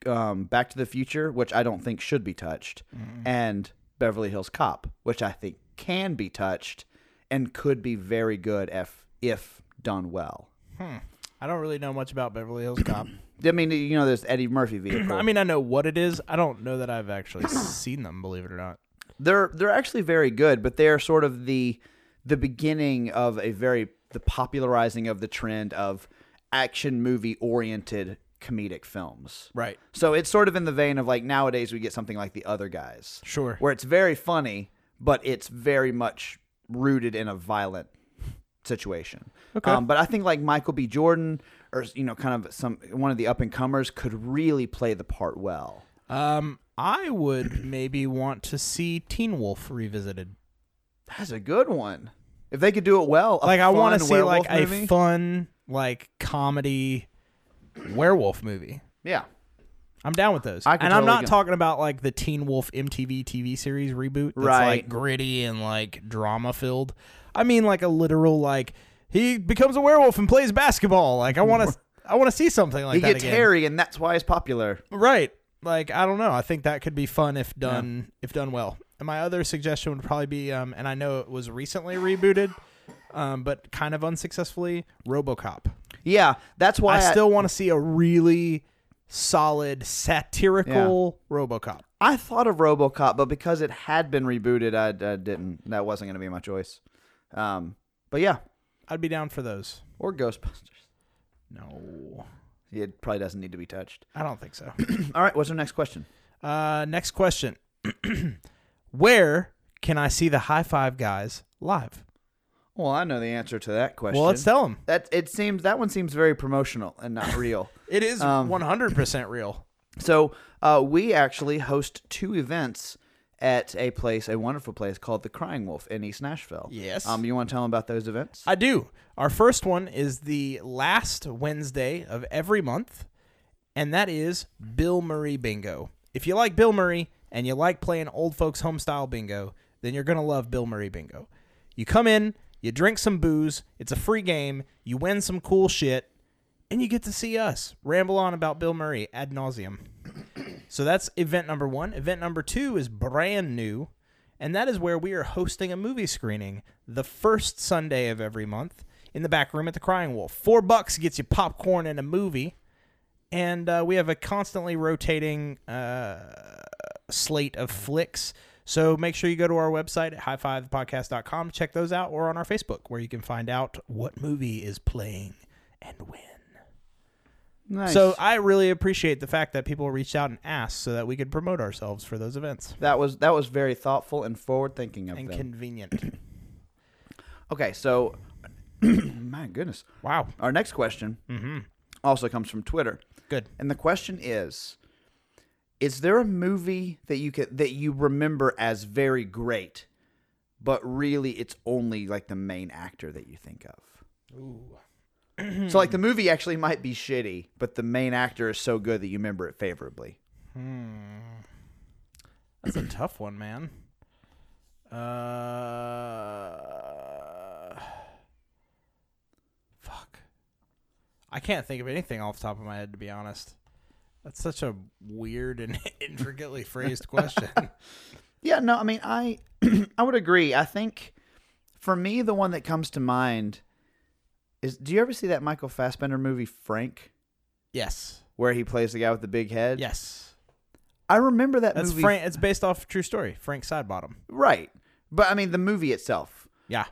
um, Back to the Future, which I don't think should be touched, and Beverly Hills Cop, which I think can be touched and could be very good if if done well. I don't really know much about Beverly Hills Cop. I mean, you know, there's Eddie Murphy vehicle. I mean, I know what it is. I don't know that I've actually seen them. Believe it or not. they're they're actually very good, but they're sort of the the beginning of a very the popularizing of the trend of action movie oriented comedic films. Right. So it's sort of in the vein of like nowadays we get something like The Other Guys. Sure. Where it's very funny, but it's very much rooted in a violent situation. Okay. Um, but I think like Michael B. Jordan or you know kind of some one of the up and comers could really play the part well. Um, I would maybe want to see Teen Wolf revisited. That's a good one. If they could do it well, a like I want fun to see like werewolf movie, a fun like comedy werewolf movie. Yeah. I'm down with those. I and could I'm totally not go- talking about like the Teen Wolf MTV TV series reboot that's Right. like gritty and like drama filled. I mean like a literal like he becomes a werewolf and plays basketball. Like I want to I want to see something like he that gets again. hairy, and that's why he's popular. Right. Like I don't know. I think that could be fun if done if done well. And my other suggestion would probably be, um, and I know it was recently rebooted, um, but kind of unsuccessfully, RoboCop. Yeah, that's why I I- still want to see a really solid satirical RoboCop. I thought of RoboCop, but because it had been rebooted, I, I didn't. That wasn't going to be my choice. Um, but yeah, I'd be down for those. Or Ghostbusters. No, it probably doesn't need to be touched. I don't think so. All right, what's our next question? Uh, next question: Where can I see the High Five guys live? Well, I know the answer to that question. Well, let's tell them. That it seems that one seems very promotional and not real. It is Um, 100% real. So uh, we actually host two events at a place, a wonderful place called the Crying Wolf in East Nashville. Yes. Um, you want to tell them about those events? I do. Our first one is the last Wednesday of every month, and that is Bill Murray Bingo. If you like Bill Murray and you like playing old folks home style bingo, then you're going to love Bill Murray Bingo. You come in, you drink some booze, it's a free game, you win some cool shit, and you get to see us ramble on about Bill Murray ad nauseum. So that's event number one. Event number two is brand new, and that is where we are hosting a movie screening the first Sunday of every month in the back room at the Crying Wolf. Four bucks gets you popcorn and a movie, and uh, we have a constantly rotating uh, slate of flicks. So make sure you go to our website at highfivepodcast.com, check those out, or on our Facebook where you can find out what movie is playing Nice. So I really appreciate the fact that people reached out and asked so that we could promote ourselves for those events. that was that was very thoughtful and forward thinking of And them. convenient. Okay, so my goodness. Wow. Our next question Mhm. also comes from Twitter. Good. And the question is Is there a movie that you can that you remember as very great, but really it's only like the main actor that you think of? Ooh. so like the movie actually might be shitty, but the main actor is so good that you remember it favorably. Hmm. That's a tough one, man. Uh, fuck. I can't think of anything off the top of my head, to be honest. That's such a weird and intricately phrased question. Yeah, no, I mean, I I would agree. I think for me, the one that comes to mind is: Do you ever see that Michael Fassbender movie Frank, yes. where he plays the guy with the big head? Yes, I remember that That's movie. Frank. It's based off a true story. Frank Sidebottom. right, but I mean, the movie itself. Yeah.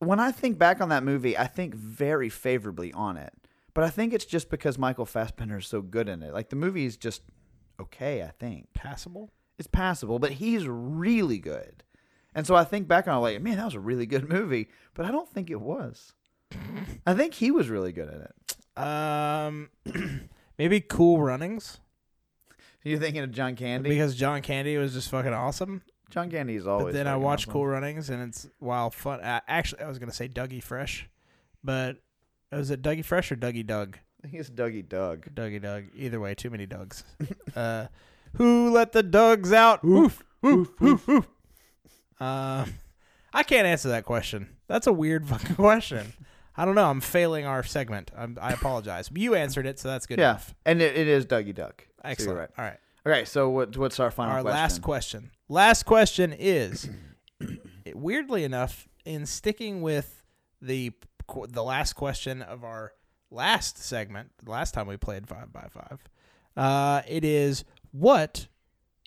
When I think back on that movie, I think very favorably on it. But I think it's just because Michael Fassbender is so good in it. Like the movie is just okay. I think passable. It's passable, but he's really good. And so I think back on it like, man, that was a really good movie, but I don't think it was. I think he was really good at it. Um, maybe Cool Runnings. You thinking of John Candy? Because John Candy was just fucking awesome. John Candy is always. but then I fucking watched awesome. Cool Runnings, and it's wow fun. Uh, actually, I was gonna say Dougie Fresh, but was it Dougie Fresh or Dougie Doug? I think it's Dougie Doug. Dougie Doug. Either way, too many Dougs. uh, who let the Dougs out? Woof woof woof woof. Uh, I can't answer that question. That's a weird fucking question. I don't know. I'm failing our segment. I'm, I apologize. But you answered it, so that's good yeah, enough. and it, it is Dougie Duck. Excellent. All right. Okay, so what, what's our final? our question? last question. Last question is weirdly enough in sticking with the qu- the last question of our last segment, the last time we played 5 by 5. Uh it is what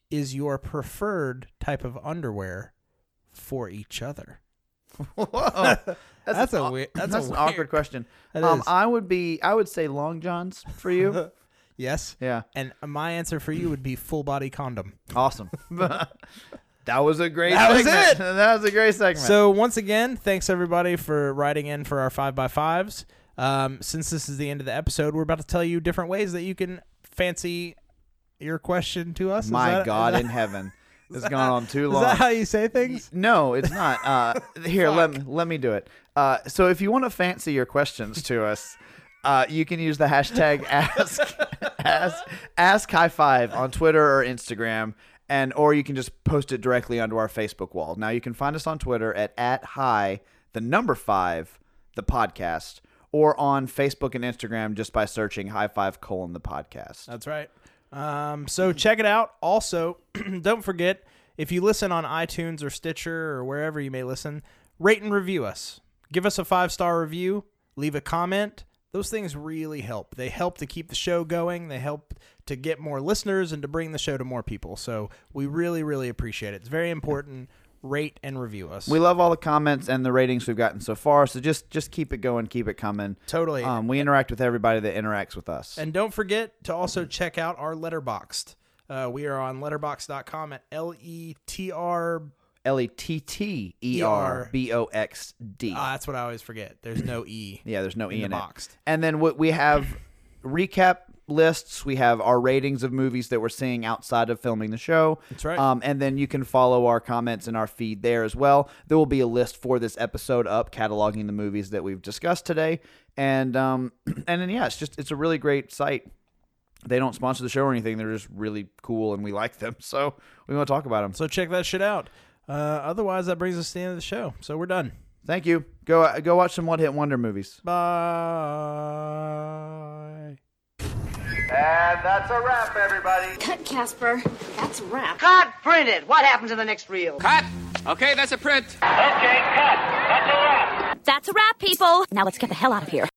is your preferred type of underwear for each other? that's, That's an a au- weird- that's a an weird- awkward question. That um, is. I would be. I would say long johns for you. Yes. Yeah. And my answer for you would be full body condom. awesome. that was a great. That was segment. it. that was a great segment. So once again, thanks everybody for writing in for our five by fives. Um, since this is the end of the episode, we're about to tell you different ways that you can fancy your question to us. Is My that- is God that- in heaven. It's gone on too long. Is that how you say things? No, it's not. Uh, here, let me, let me do it. Uh, so if you want to fancy your questions to us, uh, you can use the hashtag ask ask ask high five on Twitter or Instagram, and or you can just post it directly onto our Facebook wall. Now you can find us on Twitter at at high the number five the podcast, or on Facebook and Instagram just by searching high five colon the podcast. That's right. Um, so check it out. Also, don't forget if you listen on iTunes or Stitcher or wherever you may listen, rate and review us. Give us a five star review. Leave a comment. Those things really help. They help to keep the show going. They help to get more listeners and to bring the show to more people. So we really, really appreciate it. It's very important. Rate and review us. We love all the comments and the ratings we've gotten so far. So just just keep it going, keep it coming. Totally. Um, we interact with everybody that interacts with us. And don't forget to also check out our Letterboxed. Uh, we are on letterboxd.com at L E T R. L E T T E R B O X D. Ah, that's what I always forget. There's no E. Yeah, there's no e the in boxed. it. And then what we have recap lists. We have our ratings of movies that we're seeing outside of filming the show. That's right. Um, and then you can follow our comments in our feed there as well. There will be a list for this episode up, cataloging the movies that we've discussed today. And um, and then yeah, it's just it's a really great site. They don't sponsor the show or anything. They're just really cool, and we like them, so we want to talk about them. So check that shit out. Uh, otherwise, that brings us to the end of the show. So we're done. Thank you. Go go watch some one hit wonder movies. Bye. And that's a wrap, everybody. Cut, Casper. That's a wrap. Cut, print it. What happened to the next reel? Cut. Okay, that's a print. Okay, cut. That's a wrap. That's a wrap, people. Now let's get the hell out of here.